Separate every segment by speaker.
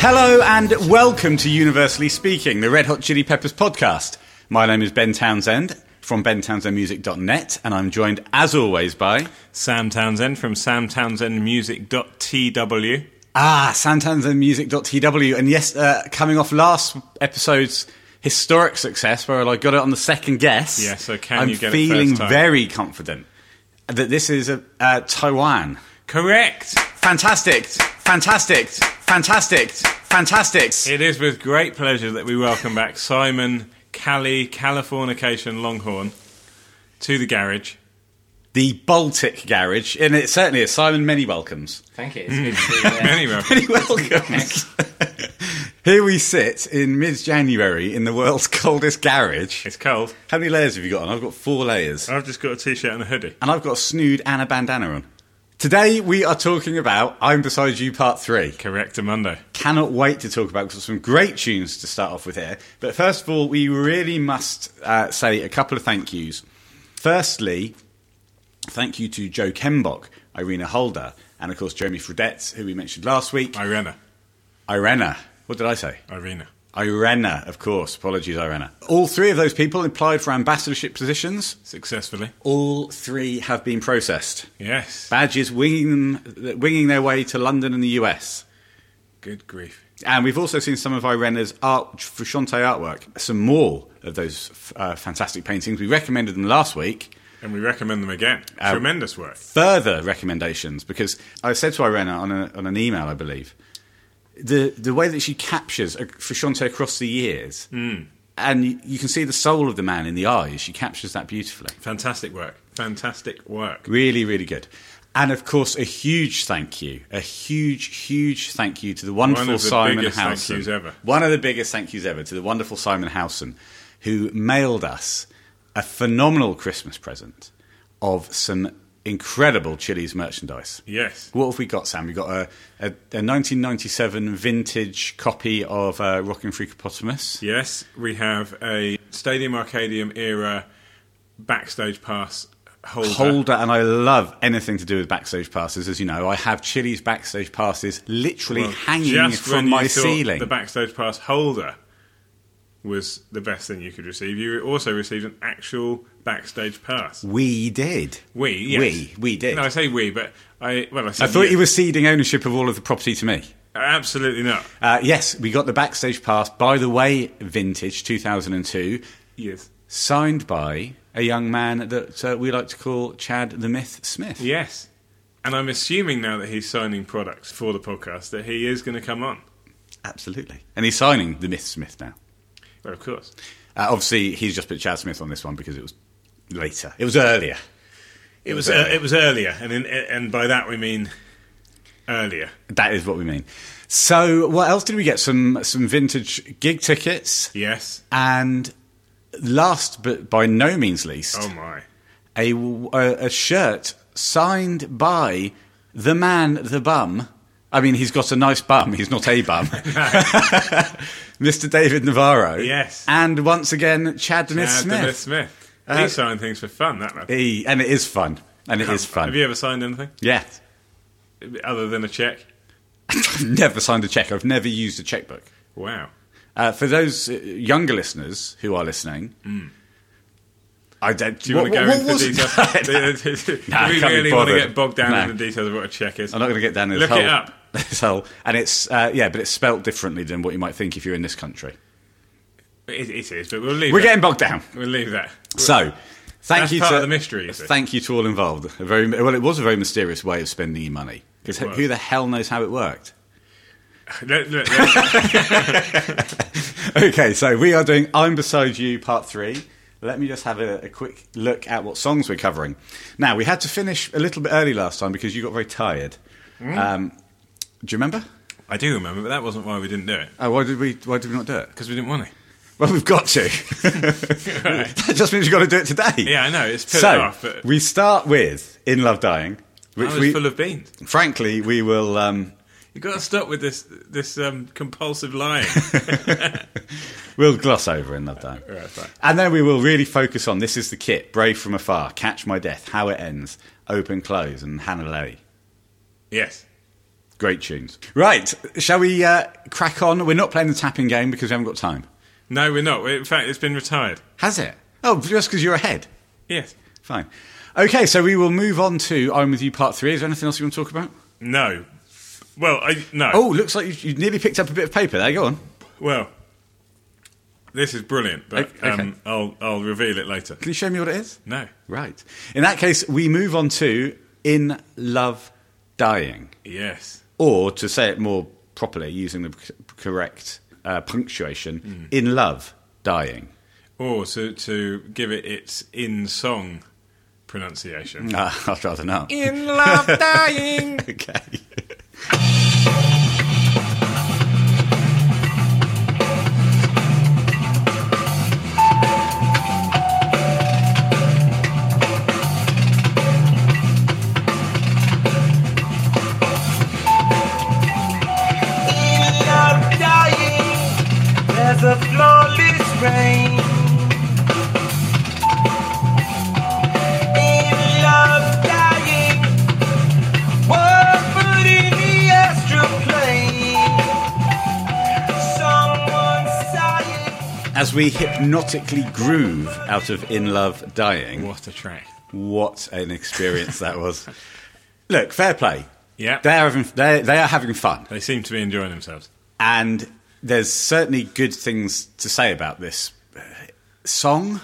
Speaker 1: Hello and welcome to Universally Speaking, the Red Hot Chili Peppers podcast. My name is Ben Townsend from bentownsendmusic.net, and I'm joined as always by
Speaker 2: Sam Townsend from samtownsendmusic.tw.
Speaker 1: Ah, santandmusic.tw. And yes, uh, coming off last episode's historic success, where I got it on the second guess.
Speaker 2: Yeah, so can
Speaker 1: I'm
Speaker 2: you get it
Speaker 1: feeling
Speaker 2: first time?
Speaker 1: very confident that this is a, uh, Taiwan.
Speaker 2: Correct.
Speaker 1: Fantastic, fantastic, fantastic, fantastic.
Speaker 2: It is with great pleasure that we welcome back Simon Cali Californication Longhorn to the garage.
Speaker 1: The Baltic Garage, and it certainly is. Simon, many welcomes.
Speaker 3: Thank you. It's
Speaker 1: Mm.
Speaker 3: good to be there.
Speaker 2: Anyway,
Speaker 1: Many welcomes. Here we sit in mid January in the world's coldest garage.
Speaker 2: it's cold.
Speaker 1: How many layers have you got on? I've got four layers.
Speaker 2: I've just got a t-shirt and a hoodie.
Speaker 1: and I've got a snood and a bandana on. Today we are talking about I'm Beside You Part 3.
Speaker 2: Correct, Monday.
Speaker 1: Cannot wait to talk about because some great tunes to start off with here. But first of all, we really must uh, say a couple of thank yous. Firstly, thank you to Joe Kembok, Irina Holder, and of course Jeremy Fredette, who we mentioned last week.
Speaker 2: Irena.
Speaker 1: Irena. What did I say?
Speaker 2: Irena.
Speaker 1: Irena, of course. Apologies, Irena. All three of those people applied for ambassadorship positions.
Speaker 2: Successfully.
Speaker 1: All three have been processed.
Speaker 2: Yes.
Speaker 1: Badges winging, them, winging their way to London and the US.
Speaker 2: Good grief.
Speaker 1: And we've also seen some of Irena's art, Frusciante artwork, some more of those uh, fantastic paintings. We recommended them last week.
Speaker 2: And we recommend them again. Tremendous work.
Speaker 1: Further recommendations, because I said to Irena on, a, on an email, I believe, the, the way that she captures a Frusciante across the years,
Speaker 2: Mm.
Speaker 1: and you, you can see the soul of the man in the eyes, she captures that beautifully.
Speaker 2: Fantastic work. Fantastic work.
Speaker 1: Really, really good. And of course, a huge thank you, a huge, huge thank you to the wonderful
Speaker 2: One of the
Speaker 1: Simon
Speaker 2: biggest thank
Speaker 1: Howson.
Speaker 2: yous ever.
Speaker 1: One of the biggest thank yous ever to the wonderful Simon Howson, who mailed us a phenomenal Christmas present of some incredible Chili's merchandise.
Speaker 2: Yes.
Speaker 1: What have we got, Sam? We got a, a, a 1997 vintage copy of uh, Rockin' Freakopotamus.
Speaker 2: Yes, we have a Stadium Arcadium era backstage pass holder.
Speaker 1: holder, and I love anything to do with backstage passes. As you know, I have Chili's backstage passes literally
Speaker 2: Well,
Speaker 1: hanging
Speaker 2: just when
Speaker 1: from
Speaker 2: you
Speaker 1: my
Speaker 2: thought
Speaker 1: ceiling.
Speaker 2: The backstage pass holder was the best thing you could receive. You also received an actual backstage pass.
Speaker 1: we did.
Speaker 2: We, yes.
Speaker 1: We, we did.
Speaker 2: No, I say we, but I well, I, said
Speaker 1: I thought
Speaker 2: you.
Speaker 1: you were ceding ownership of all of the property to me.
Speaker 2: absolutely not.
Speaker 1: Uh, yes, we got the backstage pass, by the way, vintage 2002,
Speaker 2: Yes,
Speaker 1: signed by a young man that uh, we like to call Chad the Myth Smith.
Speaker 2: yes. And I'm assuming now that he's signing products for the podcast that he is going to come on.
Speaker 1: Absolutely. And he's signing the Myth Smith now.
Speaker 2: Well, of course.
Speaker 1: Uh, obviously, he's just put Chad Smith on this one because it was later. It was earlier.
Speaker 2: It was uh, it was earlier, and in, and by that we mean earlier.
Speaker 1: That is what we mean. So, what else did we get? Some some vintage gig tickets,
Speaker 2: Yes.
Speaker 1: and last but by no means least,
Speaker 2: Oh my.
Speaker 1: a, a a shirt signed by the man, the bum. I mean, he's got a nice bum. He's not a bum. Mr. David Navarro.
Speaker 2: Yes.
Speaker 1: And once again, Chad Smith.
Speaker 2: Uh,
Speaker 1: Smith.
Speaker 2: Smith. Smith.
Speaker 1: Uh,
Speaker 2: he signed things for fun. That man. Um,
Speaker 1: He, and it is fun. And it is fun.
Speaker 2: Have you ever signed anything
Speaker 1: yeah.
Speaker 2: other than a check?
Speaker 1: I've never signed a check. I've never used a checkbook.
Speaker 2: Wow.
Speaker 1: Uh, for those uh, younger listeners who are listening, I don't.
Speaker 2: Mm. Do you want to go into the details? Do
Speaker 1: Nah, I
Speaker 2: we
Speaker 1: can't be
Speaker 2: really want to
Speaker 1: bothered.
Speaker 2: get bogged down
Speaker 1: No.
Speaker 2: in the details of what a check is?
Speaker 1: I'm not going to get down this
Speaker 2: Look
Speaker 1: hole.
Speaker 2: it up.
Speaker 1: This hole, and it's uh, yeah, but it's spelt differently than what you might think if you're in this country.
Speaker 2: It, it is, but we'll leave.
Speaker 1: We're
Speaker 2: that.
Speaker 1: getting bogged down.
Speaker 2: We'll leave that.
Speaker 1: So, thank
Speaker 2: That's
Speaker 1: you
Speaker 2: part
Speaker 1: to
Speaker 2: of the mystery, is it?
Speaker 1: Thank you to all involved. A very well, it was a very mysterious way of spending your money because
Speaker 2: It was.
Speaker 1: who the hell knows how it worked?
Speaker 2: Let- let- let-
Speaker 1: Okay, so we are doing I'm Beside You Part 3. Let me just have a, a quick look at what songs we're covering. Now, we had to finish a little bit early last time because you got very tired.
Speaker 2: Mm.
Speaker 1: Um, do you remember?
Speaker 2: I do remember, but that wasn't why we didn't do it
Speaker 1: Oh, why did we why did we not do it?
Speaker 2: because we didn't want it.
Speaker 1: Well, we've got to. that just means you've got to do it today.
Speaker 2: Yeah, I know. It's put
Speaker 1: so
Speaker 2: it off, but
Speaker 1: we start with In Love Dying,
Speaker 2: I
Speaker 1: which
Speaker 2: was
Speaker 1: we
Speaker 2: full of beans.
Speaker 1: frankly we will. Um,
Speaker 2: You got to stop with this this um, compulsive lying.
Speaker 1: We'll gloss over in Love Dying.
Speaker 2: Right, fine.
Speaker 1: And then we will really focus on This is the Kit, Brave from Afar, Catch My Death, How It Ends, Open Close, and Hannah Lay.
Speaker 2: yes.
Speaker 1: Great tunes. Right, shall we uh, crack on? We're not playing the tapping game because we haven't got time.
Speaker 2: No, we're not. In fact, it's been retired.
Speaker 1: Has it? Oh, just because you're ahead.
Speaker 2: Yes.
Speaker 1: Fine. Okay, so we will move on to I'm With You Part 3. Is there anything else you want to talk about?
Speaker 2: No. Well, I, no.
Speaker 1: Oh, looks like you, you nearly picked up a bit of paper there. Go on.
Speaker 2: Well, this is brilliant, but
Speaker 1: O- okay.
Speaker 2: um, I'll, I'll reveal it later.
Speaker 1: Can you show me what it is?
Speaker 2: No.
Speaker 1: Right. In that case, we move on to In Love Dying.
Speaker 2: Yes.
Speaker 1: Or to say it more properly, using the c- correct uh,
Speaker 2: Hmm.
Speaker 1: punctuation, In Love Dying.
Speaker 2: Or to, to give it its in song pronunciation.
Speaker 1: Uh, I'd rather not.
Speaker 2: In love dying.
Speaker 1: Okay.
Speaker 3: feeling of dying as a flawless rain. In love dying, one foot in the astral plane. Someone sighing.
Speaker 1: As we hypnotically groove out of In Love Dying,
Speaker 2: What a track.
Speaker 1: what an experience that was. Look, fair play.
Speaker 2: Yeah.
Speaker 1: They are, having, they, they are having fun.
Speaker 2: They seem to be enjoying themselves.
Speaker 1: And there's certainly good things to say about this uh, song.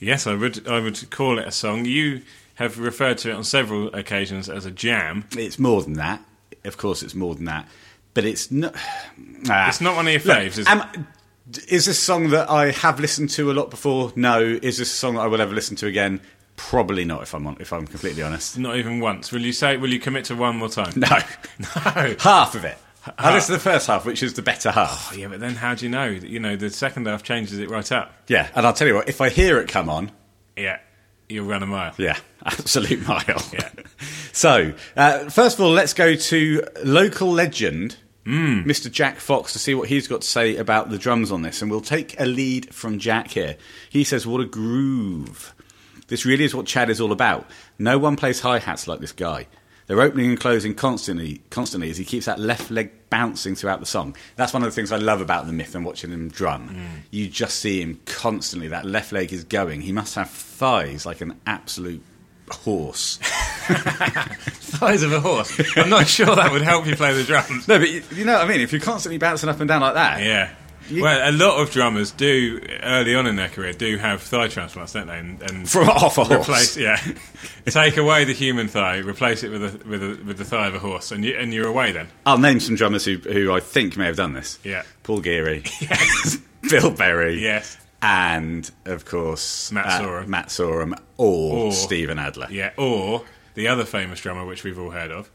Speaker 2: Yes, I would. I would call it a song. You have referred to it on several occasions as a jam.
Speaker 1: It's more than that. Of course, it's more than that. But it's not. Ah.
Speaker 2: It's not one of your
Speaker 1: Look,
Speaker 2: faves. is it?
Speaker 1: am- is this a song that I have listened to a lot before? No. Is this a song that I will ever listen to again? Probably not. If I'm on, if I'm completely honest,
Speaker 2: Not even once. Will you say? Will you commit to one more time?
Speaker 1: no.
Speaker 2: No.
Speaker 1: half Oh, of it. I listened to the first half, which is the better half.
Speaker 2: Yeah, but then how do you know? You know, the second half changes it right up.
Speaker 1: Yeah, and I'll tell you what. If I hear it come on,
Speaker 2: Yeah, you'll run a mile.
Speaker 1: Yeah, absolute mile.
Speaker 2: Yeah.
Speaker 1: so, uh, first of all, let's go to local legend, Mr. Jack Fox, to see what he's got to say about the drums on this. And we'll take a lead from Jack here. He says, What a groove. This really is what Chad is all about. No one plays hi hats like this guy. They're opening and closing constantly, constantly as he keeps that left leg bouncing throughout the song. That's one of the things I love about the myth and watching him drum.
Speaker 2: Mm.
Speaker 1: You just see him constantly. That left leg is going. He must have thighs like an absolute horse.
Speaker 2: Thighs of a horse. I'm not sure that would help you play the drums.
Speaker 1: no, but you, you know what I mean. If you're constantly bouncing up and down like that,
Speaker 2: Yeah.
Speaker 1: You-
Speaker 2: Well, a lot of drummers do early on in their career do have thigh transplants, don't they? And, and
Speaker 1: from off a horse,
Speaker 2: replace, yeah, take away the human thigh, replace it with a, with a, with the thigh of a horse, and you and you're away then.
Speaker 1: I'll name some drummers who, who I think may have done this.
Speaker 2: Yeah.
Speaker 1: Paul Geary, Bill Berry,
Speaker 2: Yes.
Speaker 1: and of course uh,
Speaker 2: Matt Sorum.
Speaker 1: Matt Sorum or,
Speaker 2: Or-
Speaker 1: Stephen Adler,
Speaker 2: Yeah, or the other famous drummer, which we've all heard of,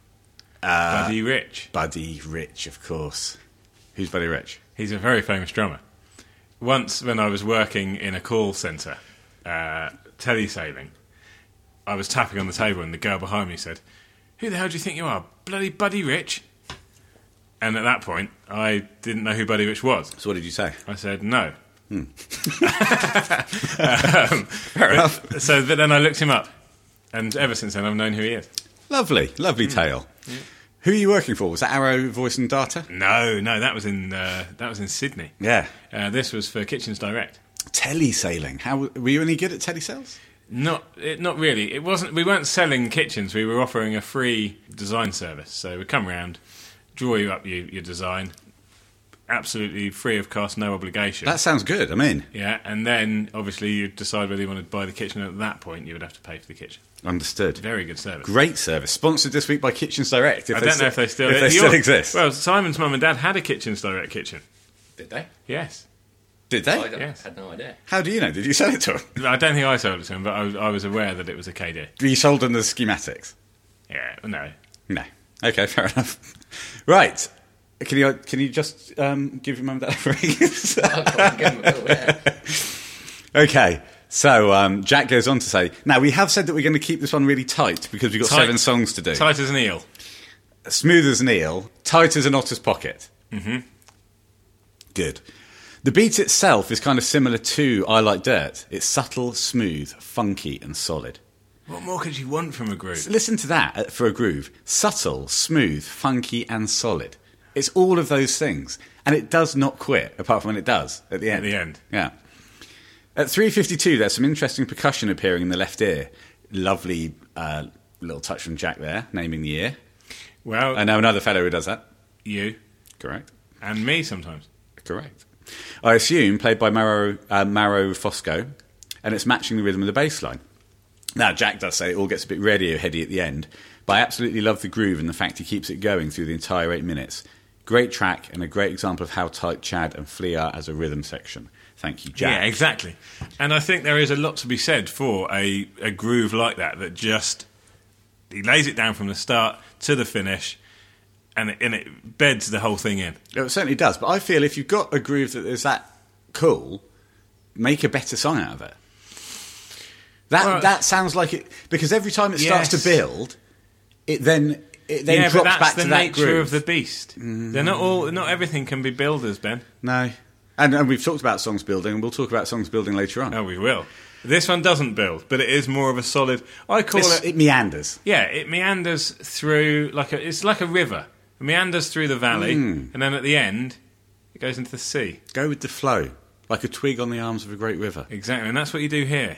Speaker 2: Buddy Rich.
Speaker 1: Buddy Rich, of course. Who's Buddy Rich?
Speaker 2: He's a very famous drummer. Once, when I was working in a call centre, uh, telesailing, I was tapping on the table, and the girl behind me said, "Who the hell do you think you are, bloody Buddy Rich?" And at that point, I didn't know who Buddy Rich was.
Speaker 1: So what did you say?
Speaker 2: I said no. Fair enough. So th- then I looked him up, and ever since then I've known who he is.
Speaker 1: Lovely, lovely
Speaker 2: Mm.
Speaker 1: tale. Who are you working for? Was that Arrow Voice and Data?
Speaker 2: Mm. No, no, that was in uh, that was in Sydney.
Speaker 1: Yeah.
Speaker 2: Uh, this was for Kitchens Direct.
Speaker 1: Telesailing. How were you any good at telesales?
Speaker 2: Not, it, not really. It wasn't. We weren't selling kitchens. We were offering a free design service. So we come round, draw you up your, your design, absolutely free of cost, no obligation.
Speaker 1: That sounds good. I mean,
Speaker 2: yeah, and then obviously you decide whether you want to buy the kitchen. At that point, you would have to pay for the kitchen.
Speaker 1: understood.
Speaker 2: Very good service.
Speaker 1: Great service. Sponsored this week by Kitchens Direct. If
Speaker 2: I don't know if they still
Speaker 1: if they
Speaker 2: your-
Speaker 1: still exist.
Speaker 2: Well, Simon's mum and dad had a Kitchens Direct kitchen.
Speaker 4: Did they? Oh,
Speaker 2: Yes,
Speaker 1: Did
Speaker 4: I
Speaker 1: they?
Speaker 4: don't,
Speaker 2: Yes.
Speaker 4: had no idea.
Speaker 1: How do you know? Did you sell it to them?
Speaker 2: I don't think I sold it to him, but I, was- I was aware that it was a KD.
Speaker 1: You sold them the schematics?
Speaker 2: Yeah, no,
Speaker 1: No. Okay, fair enough. Right. Can you can you just um, give your mum that ring?
Speaker 4: I'll go and give them a call, yeah.
Speaker 1: Okay. So um, Jack goes on to say, now we have said that we're going to keep this one really tight because we've got
Speaker 2: Tight.
Speaker 1: seven songs to do.
Speaker 2: tight as an eel.
Speaker 1: Smooth as an eel, tight as an otter's pocket. Mm-hmm. Good. The beat itself is kind of similar to I Like Dirt. It's subtle, smooth, funky, and solid.
Speaker 2: What more could you want from a group?
Speaker 1: Listen to that uh, for a groove. Subtle, smooth, funky, and solid. It's all of those things. And it does not quit, apart from when it does at the end.
Speaker 2: the end.
Speaker 1: Yeah. At 3.52, there's some interesting percussion appearing in the left ear. Lovely uh, little touch from Jack there, naming the ear.
Speaker 2: Well,
Speaker 1: I know another fellow who does that.
Speaker 2: you
Speaker 1: Correct.
Speaker 2: and me sometimes.
Speaker 1: Correct. I assume played by Maro uh, Maro Fosco, and it's matching the rhythm of the bass line. Now Jack does say it all gets a bit radio heady at the end, but I absolutely love the groove and the fact he keeps it going through the entire eight minutes. Great track and a great example of how tight Chad and Flea are as a rhythm section. Thank you, Jack.
Speaker 2: Yeah, exactly. And I think there is a lot to be said for a, a groove like that that just he lays it down from the start to the finish, and it, and it beds the whole thing in.
Speaker 1: It certainly does. But I feel if you've got a groove that is that cool, make a better song out of it. That
Speaker 2: Well-
Speaker 1: that sounds like it because every time it starts
Speaker 2: Yes.
Speaker 1: to build, it then it then
Speaker 2: yeah, but
Speaker 1: drops
Speaker 2: that's
Speaker 1: back
Speaker 2: the
Speaker 1: to that
Speaker 2: nature
Speaker 1: groove. Mm.
Speaker 2: of the beast. They're not all. Not everything can be builders, Ben.
Speaker 1: No, and and we've talked about songs building, and we'll talk about songs building later on.
Speaker 2: Oh, we will. This one doesn't build, but it is more of a solid. I call
Speaker 1: It's-
Speaker 2: it.
Speaker 1: it meanders.
Speaker 2: Yeah, it meanders through like a. It's like a river. It meanders through the valley,
Speaker 1: Mm.
Speaker 2: and then at the end, it goes into the sea.
Speaker 1: Go with the flow, like a twig on the arms of a great river.
Speaker 2: Exactly, and that's what you do here. Um,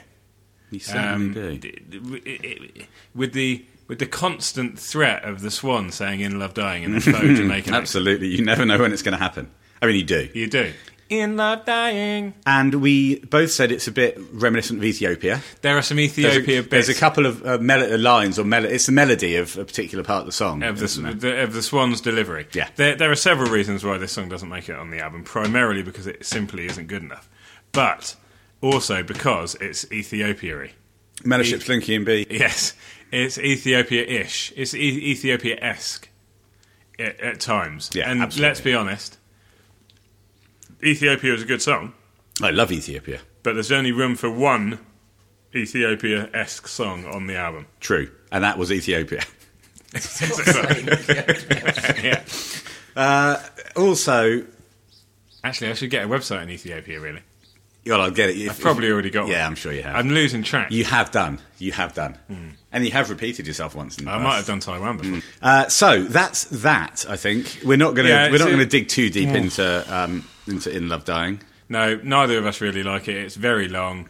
Speaker 1: You certainly do.
Speaker 2: d- d- w- it- it- with the with the constant threat of the swan saying "In love dying" and then faux Jamaican. accent.
Speaker 1: Absolutely, you never know when it's going to happen. I mean, you do.
Speaker 2: you do. In love dying.
Speaker 1: And we both said it's a bit reminiscent of Ethiopia.
Speaker 2: There are some
Speaker 1: There's a-
Speaker 2: Ethiopia
Speaker 1: There's
Speaker 2: bits
Speaker 1: a couple of uh, mel- lines or mel- it's the melody of a particular part of the song.
Speaker 2: of
Speaker 1: isn't
Speaker 2: the,
Speaker 1: there?
Speaker 2: the, of the swan's delivery.
Speaker 1: Yeah.
Speaker 2: there, there are several reasons why this song doesn't make it on the album. Primarily because it simply isn't good enough, but also because it's Ethiopia-y. E-
Speaker 1: Mellowship's Linky and B.
Speaker 2: Yes, it's Ethiopia-ish. It's e- Ethiopia-esque at, at times.
Speaker 1: Yeah,
Speaker 2: and
Speaker 1: absolutely.
Speaker 2: let's be honest, Ethiopia is a good song,
Speaker 1: I love Ethiopia.
Speaker 2: but there's only room for one Ethiopia-esque song on the album.
Speaker 1: True. And that was Ethiopia.
Speaker 2: yeah.
Speaker 1: Also,
Speaker 2: Actually, I should get a website in Ethiopia. Really,
Speaker 1: well, I'll get it. If,
Speaker 2: I've probably already got.
Speaker 1: Yeah,
Speaker 2: one.
Speaker 1: I'm sure you have.
Speaker 2: I'm losing track.
Speaker 1: you have done. You have done. And you have repeated yourself once. In the
Speaker 2: I might have done Taiwan before.
Speaker 1: Uh, so that's that. I think we're not going to
Speaker 2: Yeah,
Speaker 1: we're not
Speaker 2: so- Hmm.
Speaker 1: going to dig too deep into um, into in love dying.
Speaker 2: No, neither of us really like it. It's very long,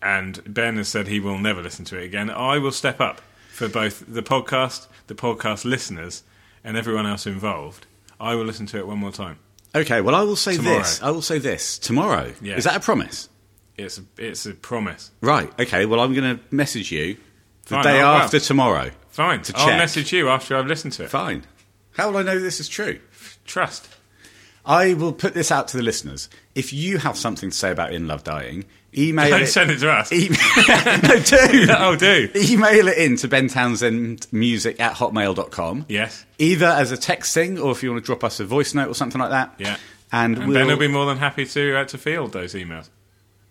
Speaker 2: and Ben has said he will never listen to it again. I will step up for both the podcast, the podcast listeners, and everyone else involved. I will listen to it one more time.
Speaker 1: Okay. Well, I will say
Speaker 2: Tomorrow.
Speaker 1: this. I will say this tomorrow.
Speaker 2: Yeah.
Speaker 1: Is that a promise?
Speaker 2: It's a, it's a promise.
Speaker 1: Right. Okay. Well, I'm going to message you the
Speaker 2: Fine,
Speaker 1: day
Speaker 2: oh, wow.
Speaker 1: after tomorrow.
Speaker 2: Fine,
Speaker 1: To
Speaker 2: I'll
Speaker 1: check.
Speaker 2: message you after I've listened to it.
Speaker 1: Fine. How will I know this is true?
Speaker 2: Trust.
Speaker 1: I will put this out to the listeners. If you have something to say about In Love Dying, email
Speaker 2: Don't
Speaker 1: it.
Speaker 2: send it to us.
Speaker 1: em- no, do.
Speaker 2: Oh, do.
Speaker 1: Email it in to Ben Townsend Music at hotmail.com.
Speaker 2: Yes.
Speaker 1: Either as a text thing or if you want to drop us a voice note or something like that.
Speaker 2: Yeah.
Speaker 1: And,
Speaker 2: And
Speaker 1: we'll.
Speaker 2: Ben will be more than happy to uh, to field those emails.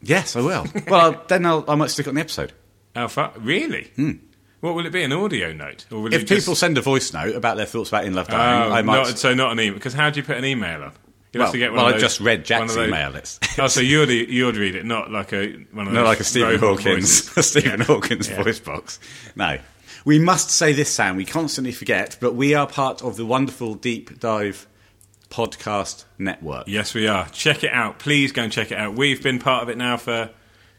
Speaker 1: Yes, I will. well, I'll, then I'll, I might stick it on the episode.
Speaker 2: Alpha, really? What will it be? An audio note, or will
Speaker 1: Hmm. If
Speaker 2: it just-
Speaker 1: people send a voice note about their thoughts about In Love Dying,
Speaker 2: Oh,
Speaker 1: I might.
Speaker 2: not, so not an email. Because how do you put an email on? You'll
Speaker 1: well,
Speaker 2: have to get one
Speaker 1: well
Speaker 2: of
Speaker 1: I
Speaker 2: those-
Speaker 1: just read
Speaker 2: one
Speaker 1: Jack's
Speaker 2: of those-
Speaker 1: email. It's
Speaker 2: Oh, so you'd you'd read it, not like a one of
Speaker 1: Not
Speaker 2: those
Speaker 1: like a Stephen
Speaker 2: robot
Speaker 1: Hawkins,
Speaker 2: voices.
Speaker 1: a Stephen
Speaker 2: Yeah.
Speaker 1: Hawkins
Speaker 2: Yeah.
Speaker 1: voice box. No, we must say this, Sam. We constantly forget, but we are part of the wonderful Deep Dive Podcast Network.
Speaker 2: Yes, we are. Check it out, please. Go and check it out. We've been part of it now for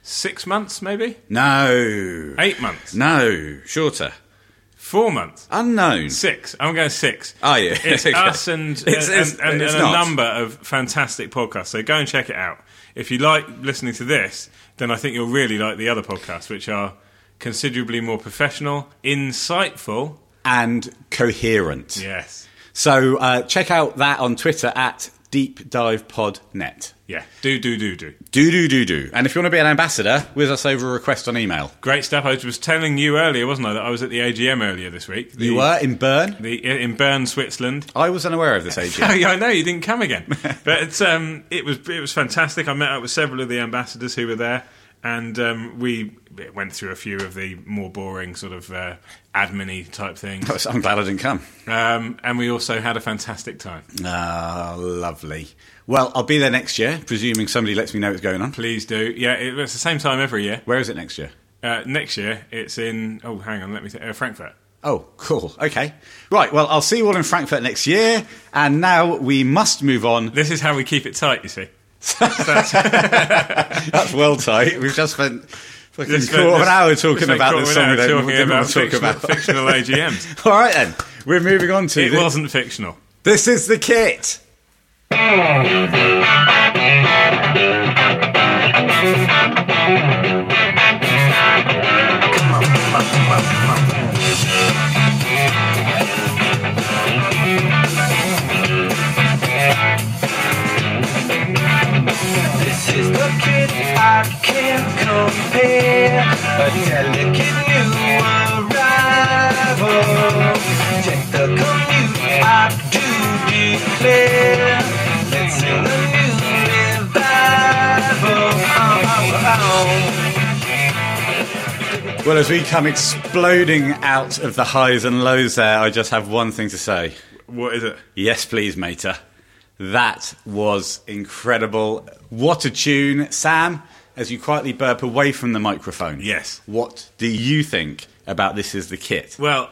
Speaker 2: six months, maybe
Speaker 1: No,
Speaker 2: eight months,
Speaker 1: no, shorter,
Speaker 2: four months,
Speaker 1: unknown.
Speaker 2: six. I'm going six.
Speaker 1: Oh, yeah.
Speaker 2: it's
Speaker 1: Okay.
Speaker 2: us and
Speaker 1: It's- it's-
Speaker 2: and, and,
Speaker 1: it's
Speaker 2: and a
Speaker 1: not.
Speaker 2: number of fantastic podcasts. So go and check it out. If you like listening to this, then I think you'll really like the other podcasts, which are considerably more professional, insightful.
Speaker 1: and coherent.
Speaker 2: Yes.
Speaker 1: So uh, check out that on Twitter at Deep Dive Pod Net.
Speaker 2: Yeah. Do do do do.
Speaker 1: Do do do do. And if you want to be an ambassador, whiz us over a request on email.
Speaker 2: Great stuff. I was telling you earlier, wasn't I, that I was at the AGM earlier this week. The,
Speaker 1: You were in Bern.
Speaker 2: the, in Bern, Switzerland.
Speaker 1: I was unaware of this
Speaker 2: Oh,
Speaker 1: AGM.
Speaker 2: yeah, I know you didn't come again, but it's, um, it was it was fantastic. I met up with several of the ambassadors who were there, and um, we went through a few of the more boring sort of uh, admin type things.
Speaker 1: I'm glad I didn't come.
Speaker 2: Um, and we also had a fantastic time.
Speaker 1: Ah, lovely. Well, I'll be there next year, presuming somebody lets me know what's going on.
Speaker 2: Please do, yeah. It, it's the same time every year.
Speaker 1: Where is it next year?
Speaker 2: Uh, next year, it's in. Oh, hang on, let me. Th- uh, Frankfurt.
Speaker 1: Oh, cool. Okay. Right. Well, I'll see you all in Frankfurt next year. And now we must move on.
Speaker 2: This is how we keep it tight. You see.
Speaker 1: That's well tight. We've just spent fucking
Speaker 2: Just spent
Speaker 1: quarter of
Speaker 2: this-
Speaker 1: an hour talking
Speaker 2: just
Speaker 1: about
Speaker 2: like
Speaker 1: this
Speaker 2: quarter
Speaker 1: song.
Speaker 2: of
Speaker 1: We
Speaker 2: an hour
Speaker 1: don't, we
Speaker 2: talking
Speaker 1: didn't
Speaker 2: about
Speaker 1: want to talk
Speaker 2: fictional,
Speaker 1: about.
Speaker 2: fictional AGMs.
Speaker 1: All right then. We're moving on to
Speaker 2: It
Speaker 1: the-
Speaker 2: wasn't fictional.
Speaker 1: this is the kit.
Speaker 3: This is the kid I can't compare. A delicate new arrival. Check the commute, I do declare. Let's sing a new revival. Oh, oh, oh.
Speaker 1: Well, as we come exploding out of the highs and lows there, I just have one thing to say.
Speaker 2: What is it?
Speaker 1: Yes, please, Mater. That was incredible. What a tune. Sam, as you quietly burp away from the microphone.
Speaker 2: Yes.
Speaker 1: What do you think about This Is the Kit?
Speaker 2: Well,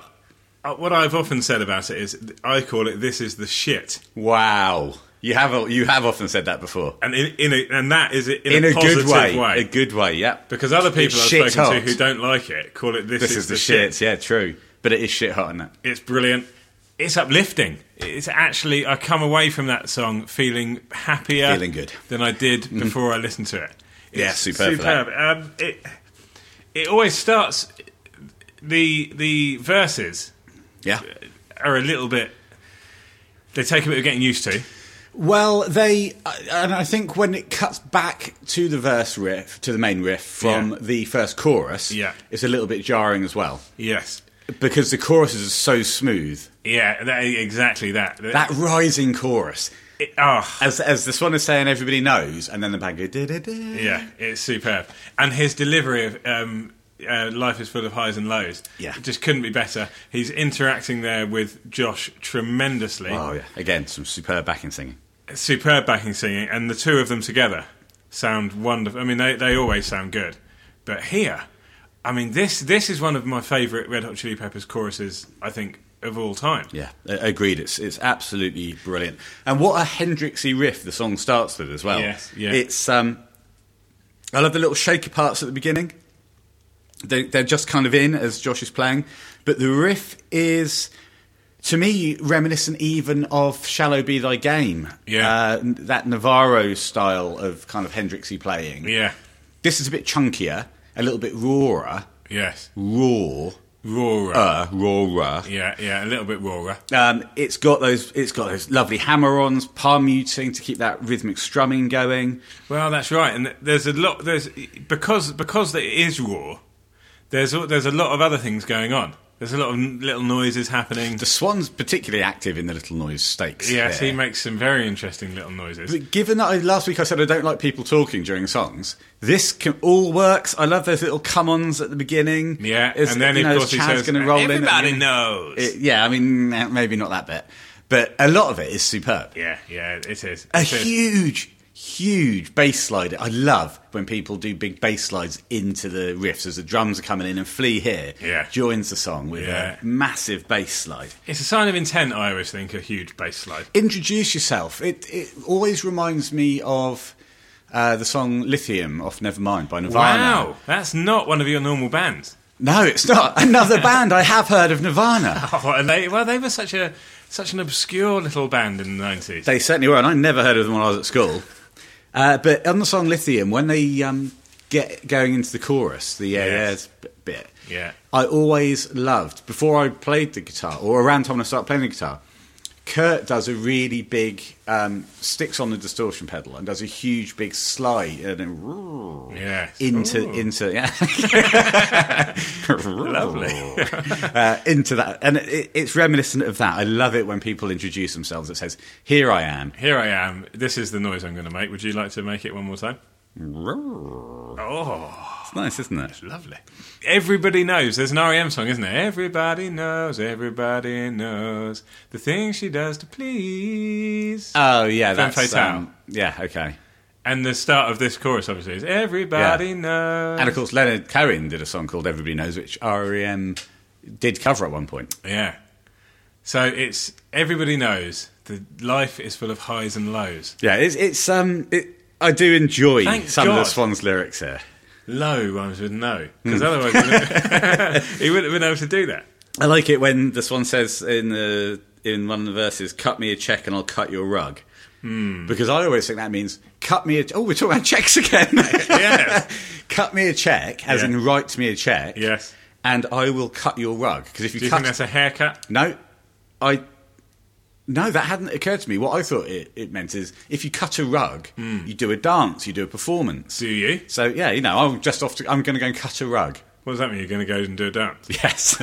Speaker 2: uh, what I've often said about it is th- I call it "This is the shit,"
Speaker 1: Wow. You have, you have often said that before.
Speaker 2: and in, in a, and that is it in,
Speaker 1: In a,
Speaker 2: positive
Speaker 1: good way. A good way, yeah.
Speaker 2: because other people
Speaker 1: It's
Speaker 2: I've
Speaker 1: shit
Speaker 2: spoken to
Speaker 1: hot.
Speaker 2: who don't like it call it "This,
Speaker 1: This, is, the, shit. Yeah, true. But it is shit hot, isn't it?
Speaker 2: It's brilliant. It's uplifting. It's actually I come away from that song feeling happier,
Speaker 1: Feeling good. Mm-hmm.
Speaker 2: than I did before I listened to it. It's
Speaker 1: Yeah, superb for that.
Speaker 2: Um, it it always starts the the verses
Speaker 1: Yeah.
Speaker 2: are a little bit. They take a bit of getting used to.
Speaker 1: Well, they, and I think when it cuts back to the verse riff, to the main riff from
Speaker 2: Yeah.
Speaker 1: the first chorus,
Speaker 2: Yeah.
Speaker 1: it's a little bit jarring as well.
Speaker 2: Yes.
Speaker 1: because the choruses are so smooth.
Speaker 2: Yeah, that, exactly that.
Speaker 1: That rising chorus,
Speaker 2: It- ah,
Speaker 1: as as the swan is saying, everybody knows, and then the band go. "Da-da-da."
Speaker 2: yeah, it's superb. And his delivery of um, uh, "Life is Full of Highs and Lows"
Speaker 1: Yeah.
Speaker 2: just couldn't be better. He's interacting there with Josh tremendously.
Speaker 1: Oh yeah, again some superb backing singing.
Speaker 2: Superb backing singing, and the two of them together sound wonderful. I mean, they they always sound good, but here, I mean, this this is one of my favourite Red Hot Chili Peppers choruses. I think of all time.
Speaker 1: Yeah, a- agreed. It's it's absolutely brilliant. And what a Hendrixy riff the song starts with as well.
Speaker 2: Yes, yeah.
Speaker 1: It's um, I love the little shaky parts at the beginning. They, they're just kind of in as Josh is playing, but the riff is. To me, reminiscent even of "Shallow Be Thy Game,"
Speaker 2: Yeah.
Speaker 1: uh, n- that Navarro style of kind of Hendrixy playing.
Speaker 2: yeah,
Speaker 1: This is a bit chunkier, a little bit rawer,
Speaker 2: yes,
Speaker 1: raw,
Speaker 2: rawer.
Speaker 1: uh, rawer.
Speaker 2: Yeah, yeah, a little bit rawer.
Speaker 1: Um, it's got those. It's got those lovely hammer-ons, palm muting to keep that rhythmic strumming going.
Speaker 2: Well, that's right, and there's a lot. There's because because it is raw. There's a- there's a lot of other things going on. There's a lot of n- little noises happening.
Speaker 1: The swan's particularly active in the little noise stakes.
Speaker 2: Yes,
Speaker 1: there.
Speaker 2: he makes some very interesting little noises.
Speaker 1: But given that I, last week I said I don't like people talking during songs, this can, all works. I love those little come-ons at the beginning.
Speaker 2: Yeah,
Speaker 1: As-
Speaker 2: and then
Speaker 1: you
Speaker 2: of
Speaker 1: know,
Speaker 2: course he
Speaker 1: Chad's
Speaker 2: says,
Speaker 1: going to roll in. at the
Speaker 2: "Everybody
Speaker 1: beginning."
Speaker 2: knows."
Speaker 1: It- yeah, I mean eh, maybe not that bit, but a lot of it is superb.
Speaker 2: Yeah, yeah, it is.
Speaker 1: a
Speaker 2: It is.
Speaker 1: huge, huge bass slide. I love when people do big bass slides into the riffs as the drums are coming in and Flea here
Speaker 2: Yeah.
Speaker 1: joins the song with
Speaker 2: Yeah.
Speaker 1: a massive bass slide.
Speaker 2: It's a sign of intent. I always think a huge bass slide.
Speaker 1: Introduce yourself. It, it always reminds me of uh, the song Lithium off Nevermind by Nirvana.
Speaker 2: Wow, that's not one of your normal bands.
Speaker 1: No, it's not. Another band I have heard of Nirvana.
Speaker 2: Oh, and they, well, they were such a such an obscure little band in the nineties.
Speaker 1: They certainly were, and I never heard of them when I was at school. Uh, but on the song Lithium, when they um, get going into the chorus, the yeah,
Speaker 2: Yes.
Speaker 1: yeah bit,
Speaker 2: Yeah.
Speaker 1: I always loved before I played the guitar, or around the time I started playing the guitar. Kurt does a really big um, sticks on the distortion pedal and does a huge big slide and then
Speaker 2: Yes.
Speaker 1: into into yeah lovely uh, into that and it, it's reminiscent of that. I love it when people introduce themselves. It says, "Here I am."
Speaker 2: Here I am. This is the noise I'm going to make. Would you like to make it one more time? Oh,
Speaker 1: It's nice, isn't it?
Speaker 2: lovely. Everybody knows. There's an REM song, isn't there? Everybody knows. Everybody knows the thing she does to please.
Speaker 1: Oh yeah,
Speaker 2: Femme
Speaker 1: that's
Speaker 2: fatale.
Speaker 1: um, yeah okay.
Speaker 2: And the start of this chorus, obviously, is everybody
Speaker 1: Yeah.
Speaker 2: knows.
Speaker 1: And of course, Leonard Cohen did a song called Everybody Knows, which REM did cover at one point.
Speaker 2: Yeah. So it's everybody knows the life is full of highs and lows.
Speaker 1: Yeah, it's, it's um, it, I do enjoy
Speaker 2: Thank
Speaker 1: some of the
Speaker 2: God.
Speaker 1: Swans lyrics here.
Speaker 2: Low rhymes with no,
Speaker 1: Hmm.
Speaker 2: because otherwise he wouldn't- he wouldn't have been able to do that.
Speaker 1: I like it when the Swan says in the in one of the verses, "Cut me a check and I'll cut your rug,"
Speaker 2: Hmm.
Speaker 1: because I always think that means cut me a. Oh, we're talking about checks again.
Speaker 2: Yes.
Speaker 1: cut me a check, as
Speaker 2: Yeah.
Speaker 1: in write me a check.
Speaker 2: Yes.
Speaker 1: and I will cut your rug because if you
Speaker 2: Do you
Speaker 1: cut
Speaker 2: think that's a haircut?
Speaker 1: No, I. No, that hadn't occurred to me. What I thought it, it meant is if you cut a rug,
Speaker 2: Hmm.
Speaker 1: you do a dance, you do a performance.
Speaker 2: Do you?
Speaker 1: So yeah, you know, I'm just off. To, I'm going to go and cut a rug.
Speaker 2: What does that mean? You're going to go and do a dance?
Speaker 1: Yes.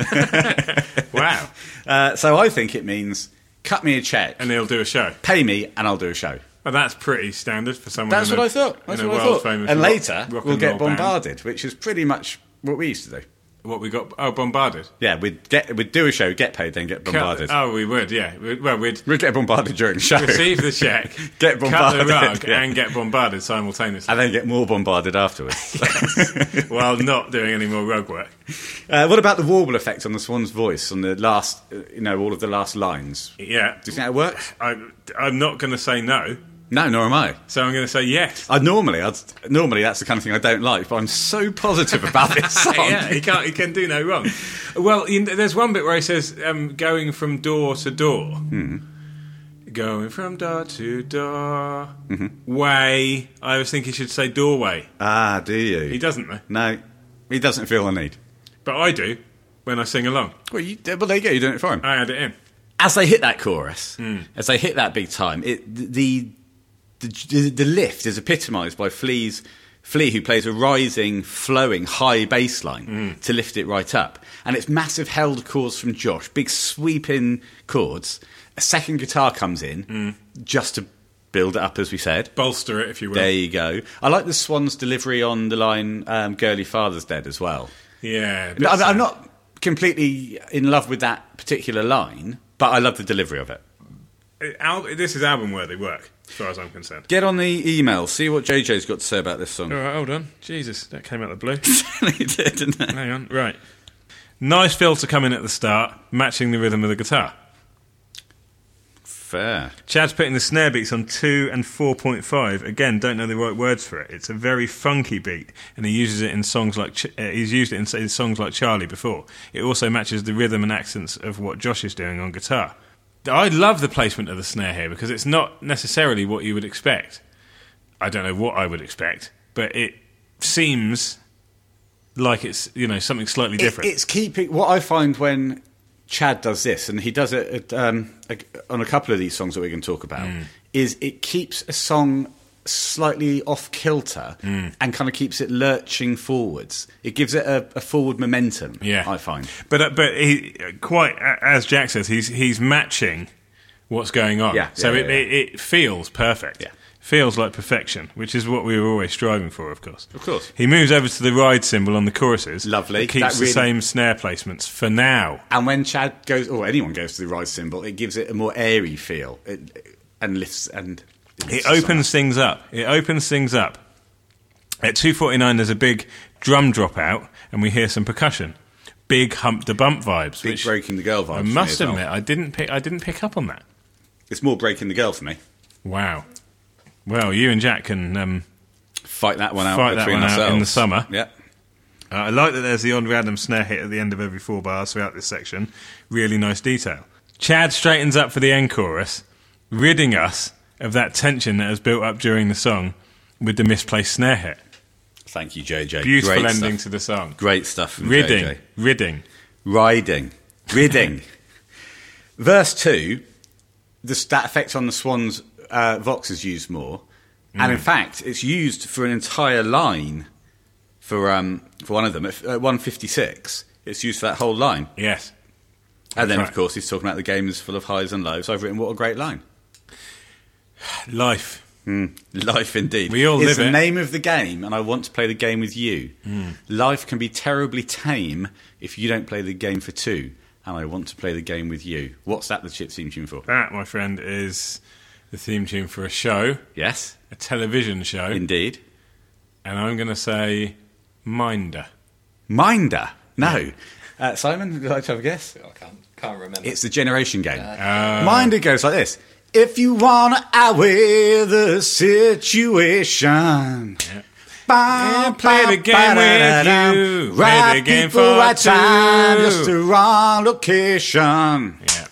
Speaker 2: Wow.
Speaker 1: uh, so I think it means cut me a check,
Speaker 2: And they'll do a show.
Speaker 1: pay me, and I'll do a show.
Speaker 2: Well, that's pretty standard for someone.
Speaker 1: That's
Speaker 2: in
Speaker 1: what
Speaker 2: a,
Speaker 1: I thought. That's
Speaker 2: in a
Speaker 1: what I
Speaker 2: world
Speaker 1: thought.
Speaker 2: famous
Speaker 1: And
Speaker 2: rock-
Speaker 1: later
Speaker 2: rock
Speaker 1: we'll
Speaker 2: and
Speaker 1: get
Speaker 2: roll band.
Speaker 1: bombarded, which is pretty much what we used to do.
Speaker 2: What we got? Oh, bombarded.
Speaker 1: Yeah, we'd get we'd do a show, get paid, then get bombarded.
Speaker 2: Cut- oh, we would. Yeah. We'd, well, we'd
Speaker 1: We'd get bombarded during the show,
Speaker 2: receive the check,
Speaker 1: Get
Speaker 2: cut
Speaker 1: bombarded,
Speaker 2: the rug,
Speaker 1: yeah.
Speaker 2: and get bombarded simultaneously
Speaker 1: and then get more bombarded afterwards.
Speaker 2: while not doing any more rug work.
Speaker 1: Uh, what about the warble effect on the swan's voice on the last, uh, you know, all of the last lines? Do
Speaker 2: Yeah.
Speaker 1: you think that works?
Speaker 2: I, I'm not going to say no,
Speaker 1: No, nor am I.
Speaker 2: so I'm going to say yes.
Speaker 1: I normally, I'd, normally that's the kind of thing I don't like, but I'm so positive about this song.
Speaker 2: yeah, he can't. He can do no wrong. Well, you know, there's one bit where he says, um, "Going from door to door, going from door to door, way." I always think he should say doorway.
Speaker 1: Ah, do you?
Speaker 2: He doesn't though,
Speaker 1: No, he doesn't feel the need.
Speaker 2: but I do when I sing along.
Speaker 1: Well, you, well, there you go. You're doing it for him.
Speaker 2: I add it in.
Speaker 1: As they hit that chorus,
Speaker 2: Hmm.
Speaker 1: as they hit that big time, it, the, the the the lift is epitomised by Flea's Flea, who plays a rising, flowing, high bass line
Speaker 2: Hmm.
Speaker 1: to lift it right up, and it's massive held chords from Josh, big sweeping chords. A second guitar comes in
Speaker 2: Hmm.
Speaker 1: just to build it up, as we said.
Speaker 2: Bolster it if you will.
Speaker 1: There you go. I like the Swans' delivery on the line um, "Girly Father's Dead" as well.
Speaker 2: yeah, a bit
Speaker 1: No, I'm, I'm
Speaker 2: sad.
Speaker 1: not completely in love with that particular line, but I love the delivery of it.
Speaker 2: Uh, Al- this is album worthy work, as far as I'm concerned.
Speaker 1: Get on the email, see what JJ's got to say about this song.
Speaker 2: All right, hold on. Jesus, that came out of the blue.
Speaker 1: He did, didn't it?
Speaker 2: Hang on. Right. Nice filter coming at the start, matching the rhythm of the guitar.
Speaker 1: Fair.
Speaker 2: Chad's putting the snare beats on 2 and 4.5. Again, don't know the right words for it. It's a very funky beat, and he uses it in songs like Ch- uh, he's used it in, in songs like Charlie before. It also matches the rhythm and accents of what Josh is doing on guitar. I love the placement of the snare here because it's not necessarily what you would expect. I don't know what I would expect, but it seems like it's you know something slightly different.
Speaker 1: it's keeping what I find when Chad does this, and he does it at, um, a- on a couple of these songs that we can talk about,
Speaker 2: Mm.
Speaker 1: is it keeps a song slightly off kilter
Speaker 2: Mm.
Speaker 1: and kind of keeps it lurching forwards. It gives it a, a forward momentum.
Speaker 2: Yeah,
Speaker 1: I find.
Speaker 2: But uh, but he quite a- as Jack says, he's he's matching what's going on.
Speaker 1: Yeah,
Speaker 2: So
Speaker 1: yeah,
Speaker 2: it,
Speaker 1: yeah, yeah.
Speaker 2: It, it feels perfect.
Speaker 1: Yeah.
Speaker 2: Feels like perfection, which is what we were always striving for, of course. Of
Speaker 1: course.
Speaker 2: He moves over to the ride symbol on the choruses.
Speaker 1: Lovely.
Speaker 2: It keeps
Speaker 1: That
Speaker 2: the
Speaker 1: really-
Speaker 2: same snare placements for now.
Speaker 1: And when Chad goes, or anyone goes to the rise symbol, it gives it a more airy feel it, and lifts and.
Speaker 2: It opens things up. It opens things up. At 2.49, there's a big drum dropout, and we hear some percussion. Big hump the bump vibes.
Speaker 1: Big
Speaker 2: which
Speaker 1: breaking the girl vibes.
Speaker 2: I
Speaker 1: for me
Speaker 2: must
Speaker 1: as well.
Speaker 2: admit, I didn't pick. I didn't pick up on that.
Speaker 1: it's more breaking the girl for me.
Speaker 2: Wow. Well, you and Jack can. Um,
Speaker 1: Fight that one out
Speaker 2: Fight that
Speaker 1: between
Speaker 2: one out in
Speaker 1: ourselves
Speaker 2: the summer.
Speaker 1: Yeah,
Speaker 2: uh, I like that there's the odd random snare hit at the end of every four bars throughout this section. Really nice detail. Chad straightens up for the end chorus, ridding us of that tension that has built up during the song with the misplaced snare hit.
Speaker 1: thank you, JJ.
Speaker 2: Beautiful
Speaker 1: Great
Speaker 2: ending
Speaker 1: Stuff.
Speaker 2: to the song.
Speaker 1: Great stuff. From
Speaker 2: Ridding,
Speaker 1: JJ.
Speaker 2: ridding.
Speaker 1: Riding. Ridding. Verse 2, this, that effect on the swan's uh, vox is used more. And
Speaker 2: Mm.
Speaker 1: in fact, it's used for an entire line for, um, for one of them. At f- at 156, it's used for that whole line.
Speaker 2: Yes.
Speaker 1: And then,
Speaker 2: That's
Speaker 1: of
Speaker 2: right.
Speaker 1: course, he's talking about the game is full of highs and lows. I've written, what a great line.
Speaker 2: Life.
Speaker 1: Life indeed.
Speaker 2: We all
Speaker 1: it's
Speaker 2: live
Speaker 1: the
Speaker 2: it. Hmm.
Speaker 1: name of the game, and I want to play the game with you. Life can be terribly tame if you don't play the game for two, and I want to play the game with you. What's that the chip seems tune for?
Speaker 2: That, my friend, is the theme tune for a show,
Speaker 1: Yes,
Speaker 2: a television show,
Speaker 1: indeed.
Speaker 2: and I'm going to say Minder.
Speaker 1: Minder. No. Uh, Simon, would you like to have a guess?
Speaker 4: I can't, can't remember.
Speaker 1: It's the generation game. Minder goes like this. If you want to outweigh the situation. Ba,
Speaker 2: play
Speaker 1: ba,
Speaker 2: the game
Speaker 1: ba, da,
Speaker 2: with
Speaker 1: da,
Speaker 2: you.
Speaker 1: da.
Speaker 2: Play
Speaker 1: Right
Speaker 2: the game
Speaker 1: people,
Speaker 2: for
Speaker 1: right time,
Speaker 2: two.
Speaker 1: just the wrong location.
Speaker 2: Yeah.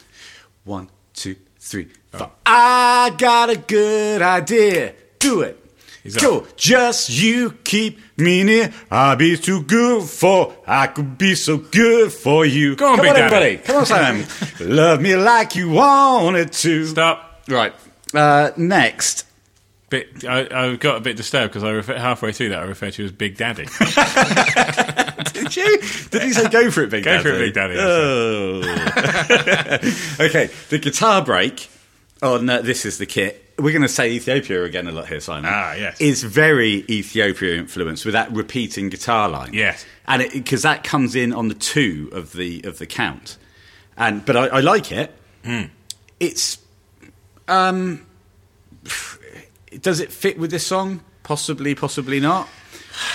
Speaker 1: One, two, three,
Speaker 2: Oh.
Speaker 1: four. I got a good idea. Do it.
Speaker 2: He's
Speaker 1: Go.
Speaker 2: up.
Speaker 1: Just you keep me near. I'll be too good for. I could be so good for you.
Speaker 2: Go on,
Speaker 1: Come
Speaker 2: Big
Speaker 1: on,
Speaker 2: Daddy.
Speaker 1: everybody. Come on, Simon. Love me like you wanted to.
Speaker 2: Stop.
Speaker 1: Right. Uh, next.
Speaker 2: Bit, I, I got a bit disturbed because I refer, halfway through that I referred to you as Big Daddy.
Speaker 1: Did you? Did he say go for it, Big
Speaker 2: Go
Speaker 1: Daddy?
Speaker 2: for it, Big Daddy, I
Speaker 1: Oh. okay, the guitar break on uh, This Is the Kit. We're going to say Ethiopia again a lot here, Simon.
Speaker 2: Ah, yes.
Speaker 1: Is very Ethiopia influenced with that repeating guitar line.
Speaker 2: Yes.
Speaker 1: And because that comes in on the two of the of the count. And but I, I like it.
Speaker 2: Hmm.
Speaker 1: It's um does it fit with this song? Possibly, possibly not.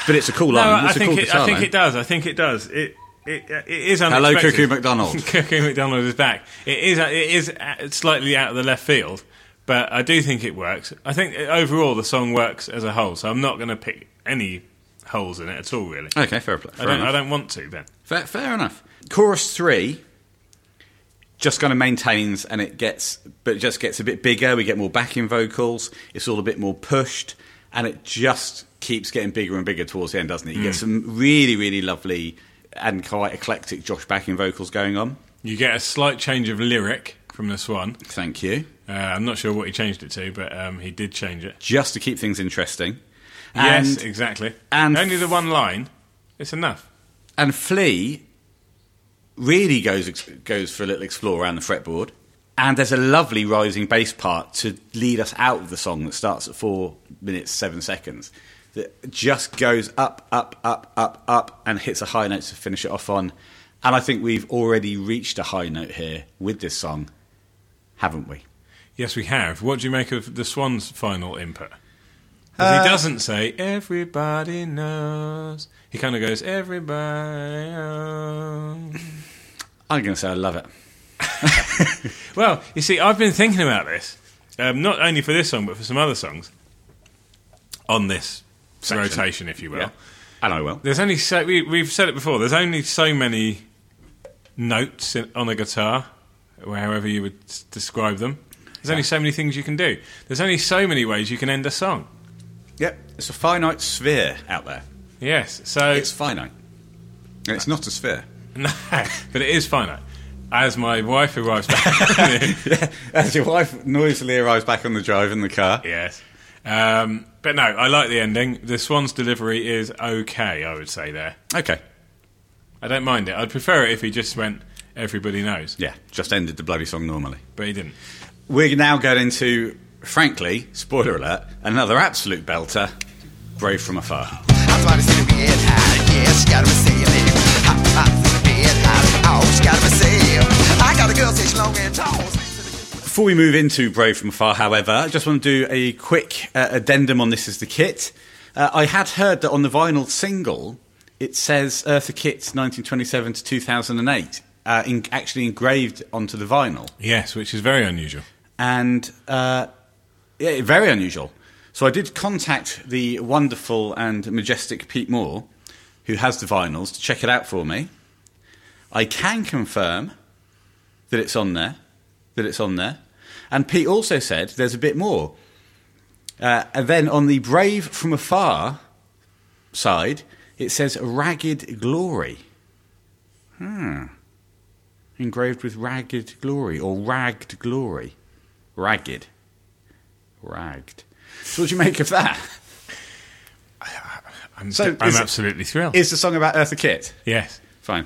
Speaker 1: But it's a cool
Speaker 2: No,
Speaker 1: line.
Speaker 2: I
Speaker 1: It's a
Speaker 2: think
Speaker 1: cool
Speaker 2: it,
Speaker 1: guitar
Speaker 2: I think
Speaker 1: line.
Speaker 2: it does. I think it does. It it, it is
Speaker 1: Hello,
Speaker 2: unexpected.
Speaker 1: Cuckoo McDonald.
Speaker 2: Cuckoo McDonald is back. It is it is uh, slightly out of the left field, but I do think it works. I think uh, overall the song works as a whole. So I'm not going to pick any holes in it at all. Really,
Speaker 1: Okay, fair play. Fair
Speaker 2: I don't.
Speaker 1: enough.
Speaker 2: I don't want to. Then
Speaker 1: Fair, fair enough. Chorus three just kind of maintains and it gets, but it just gets a bit bigger. We get more backing vocals. It's all a bit more pushed, and it just keeps getting bigger and bigger towards the end, doesn't it? You get
Speaker 2: Mm.
Speaker 1: some really, really lovely and quite eclectic Josh backing vocals going on.
Speaker 2: you get a slight change of lyric from this one.
Speaker 1: Thank you.
Speaker 2: Uh, I'm not sure what he changed it to, but um, he did change it.
Speaker 1: Just to keep things interesting.
Speaker 2: yes,
Speaker 1: And-
Speaker 2: exactly.
Speaker 1: and-
Speaker 2: only the one line. It's enough.
Speaker 1: And Flea really goes goes for a little explore around the fretboard. And there's a lovely rising bass part to lead us out of the song that starts at four minutes seven seconds. That just goes up, up, up, up, up, and hits a high note to finish it off on. And I think we've already reached a high note here with this song, haven't we?
Speaker 2: Yes, we have. What do you make of the Swans' final input? 'Cause he doesn't say "everybody knows." He kind of goes "everybody." knows."
Speaker 1: I'm going to say I love it.
Speaker 2: Well, you see, I've been thinking about this, um, not only for this song but for some other songs on this
Speaker 1: Section.
Speaker 2: rotation, if you will.
Speaker 1: Yeah. And I will.
Speaker 2: There's only so we, we've said it before. There's only so many notes in, on a guitar, or however you would s- describe them. There's only so many things you can do. There's only so many ways you can end a song.
Speaker 1: Yep. It's a finite sphere out there.
Speaker 2: Yes. So
Speaker 1: It's finite. And it's not a sphere.
Speaker 2: No, but it is finite. As my wife arrives back,
Speaker 1: As your wife noisily arrives back on the drive in the car.
Speaker 2: yes. Um, but no, I like the ending. The Swan's delivery is okay. I would say there.
Speaker 1: Okay.
Speaker 2: I don't mind it. I'd prefer it if he just went. Everybody knows,
Speaker 1: Yeah, just ended the bloody song normally.
Speaker 2: but he didn't.
Speaker 1: We're now going into, frankly, spoiler alert, another absolute belter, Brave from Afar.
Speaker 5: I thought I said it real high. Yes, gotta be saying it. Hot, hot, red hot. Oh, she gotta be saying. I got a girl, say she long and tall.
Speaker 1: Before we move into Brave from Afar, however, I just want to do a quick uh, addendum on This Is the Kit. Uh, I had heard that on the vinyl single, it says Eartha Kitt 1927 to 2008, uh, in, actually engraved onto the vinyl.
Speaker 2: Yes, which is very unusual.
Speaker 1: and uh, yeah, very unusual. So I did contact the wonderful and majestic Pete Moore, who has the vinyls, to check it out for me. I can confirm that it's on there, that it's on there. And Pete also said there's a bit more. Uh, and then on the Brave from Afar side, it says Ragged Glory. Hmm. Engraved with Ragged Glory or Ragged Glory. Ragged. Ragged. So what do you make of that?
Speaker 2: I'm,
Speaker 1: So
Speaker 2: I'm
Speaker 1: is it-
Speaker 2: absolutely thrilled.
Speaker 1: Is the song about Eartha Kitt?
Speaker 2: yes.
Speaker 1: Fine.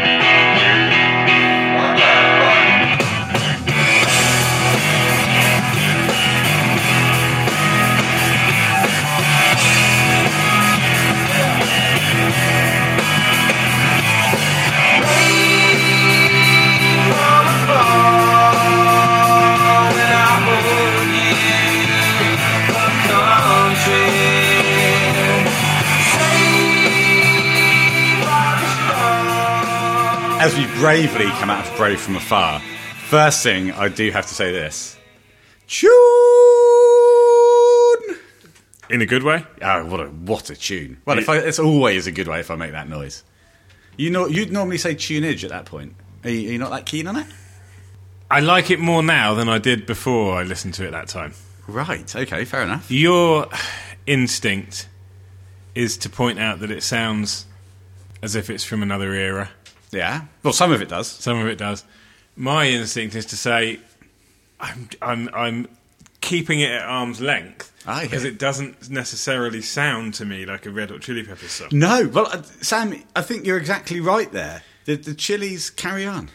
Speaker 3: From afar,
Speaker 1: as we bravely come out of Brave from Afar, first thing I do have to say this. Tune!
Speaker 2: In a good way?
Speaker 1: Oh, what a what a tune! Well, if I, it's always a good way if I make that noise. You know, you'd normally say tunage at that point. Are you, are you not that keen on it?
Speaker 2: I like it more now than I did before I listened to it that time.
Speaker 1: Right. Okay. Fair enough.
Speaker 2: Your instinct is to point out that it sounds as if it's from another era.
Speaker 1: Yeah. Well, some of it does.
Speaker 2: Some of it does. My instinct is to say, I'm, I'm, I'm keeping it at arm's length
Speaker 1: Ah, okay.
Speaker 2: because it doesn't necessarily sound to me like a Red Hot Chili Peppers song.
Speaker 1: No. Well, uh, Sam, I think you're exactly right there. The the Chili's carry on.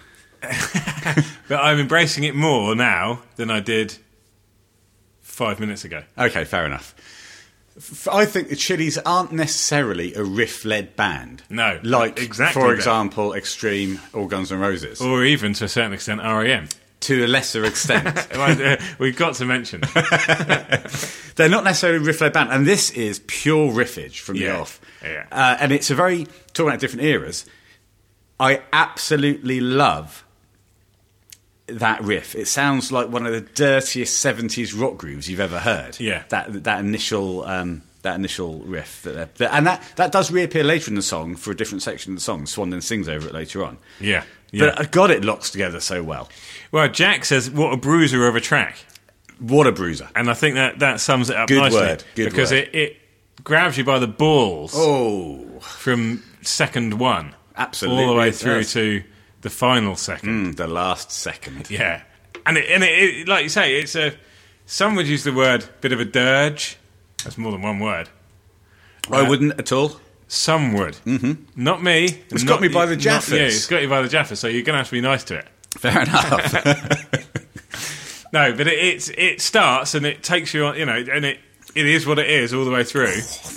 Speaker 2: But I'm embracing it more now than I did five minutes ago.
Speaker 1: Okay. Fair enough. F- I think the Chili's aren't necessarily a riff-led band.
Speaker 2: No,
Speaker 1: Like,
Speaker 2: exactly
Speaker 1: for
Speaker 2: that.
Speaker 1: example, Extreme or Guns N' Roses.
Speaker 2: Or even to a certain extent, E REM.
Speaker 1: To a lesser extent.
Speaker 2: uh, We've got to mention that.
Speaker 1: They're not necessarily riff led band, and this is pure riffage from the
Speaker 2: Yeah.
Speaker 1: off.
Speaker 2: Yeah.
Speaker 1: Uh, and it's a very talking about different eras. I absolutely love that riff. It sounds like one of the dirtiest seventies rock grooves you've ever heard.
Speaker 2: Yeah.
Speaker 1: that that initial um, that initial riff that, they're- that and that that does reappear later in the song for a different section of the song. Swan then sings over it later on.
Speaker 2: Yeah. yeah.
Speaker 1: But uh, God, it locks together so well.
Speaker 2: well, Jack says, what a bruiser of a track.
Speaker 1: What a bruiser!
Speaker 2: And I think that, that sums it up
Speaker 1: Good
Speaker 2: nicely.
Speaker 1: word, good
Speaker 2: because
Speaker 1: word.
Speaker 2: It, it grabs you by the balls
Speaker 1: Oh,
Speaker 2: from second one.
Speaker 1: Absolutely,
Speaker 2: All the way
Speaker 1: it
Speaker 2: through
Speaker 1: does. Mm.
Speaker 2: to the final second.
Speaker 1: the last second.
Speaker 2: Yeah. And, it, and it, it, like you say, it's a. Some would use the word bit of a dirge. That's more than one word.
Speaker 1: I wouldn't at all.
Speaker 2: Some would. Mm-hmm. Not me. It's
Speaker 1: got me by the
Speaker 2: Jaffa.
Speaker 1: Jaffas.
Speaker 2: It's got you by the Jaffa, so you're going to have to be nice to it.
Speaker 1: Fair enough.
Speaker 2: No, but it, it's it starts and it takes you on, you know, and it it is what it is all the way through.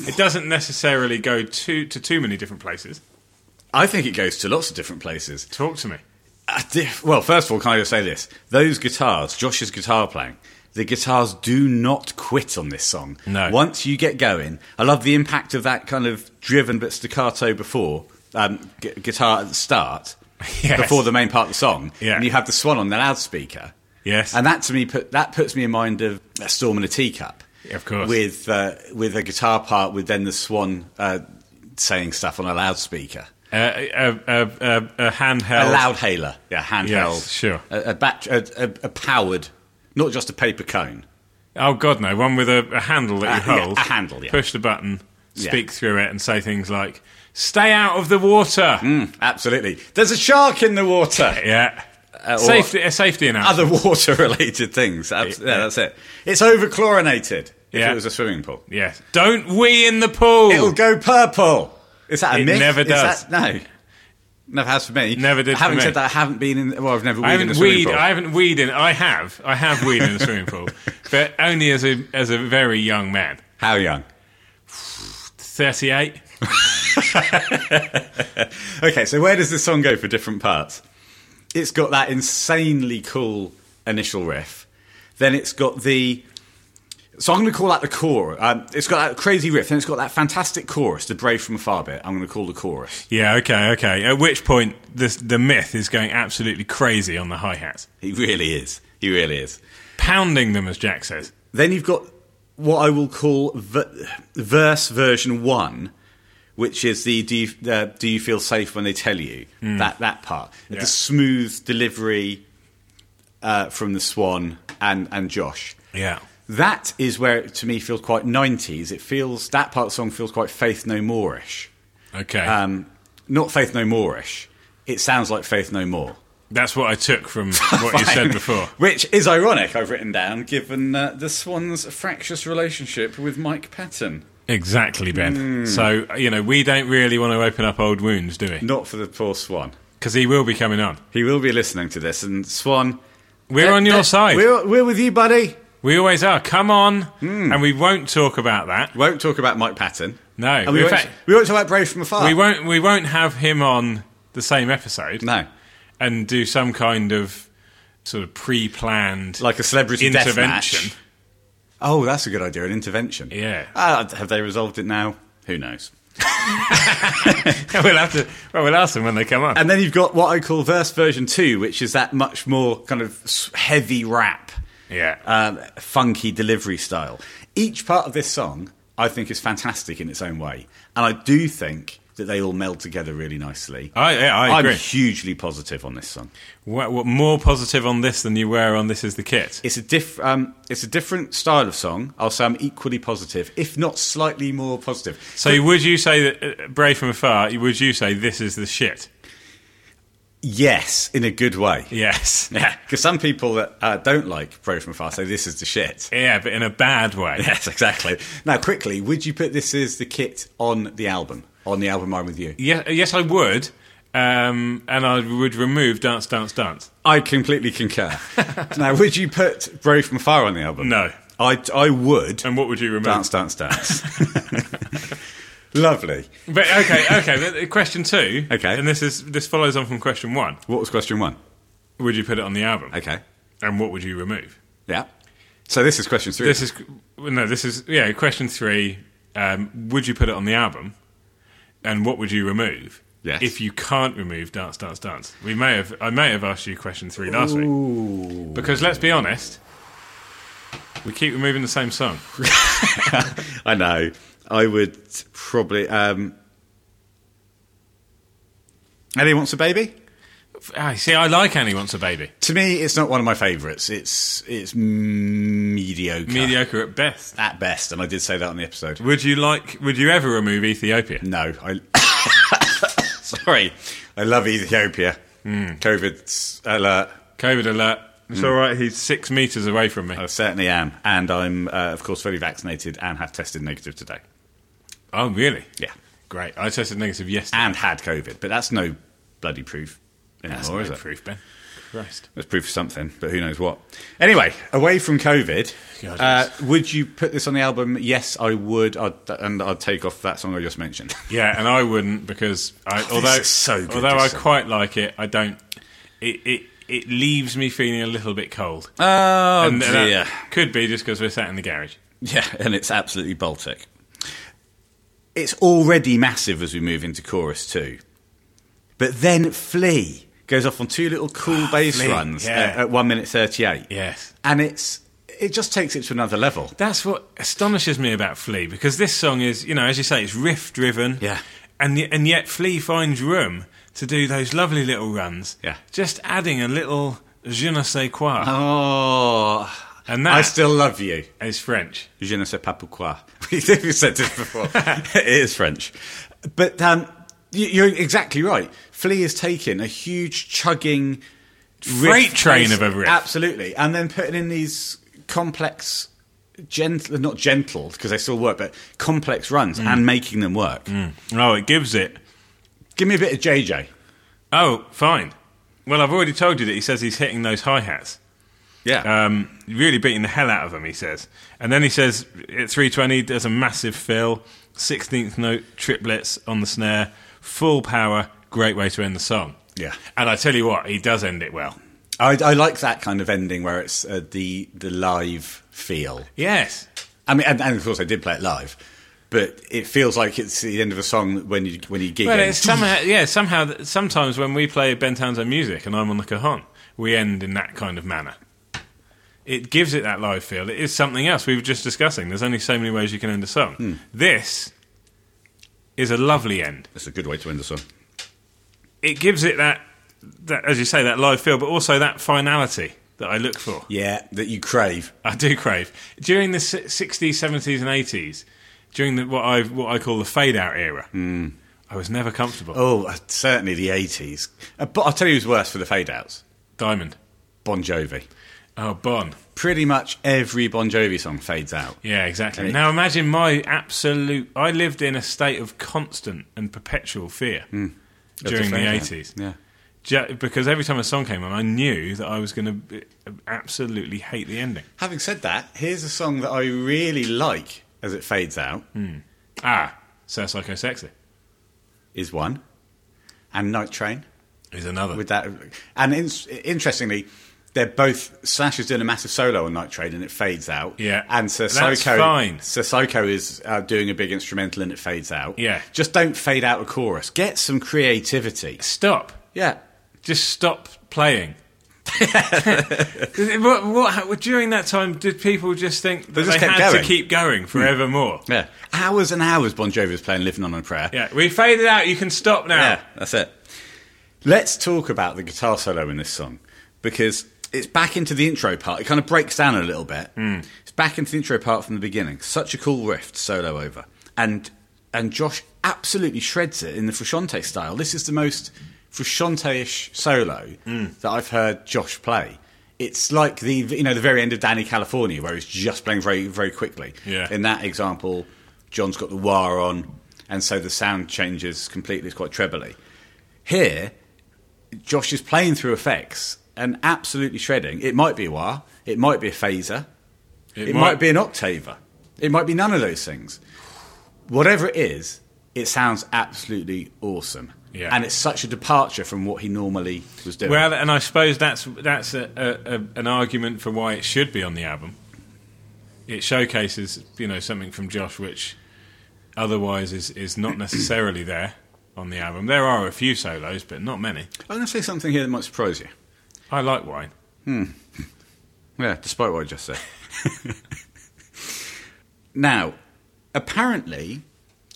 Speaker 2: It doesn't necessarily go to to too many different places.
Speaker 1: I think it goes to lots of different places.
Speaker 2: Talk to me.
Speaker 1: I diff- Well, first of all, can I just say this? Those guitars, Josh's guitar playing, the guitars do not quit on this song.
Speaker 2: No.
Speaker 1: Once you get going, I love the impact of that kind of driven but staccato before um, gu- guitar at the start,
Speaker 2: Yes.
Speaker 1: before the main part of the song,
Speaker 2: Yeah.
Speaker 1: and you have the swan on the loudspeaker.
Speaker 2: Yes.
Speaker 1: and that to me put that puts me in mind of a storm in a teacup.
Speaker 2: Of course.
Speaker 1: with uh, with a guitar part with then the swan uh, saying stuff on a loudspeaker.
Speaker 2: Uh, a, a, a, a handheld.
Speaker 1: A loud hailer, yeah, handheld,
Speaker 2: Yes, sure.
Speaker 1: a, a, bat- a, a, a powered, not just a paper cone.
Speaker 2: Oh God, no! One with a, a handle that you
Speaker 1: Uh, yeah,
Speaker 2: hold.
Speaker 1: a handle, yeah.
Speaker 2: Push the button.
Speaker 1: Yeah.
Speaker 2: Speak through it and say things like "Stay out of the water."
Speaker 1: Mm. Absolutely, there's a shark in the water.
Speaker 2: Yeah.
Speaker 1: Uh, or
Speaker 2: safety. A safety announcement.
Speaker 1: other water-related things. Abs-
Speaker 2: Yeah.
Speaker 1: yeah, that's it. It's overchlorinated. If
Speaker 2: Yeah.
Speaker 1: it was a swimming pool,
Speaker 2: yes. Don't wee in the pool.
Speaker 1: it'll go purple. Is that a
Speaker 2: It
Speaker 1: myth?
Speaker 2: never
Speaker 1: Is
Speaker 2: does.
Speaker 1: that- no. Never has for me.
Speaker 2: Never did for
Speaker 1: Having
Speaker 2: me.
Speaker 1: said that, I haven't been in. Well, I've never. weed in
Speaker 2: I
Speaker 1: a
Speaker 2: haven't
Speaker 1: swimming
Speaker 2: weed.
Speaker 1: pool.
Speaker 2: I haven't weed in. I have. I have weed in a swimming pool, but only as a as a very young man,
Speaker 1: How young?
Speaker 2: thirty eight.
Speaker 1: Okay, so where does this song go for different parts? It's got that insanely cool initial riff. Then it's got the. So I'm going to call that the chorus. Um, it's got that crazy riff. Then it's got that fantastic chorus, the Brave from Afar bit. I'm going to call the chorus.
Speaker 2: Yeah. Okay. Okay. At which point the the myth is going absolutely crazy on the hi hats,
Speaker 1: He really is. He really is.
Speaker 2: pounding them as Jack says.
Speaker 1: Then you've got what I will call v- verse version one, which is the do you, uh, do you feel safe when they tell you that that part,
Speaker 2: Hmm. Yeah.
Speaker 1: the smooth delivery uh, from the Swan and and Josh.
Speaker 2: Yeah.
Speaker 1: That is where it, to me feels quite nineties. It feels that part of the song feels quite Faith No More-ish.
Speaker 2: Okay.
Speaker 1: Um, not Faith No More-ish. It sounds like Faith No More.
Speaker 2: That's what I took from what you said before.
Speaker 1: Which is ironic, I've written down, given uh, the Swan's fractious relationship with Mike Patton.
Speaker 2: Exactly, Ben. Hmm. So you know we don't really want to open up old wounds, do we?
Speaker 1: Not for the poor Swan.
Speaker 2: Because he will be coming on.
Speaker 1: He will be listening to this, and Swan.
Speaker 2: We're on your side.
Speaker 1: We're, we're with you, buddy.
Speaker 2: We always are. Come on, and we won't talk about that.
Speaker 1: Won't talk about Mike Patton.
Speaker 2: No.
Speaker 1: And we,
Speaker 2: In
Speaker 1: won't,
Speaker 2: fact-
Speaker 1: we won't talk about Brave from Afar.
Speaker 2: We won't. We won't have him on the same episode.
Speaker 1: No.
Speaker 2: and do some kind of sort of pre-planned
Speaker 1: Like a celebrity death
Speaker 2: intervention.
Speaker 1: match. Oh, that's a good idea, an intervention.
Speaker 2: Yeah.
Speaker 1: Ah, have they resolved it now? Who knows?
Speaker 2: we'll have to. Well, we'll ask them when they come on.
Speaker 1: And then you've got what I call verse version two, which is that much more kind of s- heavy rap,
Speaker 2: Yeah.
Speaker 1: um, funky delivery style. Each part of this song, I think, is fantastic in its own way, and I do think that they all meld together really nicely.
Speaker 2: I, yeah, I
Speaker 1: am
Speaker 2: agree.
Speaker 1: hugely positive on this song.
Speaker 2: What, what more positive on this than you were on this is the kit?
Speaker 1: It's a diff, um, it's a different style of song. I'll say I'm equally positive, if not slightly more positive.
Speaker 2: So would you say that uh, Brave from Afar? Would you say this is the shit?
Speaker 1: Yes, in a good way.
Speaker 2: Yes.
Speaker 1: Yeah, because some people that uh, don't like Pro from Afar say this is the shit.
Speaker 2: Yeah, but in a bad way.
Speaker 1: Yes, exactly. Now, quickly, would you put this as the kit on the album? On the album I'm with you.
Speaker 2: Yes, yes, I would, um, and I would remove Dance, Dance, Dance.
Speaker 1: I completely concur. now, would you put Bro from Fire on the album?
Speaker 2: No.
Speaker 1: I, I would.
Speaker 2: And what would you remove?
Speaker 1: Dance, dance, dance. Lovely.
Speaker 2: But okay, okay. but, uh, question two.
Speaker 1: Okay.
Speaker 2: and this is this follows on from question one.
Speaker 1: What was question one?
Speaker 2: Would you put it on the album?
Speaker 1: Okay.
Speaker 2: And what would you remove?
Speaker 1: Yeah. So this is question three.
Speaker 2: This is no. This is yeah. Question three. Um, would you put it on the album? And what would you remove?
Speaker 1: Yes.
Speaker 2: If you can't remove Dance Dance Dance, we may have I may have asked you question three last week because let's be honest, we keep removing the same song.
Speaker 1: I know. I would probably. Um, Ellie wants a baby?
Speaker 2: Ah, see, I like Annie Wants a Baby.
Speaker 1: To me, it's not one of my favourites. It's it's mediocre,
Speaker 2: Mediocre at best.
Speaker 1: at best, and I did say that on the episode.
Speaker 2: Would you like? Would you ever remove Ethiopia?
Speaker 1: No, I sorry, I love Ethiopia.
Speaker 2: Hmm.
Speaker 1: COVID alert.
Speaker 2: COVID alert. It's all right. He's six meters away from me.
Speaker 1: I certainly am, and I'm uh, of course fully vaccinated and have tested negative today.
Speaker 2: Oh, really?
Speaker 1: Yeah,
Speaker 2: Great. I tested negative yesterday.
Speaker 1: and had COVID, but that's no bloody proof anymore,
Speaker 2: That's no
Speaker 1: is it?
Speaker 2: proof, Ben. Christ.
Speaker 1: That's proof of something, but who knows what. Anyway, away from COVID,
Speaker 2: God,
Speaker 1: uh,
Speaker 2: yes.
Speaker 1: would you put this on the album? Yes, I would, I'd, and I'd take off that song I just mentioned.
Speaker 2: Yeah, and I wouldn't because I, although
Speaker 1: is so good,
Speaker 2: although
Speaker 1: this
Speaker 2: I
Speaker 1: song.
Speaker 2: quite like it, I don't. It it it leaves me feeling a little bit cold. Oh and, and that
Speaker 1: dear.
Speaker 2: could be just because we're sat in the garage.
Speaker 1: Yeah, and it's absolutely Baltic. It's already massive as we move into chorus two. But then Flea goes off on two little cool bass
Speaker 2: Flea,
Speaker 1: runs
Speaker 2: yeah.
Speaker 1: at, at 1 minute 38.
Speaker 2: Yes.
Speaker 1: And it's it just takes it to another level.
Speaker 2: That's what astonishes me about Flea because this song is, you know, as you say, it's riff driven.
Speaker 1: Yeah.
Speaker 2: And y- and yet Flea finds room to do those lovely little runs.
Speaker 1: Yeah.
Speaker 2: Just adding a little je ne sais quoi.
Speaker 1: Oh.
Speaker 2: and
Speaker 1: I
Speaker 2: that is
Speaker 1: still love you.
Speaker 2: French.
Speaker 1: Je ne sais pas pourquoi. We've said this before. it is French. But um, you- you're exactly right. Flea has taken a huge chugging riff-
Speaker 2: Freight train of a riff.
Speaker 1: Absolutely. And then putting in these complex, gentle, not gentle, because they still work, but complex runs
Speaker 2: Mm.
Speaker 1: and making them work.
Speaker 2: Oh, it gives it.
Speaker 1: Give me a bit of JJ.
Speaker 2: Oh, fine. Well, I've already told you that he says he's hitting those hi hats.
Speaker 1: Yeah.
Speaker 2: Um, really beating the hell out of them, he says. And then he says at 320, there's a massive fill, 16th note triplets on the snare, full power, great way to end the song.
Speaker 1: Yeah.
Speaker 2: And I tell you what, he does end it well.
Speaker 1: I, I like that kind of ending where it's uh, the, the live feel.
Speaker 2: Yes.
Speaker 1: I mean, and, and of course, I did play it live, but it feels like it's the end of a song when you when you gig.
Speaker 2: Well,
Speaker 1: it.
Speaker 2: it's somehow, yeah, somehow, th- sometimes when we play Ben Townsend music and I'm on the cajon, we end in that kind of manner. It gives it that live feel. It is something else we were just discussing. There's only so many ways you can end a song.
Speaker 1: Hmm.
Speaker 2: This is a lovely end.
Speaker 1: That's a good way to end the song.
Speaker 2: It gives it that, that, as you say, that live feel, but also that finality that I look for.
Speaker 1: Yeah, that you crave.
Speaker 2: I do crave during the si- 60s, 70s, and 80s, during the, what I what I call the fade out era. I was never comfortable.
Speaker 1: Hmm. Oh, uh, certainly the eighties. Uh, but I'll tell you who's worse for the fade outs.
Speaker 2: Diamond.
Speaker 1: Bon Jovi.
Speaker 2: Oh, Bon.
Speaker 1: Pretty much every Bon Jovi song fades out.
Speaker 2: Yeah, exactly.
Speaker 1: And it-
Speaker 2: Now imagine my absolute. I lived in a state of constant and perpetual fear
Speaker 1: Hmm.
Speaker 2: during
Speaker 1: Of
Speaker 2: the
Speaker 1: fade out.
Speaker 2: 80s.
Speaker 1: Yeah.
Speaker 2: Ju- because every time a song came on, I knew that I was going to absolutely hate the ending.
Speaker 1: Having said that, here's a song that I really like as it fades out.
Speaker 2: Ah, so Psycho Sexy
Speaker 1: Is one, and Night Train.
Speaker 2: is another.
Speaker 1: with that. And in, interestingly, They're both Slash is doing a massive solo on Night Train and it fades out.
Speaker 2: Yeah.
Speaker 1: and Sissoko.
Speaker 2: That's fine.
Speaker 1: Sissoko is uh, doing a big instrumental and it fades out.
Speaker 2: Yeah.
Speaker 1: just don't fade out a chorus. Get some creativity.
Speaker 2: Stop.
Speaker 1: Yeah,
Speaker 2: Just stop playing. what, what, how- during that time, did people just think that they,
Speaker 1: just kept
Speaker 2: had
Speaker 1: going. Hmm.
Speaker 2: to keep going forevermore?
Speaker 1: yeah. Hours and hours. Bon Jovi was playing "Living on a Prayer."
Speaker 2: Yeah, we faded out. You can stop now.
Speaker 1: Yeah, that's it. Let's talk about the guitar solo in this song because it's back into the intro part. It kind of breaks down a little bit. It's back into the intro part from the beginning. Such a cool riff to solo over, and and Josh absolutely shreds it in the Frusciante style. This is the most Frusciante-ish solo that I've heard Josh play. It's like the you know the very end of Danny California where he's just playing very very quickly.
Speaker 2: Yeah.
Speaker 1: In that example, John's got the wah on, and so the sound changes completely. It's quite trebly. Here, Josh is playing through effects and absolutely shredding. It might be a wah, it might be a phaser, it, might, be an octaver, it might be none of those things. Whatever it is, it sounds absolutely awesome.
Speaker 2: Yeah.
Speaker 1: And it's such a departure from what he normally was doing.
Speaker 2: Well, and I suppose that's that's a, a, a, an argument for why it should be on the album. It showcases, you know, something from Josh which otherwise is, is not necessarily there on the album. There are a few solos, but not many.
Speaker 1: I'm going to say something here that might surprise you.
Speaker 2: I like wine.
Speaker 1: Yeah, despite what I just said. now, apparently,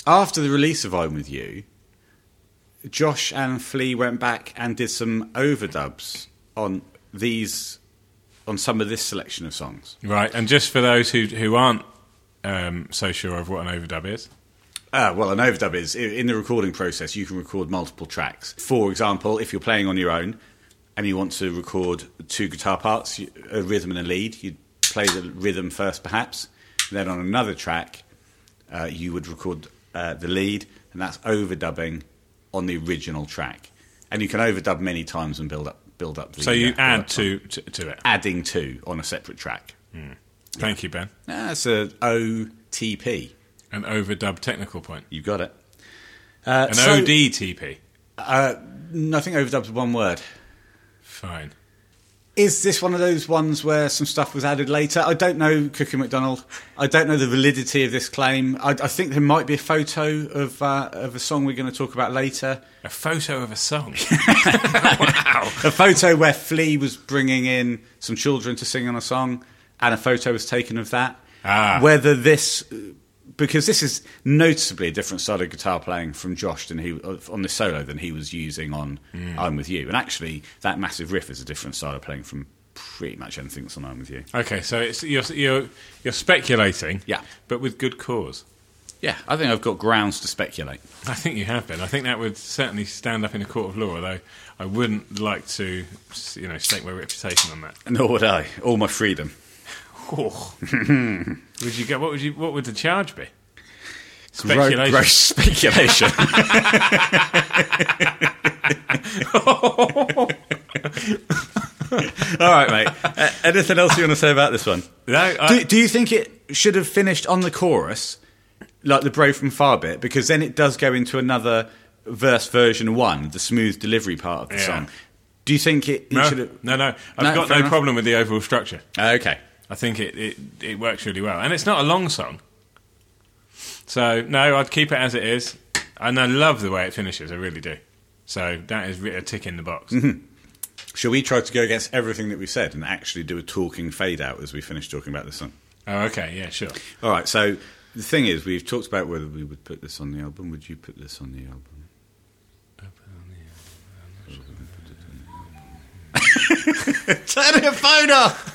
Speaker 1: after the release of I'm With You, Josh and Flea went back and did some overdubs on these, on some of this selection of songs.
Speaker 2: Right, and just for those who who aren't um, so sure of what an overdub is,
Speaker 1: Uh, well, an overdub is i- in the recording process, you can record multiple tracks. For example, if you're playing on your own and you want to record two guitar parts, you- a rhythm and a lead, you'd play the rhythm first, perhaps. Then on another track, uh, you would record uh, the lead, and that's overdubbing on the original track. And you can overdub many times and build up, build up. The,
Speaker 2: so you
Speaker 1: uh, build
Speaker 2: add
Speaker 1: up time.
Speaker 2: to, to to it.
Speaker 1: adding two on a separate track.
Speaker 2: Thank you, Ben.
Speaker 1: That's a OTP.
Speaker 2: An overdub technical point.
Speaker 1: You got it. Uh,
Speaker 2: An
Speaker 1: so-
Speaker 2: ODTP.
Speaker 1: Uh, nothing overdubbed with one word.
Speaker 2: Fine.
Speaker 1: Is this one of those ones where some stuff was added later? I don't know, Cookie McDonald. I don't know the validity of this claim. I, I think there might be a photo of uh, of a song we're going to talk about later.
Speaker 2: A photo of a song.
Speaker 1: A photo where Flea was bringing in some children to sing on a song, and a photo was taken of that.
Speaker 2: Ah.
Speaker 1: Whether this, because this is noticeably a different style of guitar playing from Josh than he on this solo than he was using on "I'm with You," and actually that massive riff is a different style of playing from pretty much anything that's on "I'm with You."
Speaker 2: Okay, so it's, you're, you're you're speculating,
Speaker 1: Yeah.
Speaker 2: but with good cause.
Speaker 1: Yeah, I think I've got grounds to speculate.
Speaker 2: I think you have been. I think that would certainly stand up in a court of law, though I wouldn't like to, you know, stake my reputation on that.
Speaker 1: Nor would I. All my freedom.
Speaker 2: Oh. would you go? What would you? What would the charge be?
Speaker 1: Gro-
Speaker 2: Speculation.
Speaker 1: gross speculation. All right, mate. Uh, anything else you want to say about this one?
Speaker 2: No, I-
Speaker 1: do, do you think it should have finished on the chorus, like the Bro from Far bit? Because then it does go into another verse version one, the smooth delivery part of the
Speaker 2: Yeah.
Speaker 1: song. Do you think it, it
Speaker 2: no,
Speaker 1: should have.
Speaker 2: no, no. I've
Speaker 1: No,
Speaker 2: got
Speaker 1: fair
Speaker 2: no
Speaker 1: enough.
Speaker 2: problem with the overall structure.
Speaker 1: Uh, okay.
Speaker 2: I think it, it it works really well, and it's not a long song. So no, I'd keep it as it is, and I love the way it finishes. I really do. So that is re- a tick in the box.
Speaker 1: Mm-hmm. Shall we try to go against everything that we said and actually do a talking fade out as we finish talking about this song?
Speaker 2: Oh, okay, yeah, sure.
Speaker 1: All right. So the thing is, we've talked about whether we would put this on the album. Would you put this on the album? Turn your phone off.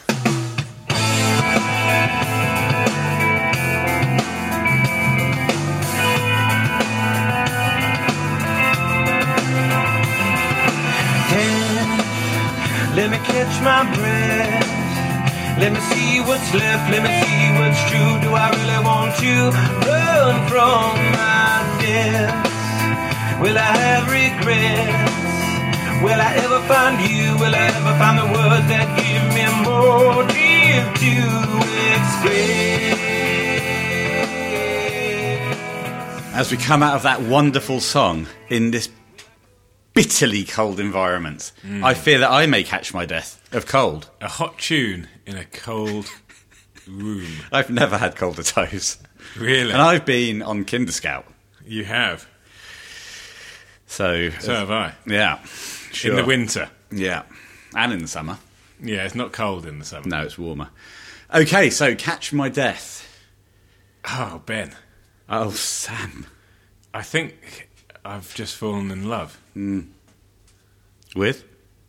Speaker 3: Let me catch my breath. Let me see what's left. Let me see what's true. Do I really want to run from my debts? Will I have regrets? Will I ever find you? Will I ever find the words that give me more to express?
Speaker 1: As we come out of that wonderful song in this bitterly cold environment. I fear that I may catch my death of cold.
Speaker 2: A hot tune in a cold room.
Speaker 1: I've never had colder toes.
Speaker 2: Really?
Speaker 1: And I've been on Kinder Scout.
Speaker 2: you have.
Speaker 1: So,
Speaker 2: So have I.
Speaker 1: yeah.
Speaker 2: In
Speaker 1: Sure.
Speaker 2: the winter.
Speaker 1: Yeah. And in the summer.
Speaker 2: Yeah, it's not cold in the summer.
Speaker 1: No, it's warmer. Okay, so catch my death.
Speaker 2: Oh, Ben.
Speaker 1: Oh, Sam.
Speaker 2: I think I've just fallen in love.
Speaker 1: With?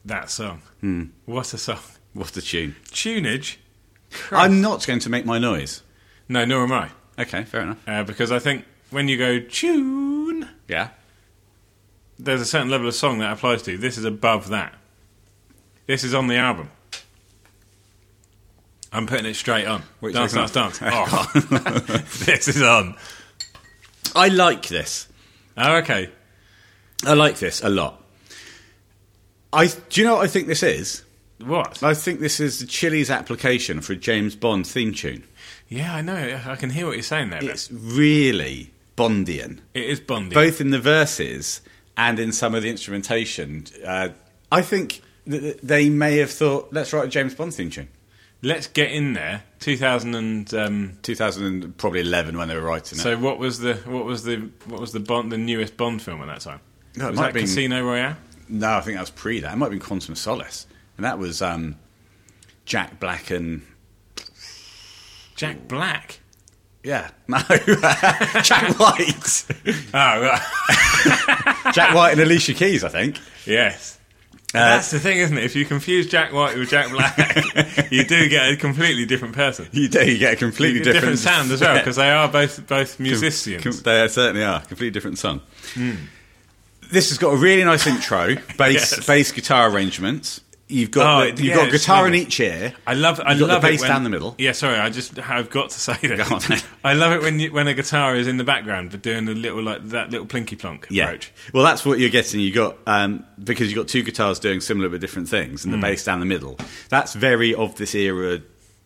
Speaker 2: That song.
Speaker 1: Hmm.
Speaker 2: What a song.
Speaker 1: What a tune.
Speaker 2: Tunage?
Speaker 1: I'm not going to make my noise.
Speaker 2: No, nor am I.
Speaker 1: Okay, fair enough.
Speaker 2: Uh, because I think when you go tune,
Speaker 1: Yeah.
Speaker 2: there's a certain level of song that applies to. you. This is above that. This is on the album. I'm putting it straight on.
Speaker 1: Which
Speaker 2: dance,
Speaker 1: I
Speaker 2: dance,
Speaker 1: can't-
Speaker 2: dance. Oh. this is on.
Speaker 1: I like this.
Speaker 2: Oh, okay.
Speaker 1: I like this a lot. I do you know what I think this is?
Speaker 2: What?
Speaker 1: I think this is the Chili's application for a James Bond theme tune.
Speaker 2: Yeah, I know. I can hear what you're saying there. But
Speaker 1: It's really Bondian,
Speaker 2: it is Bondi.
Speaker 1: both in the verses and in some of the instrumentation. Uh, I think th- th- they may have thought, let's write a James Bond theme tune.
Speaker 2: Let's get in there. 2000 and um,
Speaker 1: 2000 probably 11 when they were writing it.
Speaker 2: so what was the what was the what was the Bond the newest Bond film at that time?
Speaker 1: No, it
Speaker 2: was
Speaker 1: might
Speaker 2: that
Speaker 1: have been-
Speaker 2: Casino Royale?
Speaker 1: no, I think that was pre that. It might have been Quantum of Solace, and that was um, Jack Black and
Speaker 2: Jack Black.
Speaker 1: yeah, no, Jack White,
Speaker 2: Oh, right.
Speaker 1: Jack White and Alicia Keys, I think.
Speaker 2: yes.
Speaker 1: Uh,
Speaker 2: That's the thing, isn't it? If you confuse Jack White with Jack Black, you do get a completely different person.
Speaker 1: You do. You get a completely different,
Speaker 2: sound as well because they are both both
Speaker 1: Com-
Speaker 2: musicians. Hmm.
Speaker 1: com- they certainly are. Completely different song. This has got a really nice intro, bass,
Speaker 2: Yes.
Speaker 1: bass guitar arrangements. You've got
Speaker 2: Oh,
Speaker 1: the-
Speaker 2: it-
Speaker 1: you've
Speaker 2: yeah,
Speaker 1: got
Speaker 2: it's
Speaker 1: guitar in
Speaker 2: lovely.
Speaker 1: each ear.
Speaker 2: I love I
Speaker 1: You've got the
Speaker 2: love
Speaker 1: bass
Speaker 2: it when,
Speaker 1: down the middle.
Speaker 2: Yeah, sorry, I just have got to say
Speaker 1: Go on,
Speaker 2: that.
Speaker 1: then.
Speaker 2: I love it when you, when a guitar is in the background but doing a little like that little plinky plonk approach.
Speaker 1: Well, that's what you're getting. You got um, because you've got two guitars doing similar but different things,
Speaker 2: Hmm.
Speaker 1: and the bass down the middle. That's very of this era,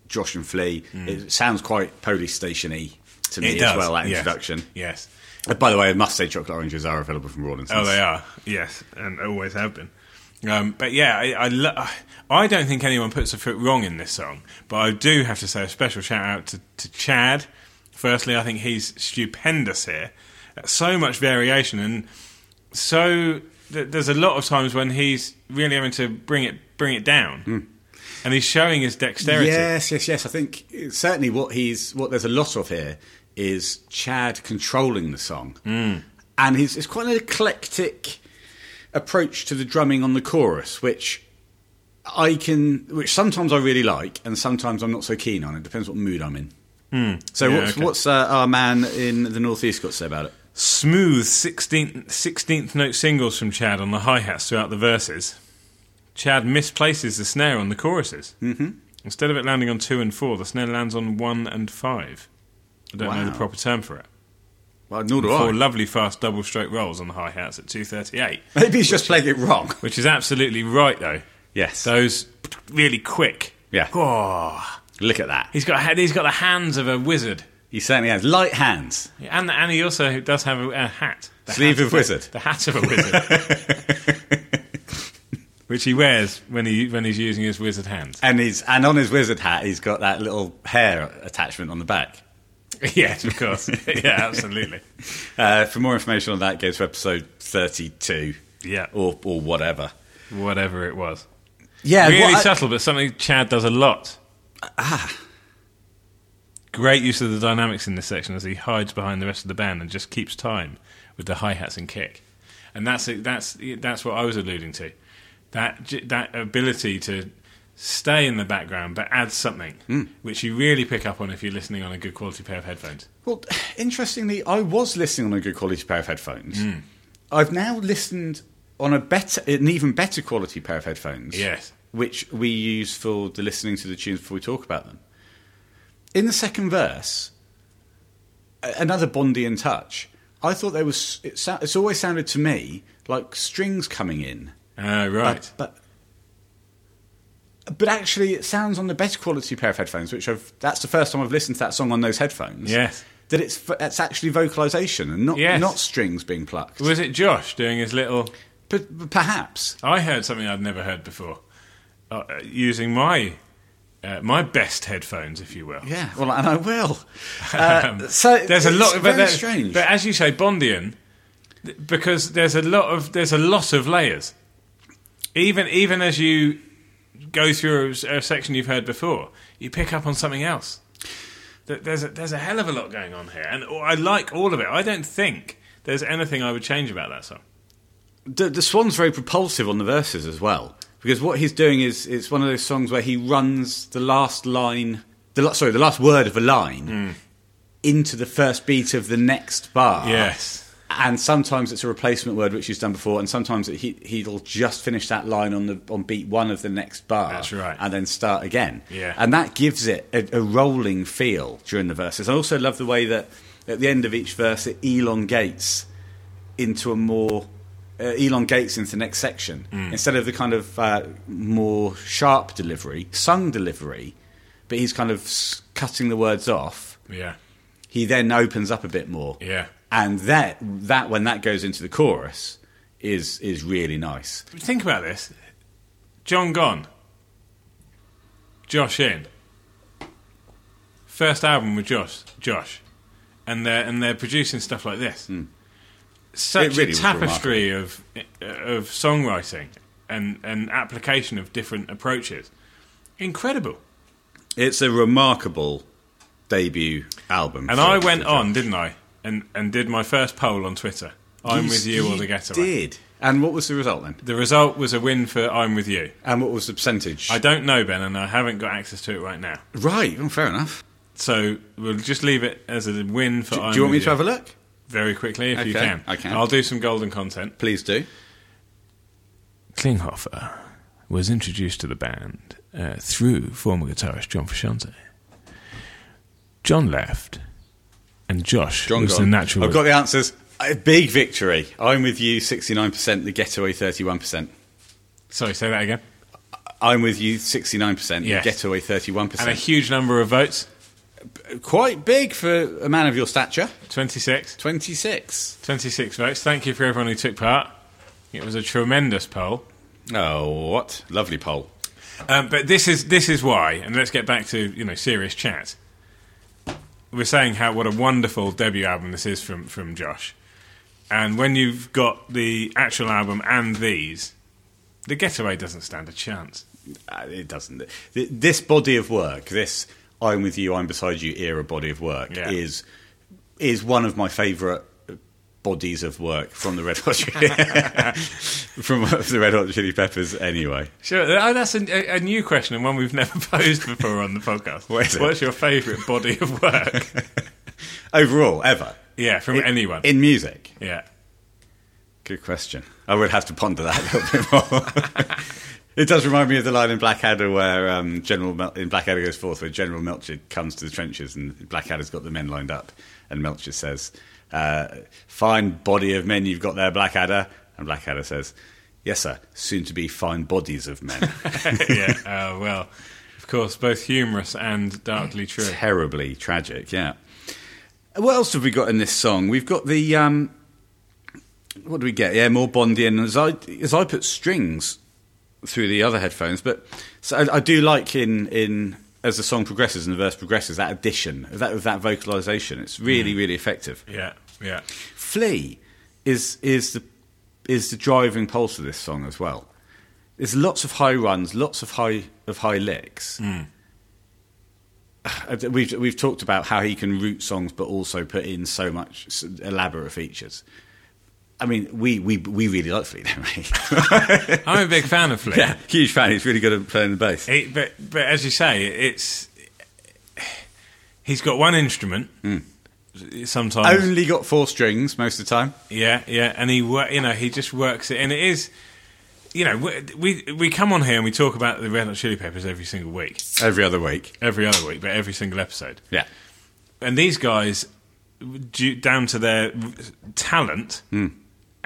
Speaker 1: Josh and Flea.
Speaker 2: Hmm.
Speaker 1: It sounds quite police stationy to me as well. That
Speaker 2: yes,
Speaker 1: introduction.
Speaker 2: Yes.
Speaker 1: Uh, By the way, I must say, chocolate oranges are available from Rawlinson's.
Speaker 2: Oh, they are. Yes, and always have been. Um, but yeah, I I, lo- I don't think anyone puts a foot wrong in this song, but I do have to say a special shout out to, to Chad. Firstly, I think he's stupendous here. So much variation, and so th- there's a lot of times when he's really having to bring it bring it down, and he's showing his dexterity.
Speaker 1: Yes, yes, yes. I think uh, certainly what he's what there's a lot of here is Chad controlling the song,
Speaker 2: Mm.
Speaker 1: and he's, it's quite an eclectic approach to the drumming on the chorus, which I can, which sometimes I really like, and sometimes I'm not so keen on. It depends what mood I'm in. So
Speaker 2: Mm. Yeah,
Speaker 1: what's,
Speaker 2: okay.
Speaker 1: what's uh, our man in the northeast got to say about it?
Speaker 2: smooth 16th, 16th note singles from Chad on the hi hats throughout the verses. Chad misplaces the snare on the choruses. Mm-hmm. Instead of it landing on two and four, the snare lands on one and five. I don't know the
Speaker 1: Wow.
Speaker 2: proper term for it.
Speaker 1: Well, nor do
Speaker 2: Four
Speaker 1: I.
Speaker 2: lovely fast double stroke rolls on the hi hats at 238,
Speaker 1: Maybe he's just playing it wrong.
Speaker 2: which is absolutely right though.
Speaker 1: Yes. Oh.
Speaker 2: Those really quick.
Speaker 1: Yeah.
Speaker 2: Whoa.
Speaker 1: Look at that.
Speaker 2: He's got he's got the hands of a wizard,
Speaker 1: He certainly has light hands.
Speaker 2: and and he also does have a, a hat. The
Speaker 1: Sleeve
Speaker 2: hat
Speaker 1: of wizard.
Speaker 2: The hat of a wizard. Which he wears when he when he's using his wizard hands.
Speaker 1: And he's and on his wizard hat, he's got that little hair attachment on the back.
Speaker 2: yes, of course. yeah, absolutely.
Speaker 1: Uh, for more information on that, go to episode thirty-two.
Speaker 2: Yeah.
Speaker 1: or or whatever.
Speaker 2: Whatever it was.
Speaker 1: Yeah,
Speaker 2: really
Speaker 1: what I- Ah.
Speaker 2: subtle, but something Chad does a lot. Great use of the dynamics in this section as he hides behind the rest of the band and just keeps time with the hi hats and kick, and that's that's that's what I was alluding to, that j- that ability to stay in the background but add something,
Speaker 1: Hmm.
Speaker 2: which you really pick up on if you're listening on a good quality pair of headphones.
Speaker 1: well, interestingly, I was listening on a good quality pair of headphones. I've now listened on a better, an even better quality pair of headphones.
Speaker 2: Yes.
Speaker 1: which we use for the listening to the tunes before we talk about them. In the second verse, a- another Bondian touch. I thought there was. It, sou- it's always sounded to me like strings coming in.
Speaker 2: Uh, right.
Speaker 1: But, but but actually, it sounds on the better quality pair of headphones, which I've. That's the first time I've listened to that song on those headphones.
Speaker 2: Yes.
Speaker 1: That it's that's actually vocalization and not
Speaker 2: Yes.
Speaker 1: not strings being plucked.
Speaker 2: was it Josh doing his little
Speaker 1: P- perhaps.
Speaker 2: I heard something I'd never heard before, uh, uh, using my uh, my best headphones, if you will.
Speaker 1: Yeah, well, and I will. Uh, so
Speaker 2: Um, there's a
Speaker 1: it's
Speaker 2: lot,
Speaker 1: very
Speaker 2: but there-
Speaker 1: strange.
Speaker 2: But as you say, Bondian, th- because there's a lot of there's a lot of layers. Even even as you go through a, s- a section you've heard before, you pick up on something else. Th- There's a, there's a hell of a lot going on here, and I like all of it. I don't think there's anything I would change about that song.
Speaker 1: the, the Swan's very propulsive on the verses as well because what he's doing is it's one of those songs where he runs the last line, the la- sorry, the last word of a line
Speaker 2: Hmm.
Speaker 1: into the first beat of the next bar.
Speaker 2: Yes.
Speaker 1: and sometimes it's a replacement word which he's done before, and sometimes it, he he'll just finish that line on the on beat one of the next bar.
Speaker 2: That's right.
Speaker 1: and then start again.
Speaker 2: Yeah.
Speaker 1: and that gives it a, a rolling feel during the verses. I also love the way that at the end of each verse it elongates into a more uh, elongates into the next section
Speaker 2: Mm.
Speaker 1: instead of the kind of uh, more sharp delivery, sung delivery, but he's kind of s- cutting the words off.
Speaker 2: Yeah.
Speaker 1: He then opens up a bit more,
Speaker 2: Yeah.
Speaker 1: and that that when that goes into the chorus is is really nice.
Speaker 2: Think about this. John gone. Josh in. First album with Josh. Josh, and they're and they're producing stuff like this. Such
Speaker 1: Hmm. It really
Speaker 2: a
Speaker 1: was
Speaker 2: tapestry of of songwriting and and application of different approaches. Incredible.
Speaker 1: It's a remarkable debut album.
Speaker 2: And
Speaker 1: for-
Speaker 2: I went
Speaker 1: for
Speaker 2: on,
Speaker 1: Josh.
Speaker 2: didn't I? And and did my first poll on Twitter. I'm with you or the getaway.
Speaker 1: Did and what was the result then?
Speaker 2: The result was a win for I'm with you.
Speaker 1: And what was the percentage?
Speaker 2: I don't know, Ben, and I haven't got access to it right now.
Speaker 1: right, well, fair enough.
Speaker 2: So we'll just leave it as a win for.
Speaker 1: Do,
Speaker 2: I'm
Speaker 1: do you want me
Speaker 2: With
Speaker 1: to have a look?
Speaker 2: very quickly if you
Speaker 1: Okay,
Speaker 2: can?
Speaker 1: I can.
Speaker 2: I'll do some golden content.
Speaker 1: Please do.
Speaker 2: Klinghoffer was introduced to the band uh, through former guitarist John Frusciante. John left, and Josh
Speaker 1: John
Speaker 2: was
Speaker 1: gone.
Speaker 2: the natural.
Speaker 1: I've got the answers. A big victory. I'm with you. Sixty nine percent. The Getaway thirty one percent.
Speaker 2: Sorry, say that again.
Speaker 1: I'm with you. Sixty nine percent.
Speaker 2: Yes.
Speaker 1: Getaway thirty one
Speaker 2: And a
Speaker 1: percent.
Speaker 2: huge number of votes.
Speaker 1: Quite big for a man of your stature.
Speaker 2: 26.
Speaker 1: Twenty six.
Speaker 2: 26 votes. Thank you for everyone who took part. It was a tremendous poll.
Speaker 1: Oh, what lovely poll.
Speaker 2: Um, but this is this is why, and let's get back to you know serious chat. We're saying how what a wonderful debut album this is from from Josh, and when you've got the actual album and these, the Getaway doesn't stand a chance.
Speaker 1: Uh, it doesn't. Th- This body of work, this "I'm with you, I'm beside you" era body of work
Speaker 2: Yeah.
Speaker 1: is is one of my favourite bodies of work from the Red Hot Chili- from the Red Hot Chili Peppers. Anyway,
Speaker 2: Sure, oh, that's a, a new question and one we've never posed before on the podcast.
Speaker 1: What is it?
Speaker 2: What's your favourite body of work?
Speaker 1: overall, ever
Speaker 2: yeah, from
Speaker 1: In-
Speaker 2: anyone.
Speaker 1: in music.
Speaker 2: yeah,
Speaker 1: Good question. I would have to ponder that a little bit more. It does remind me of the line in Blackadder where um, General Mel- in Blackadder goes forth, where General Melcher comes to the trenches and Blackadder's got the men lined up, and Melcher says, uh, "Fine body of men you've got there, Blackadder," and Blackadder says, "Yes, sir. Soon to be fine bodies of men."
Speaker 2: yeah. Uh, well, of course, both humorous and darkly true.
Speaker 1: Terribly tragic. Yeah. What else have we got in this song? We've got the um, what do we get? Yeah, more Bondian. As I as I put strings through the other headphones, but so I, I do like in in as the song progresses and the verse progresses that addition of that of that vocalization. It's really really effective.
Speaker 2: Yeah, yeah.
Speaker 1: Flea is is the is the driving pulse of this song as well. There's lots of high runs, lots of high of high licks. Uh, We've we've talked about how he can root songs, but also put in so much s- elaborate features. I mean, we we we really like Flea, don't we?
Speaker 2: I'm a big fan of Flea.
Speaker 1: yeah, huge fan. He's really good at playing the bass.
Speaker 2: It, but but as you say, it's he's got one instrument. Sometimes,
Speaker 1: Only got four strings most of the time.
Speaker 2: yeah, yeah, and he wor- you know he just works it, and it is. You know, we we- we come on here and we talk about the Red Hot Chili Peppers every single week,
Speaker 1: Every other week.
Speaker 2: every other week, but every single episode.
Speaker 1: Yeah.
Speaker 2: And these guys, due, down to their talent,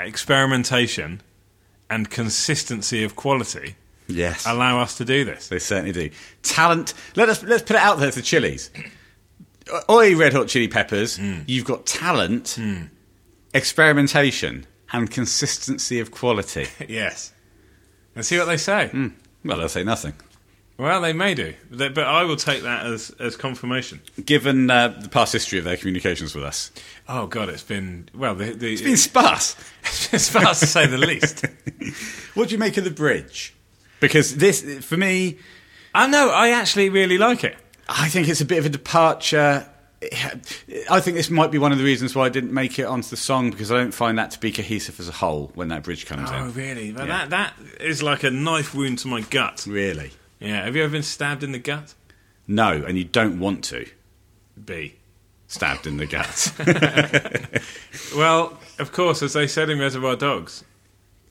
Speaker 2: experimentation, and consistency of quality,
Speaker 1: Yes.
Speaker 2: allow us to do this.
Speaker 1: They certainly do. Talent. Let us let's put it out there to Chili's.
Speaker 2: Hmm.
Speaker 1: Oi, Red Hot Chili Peppers, you've got talent, experimentation, and consistency of quality.
Speaker 2: Yes. And see what they say.
Speaker 1: Well, I'll say nothing.
Speaker 2: Well, they may do, They- but I will take that as, as confirmation.
Speaker 1: Given uh, the past history of their communications with us,
Speaker 2: Oh God, it's been well. The, the,
Speaker 1: it's been sparse.
Speaker 2: it's fast to say the least.
Speaker 1: What do you make of the bridge? Because this, for me,
Speaker 2: I know. I actually really like it.
Speaker 1: I think it's a bit of a departure. I think this might be one of the reasons why I didn't make it onto the song because I don't find that to be cohesive as a whole when that bridge comes
Speaker 2: Oh
Speaker 1: in.
Speaker 2: really? Well,
Speaker 1: Yeah.
Speaker 2: That that is like a knife wound to my gut.
Speaker 1: Really?
Speaker 2: Yeah. Have you ever been stabbed in the gut?
Speaker 1: No, and you don't want to.
Speaker 2: B.
Speaker 1: Stabbed in the gut.
Speaker 2: Well, of course, as they said in Reservoir Dogs,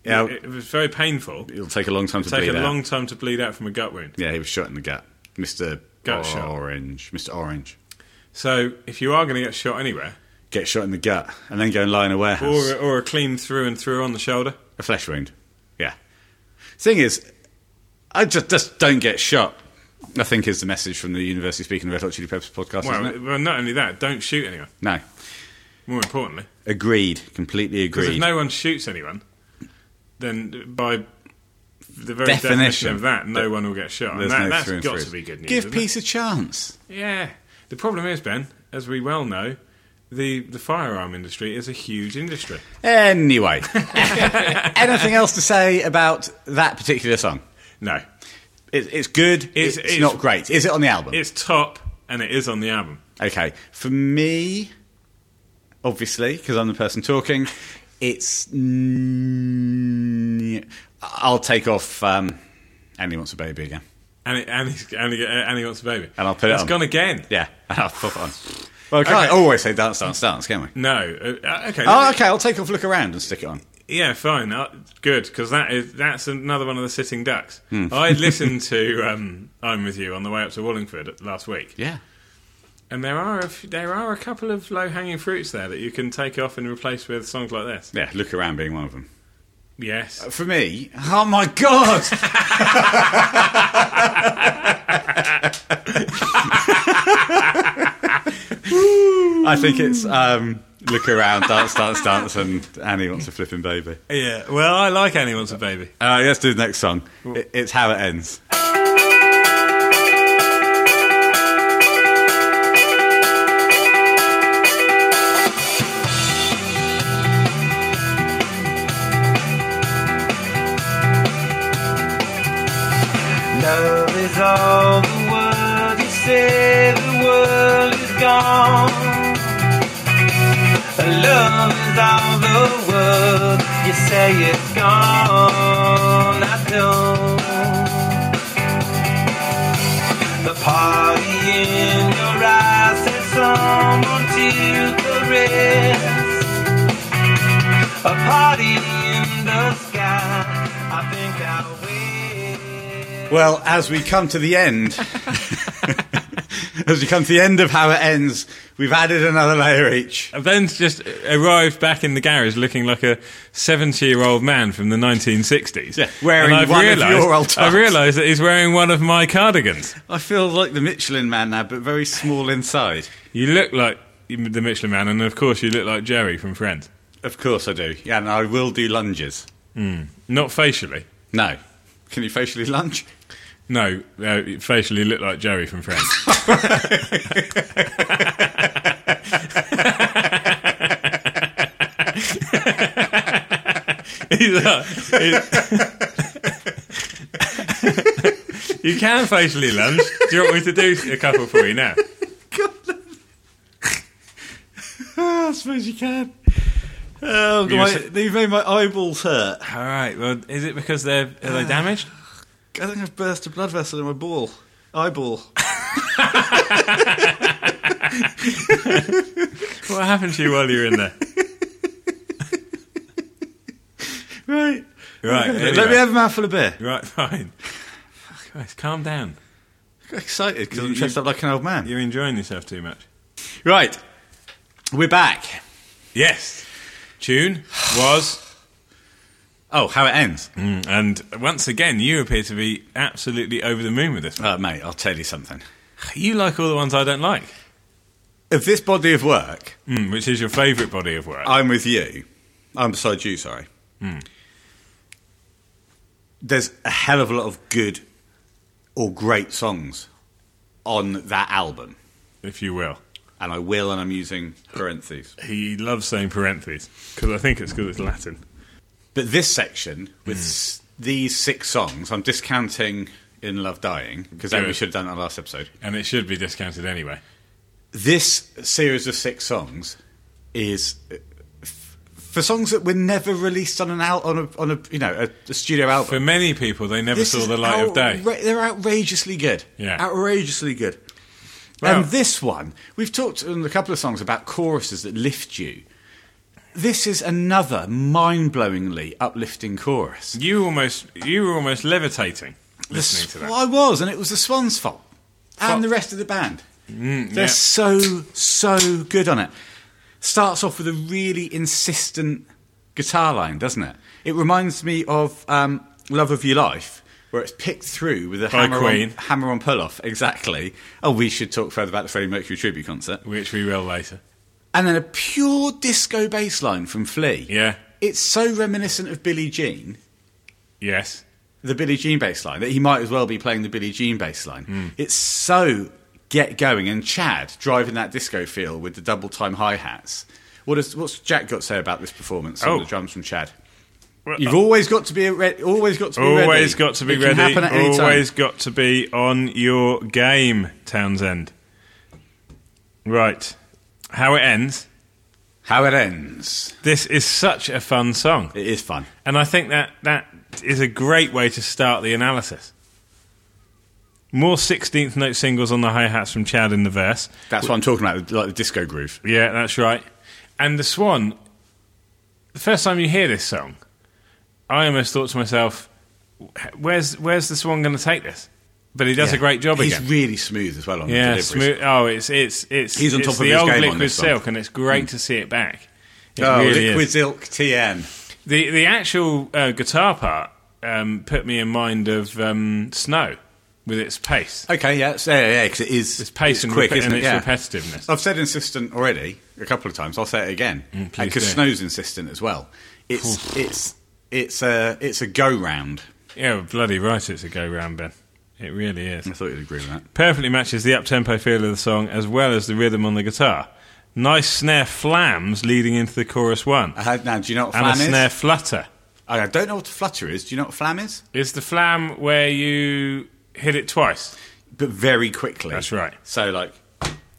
Speaker 1: yeah,
Speaker 2: it, it was very painful.
Speaker 1: it'll take a long time to
Speaker 2: Take
Speaker 1: bleed
Speaker 2: a
Speaker 1: out.
Speaker 2: long time to bleed out from a gut wound.
Speaker 1: Yeah, he was shot in the gut. Mr.
Speaker 2: Gut shot.
Speaker 1: Orange. Mr. Orange.
Speaker 2: So if you are going to get shot anywhere,
Speaker 1: Get shot in the gut and then go and lie in a warehouse.
Speaker 2: or or a clean through and through on the shoulder.
Speaker 1: a flesh wound. Yeah. Thing is, I just, just don't get shot. I think is the message from the University Speaking of Red Hot Chili Peppers podcast,
Speaker 2: Well,
Speaker 1: isn't it?
Speaker 2: well, not only that, don't shoot anyone.
Speaker 1: No.
Speaker 2: More importantly,
Speaker 1: Agreed. Completely
Speaker 2: because if
Speaker 1: agreed.
Speaker 2: no one shoots anyone, then by the very definition,
Speaker 1: Definition.
Speaker 2: of that, no one will get shot. And
Speaker 1: There's
Speaker 2: that,
Speaker 1: no
Speaker 2: has
Speaker 1: through and
Speaker 2: got
Speaker 1: throughs.
Speaker 2: to be good news.
Speaker 1: Give
Speaker 2: isn't it?
Speaker 1: peace a chance.
Speaker 2: Yeah. The problem is, Ben, as we well know, the the firearm industry is a huge industry.
Speaker 1: Anyway, anything else to say about that particular song?
Speaker 2: No,
Speaker 1: It, it's good.
Speaker 2: It's-
Speaker 1: It's,
Speaker 2: it's-
Speaker 1: not great. Is it on the album?
Speaker 2: it's top and it is on the album.
Speaker 1: Okay, for me, obviously, because I'm the person talking, it's. mm, I'll take off. Um, Andy wants a baby again.
Speaker 2: And it, and, he's, and, he, and he wants a baby.
Speaker 1: And I'll put it
Speaker 2: It's
Speaker 1: on.
Speaker 2: gone again.
Speaker 1: Yeah, I'll pop it on. Well, we can't always say dance, dance, dance, can we?
Speaker 2: No. Uh, uh, okay.
Speaker 1: Oh, okay. I'll take off, look around, and stick it on.
Speaker 2: Yeah, fine. Uh, good because that is that's another one of the sitting ducks.
Speaker 1: Hmm.
Speaker 2: I listened to um, "I'm with You" on the way up to Wallingford last week,
Speaker 1: Yeah.
Speaker 2: and there are a f- there are a couple of low hanging fruits there that you can take off and replace with songs like this.
Speaker 1: Yeah, look around being one of them.
Speaker 2: Yes,
Speaker 1: For me, oh my god! I think it's um, look around, dance, dance, dance, and Annie wants a flipping baby.
Speaker 2: yeah. Well, I like "Annie Wants a Baby."
Speaker 1: Uh, let's do the next song. It, it's how it ends.
Speaker 3: Love is all the world you say the world is gone. Love is all the world you say it's gone. I know the party in your eyes said someone to caress. A party in the sky. I think I'll wait.
Speaker 1: Well, as we come to the end, as we come to the end of how it ends, we've added another layer each.
Speaker 2: Ben's just arrived back in the garage looking like a 70 year old man from the 1960s.
Speaker 1: Yeah, wearing one of your old
Speaker 2: I
Speaker 1: tops.
Speaker 2: realised that he's wearing one of my cardigans.
Speaker 1: I feel like the Michelin Man now, but very small inside.
Speaker 2: You look like the Michelin Man, and of course, you look like Jerry from Friends.
Speaker 1: Of course I do. Yeah, and I will do lunges.
Speaker 2: Not facially.
Speaker 1: No. Can you facially lunge?
Speaker 2: No, uh, facially look like Jerry from Friends. He's like- he's- you can facially lunge. Do you want me to do a couple for you now?
Speaker 1: I suppose you can. Oh,
Speaker 2: You
Speaker 1: my,
Speaker 2: said-
Speaker 1: they've made my eyeballs hurt.
Speaker 2: All right. Well, is it because they're are they damaged?
Speaker 1: I think I've burst a blood vessel in my ball. Eyeball.
Speaker 2: What happened to you while you were in there?
Speaker 1: Right.
Speaker 2: Right.
Speaker 1: Let
Speaker 2: anyway.
Speaker 1: me have a mouthful of beer.
Speaker 2: Right. Fine. Fuck, guys, calm down.
Speaker 1: I got excited because
Speaker 2: You-
Speaker 1: I'm dressed
Speaker 2: you-
Speaker 1: up like an old man.
Speaker 2: You're enjoying yourself too much.
Speaker 1: Right. We're back.
Speaker 2: Yes. Tune was. mm,
Speaker 1: Oh, how it ends.
Speaker 2: And once again, you appear to be absolutely over the moon with this.
Speaker 1: Uh, mate, I'll tell you something.
Speaker 2: You like all the ones I don't like,
Speaker 1: Of this body of work, Ah.
Speaker 2: mm, which is your favourite body of work.
Speaker 1: I'm with you. I'm beside you, sorry. Hmm. There's a hell of a lot of good or great songs on that album.
Speaker 2: if you will.
Speaker 1: And I will, and I'm using parentheses.
Speaker 2: He loves saying parentheses because I think it's because it's Latin.
Speaker 1: But this section with s- these six songs, I'm discounting In Love Dying because then
Speaker 2: Do
Speaker 1: we
Speaker 2: it.
Speaker 1: should have done that last episode.
Speaker 2: And it should be discounted anyway.
Speaker 1: This series of six songs is uh, f- for songs that were never released on an out on a on a you know a, a studio album.
Speaker 2: For many people, they never
Speaker 1: This
Speaker 2: saw
Speaker 1: is
Speaker 2: the light of day.
Speaker 1: outra- They're outrageously good.
Speaker 2: Yeah.
Speaker 1: Outrageously good.
Speaker 2: Well-
Speaker 1: and this one, we've talked in a couple of songs about choruses that lift you. This is another mind blowingly uplifting chorus.
Speaker 2: You almost, you were almost levitating
Speaker 1: The
Speaker 2: listening
Speaker 1: sw-
Speaker 2: to that.
Speaker 1: I was, and it was the Swans' fault.
Speaker 2: Fuck.
Speaker 1: And the rest of the band. They're
Speaker 2: Mm, yeah.
Speaker 1: so, so good on it. Starts off with a really insistent guitar line, doesn't it? It reminds me of um, Love of Your Life, where it's picked through with a
Speaker 2: By
Speaker 1: hammer
Speaker 2: Queen.
Speaker 1: on, hammer on pull off. Exactly. Oh, we should talk further about the Freddie Mercury tribute concert.
Speaker 2: Which we will later.
Speaker 1: And then a pure disco bass line from Flea.
Speaker 2: Yeah.
Speaker 1: It's so reminiscent of Billie Jean
Speaker 2: Yes.
Speaker 1: the Billie Jean bass line, that he might as well be playing the Billie Jean bass line.
Speaker 2: Hmm.
Speaker 1: It's so get going. And Chad driving that disco feel with the double time hi hats. What does what's Jack got to say about this performance on
Speaker 2: Oh.
Speaker 1: the drums from Chad?
Speaker 2: Well,
Speaker 1: You've always got to be re- always got to be ready.
Speaker 2: Always got to be
Speaker 1: it
Speaker 2: ready.
Speaker 1: Can happen at any
Speaker 2: Always
Speaker 1: time.
Speaker 2: got to be on your game, Townsend. Right. How it ends.
Speaker 1: How it ends.
Speaker 2: This is such a fun song.
Speaker 1: It is fun.
Speaker 2: And I think that that is a great way to start the analysis. More 16th note singles on the hi hats from Chad in the verse.
Speaker 1: That's what I'm talking about, like the disco groove.
Speaker 2: Yeah, that's right. And the Swan, the first time you hear this song, I almost thought to myself, where's, where's the Swan going to take this? But he does a great job
Speaker 1: He's
Speaker 2: again.
Speaker 1: really smooth as well on
Speaker 2: yeah,
Speaker 1: the deliveries.
Speaker 2: smooth. Oh, it's it's it's
Speaker 1: He's on
Speaker 2: it's
Speaker 1: top of
Speaker 2: the
Speaker 1: his
Speaker 2: old
Speaker 1: game on
Speaker 2: liquid
Speaker 1: this one. Mm.
Speaker 2: silk, and it's great to see it back. It
Speaker 1: Oh,
Speaker 2: really
Speaker 1: Liquid
Speaker 2: is.
Speaker 1: Silk TM.
Speaker 2: The the actual uh, guitar part um, put me in mind of um, Snow with its pace,
Speaker 1: Okay, yeah, so, yeah, yeah, because it is
Speaker 2: its pace and,
Speaker 1: quick,
Speaker 2: repe-
Speaker 1: isn't it?
Speaker 2: and its
Speaker 1: yeah.
Speaker 2: repetitiveness.
Speaker 1: I've said insistent already a couple of times. I'll say it again
Speaker 2: Mm, please
Speaker 1: because
Speaker 2: do.
Speaker 1: Snow's insistent as well. It's it's it's a it's a go round.
Speaker 2: Yeah, bloody right, it's a go round, Ben. It really is.
Speaker 1: I thought you'd agree with that.
Speaker 2: Perfectly matches the up tempo feel of the song as well as the rhythm on the guitar. Nice snare flams leading into the chorus one,
Speaker 1: I had, Uh, now, do you know what
Speaker 2: and a
Speaker 1: flam
Speaker 2: snare
Speaker 1: is?
Speaker 2: flutter.
Speaker 1: I I don't know what a flutter is. Do you know what flam is?
Speaker 2: Is the flam where you hit it twice?
Speaker 1: But very quickly.
Speaker 2: That's right.
Speaker 1: So like,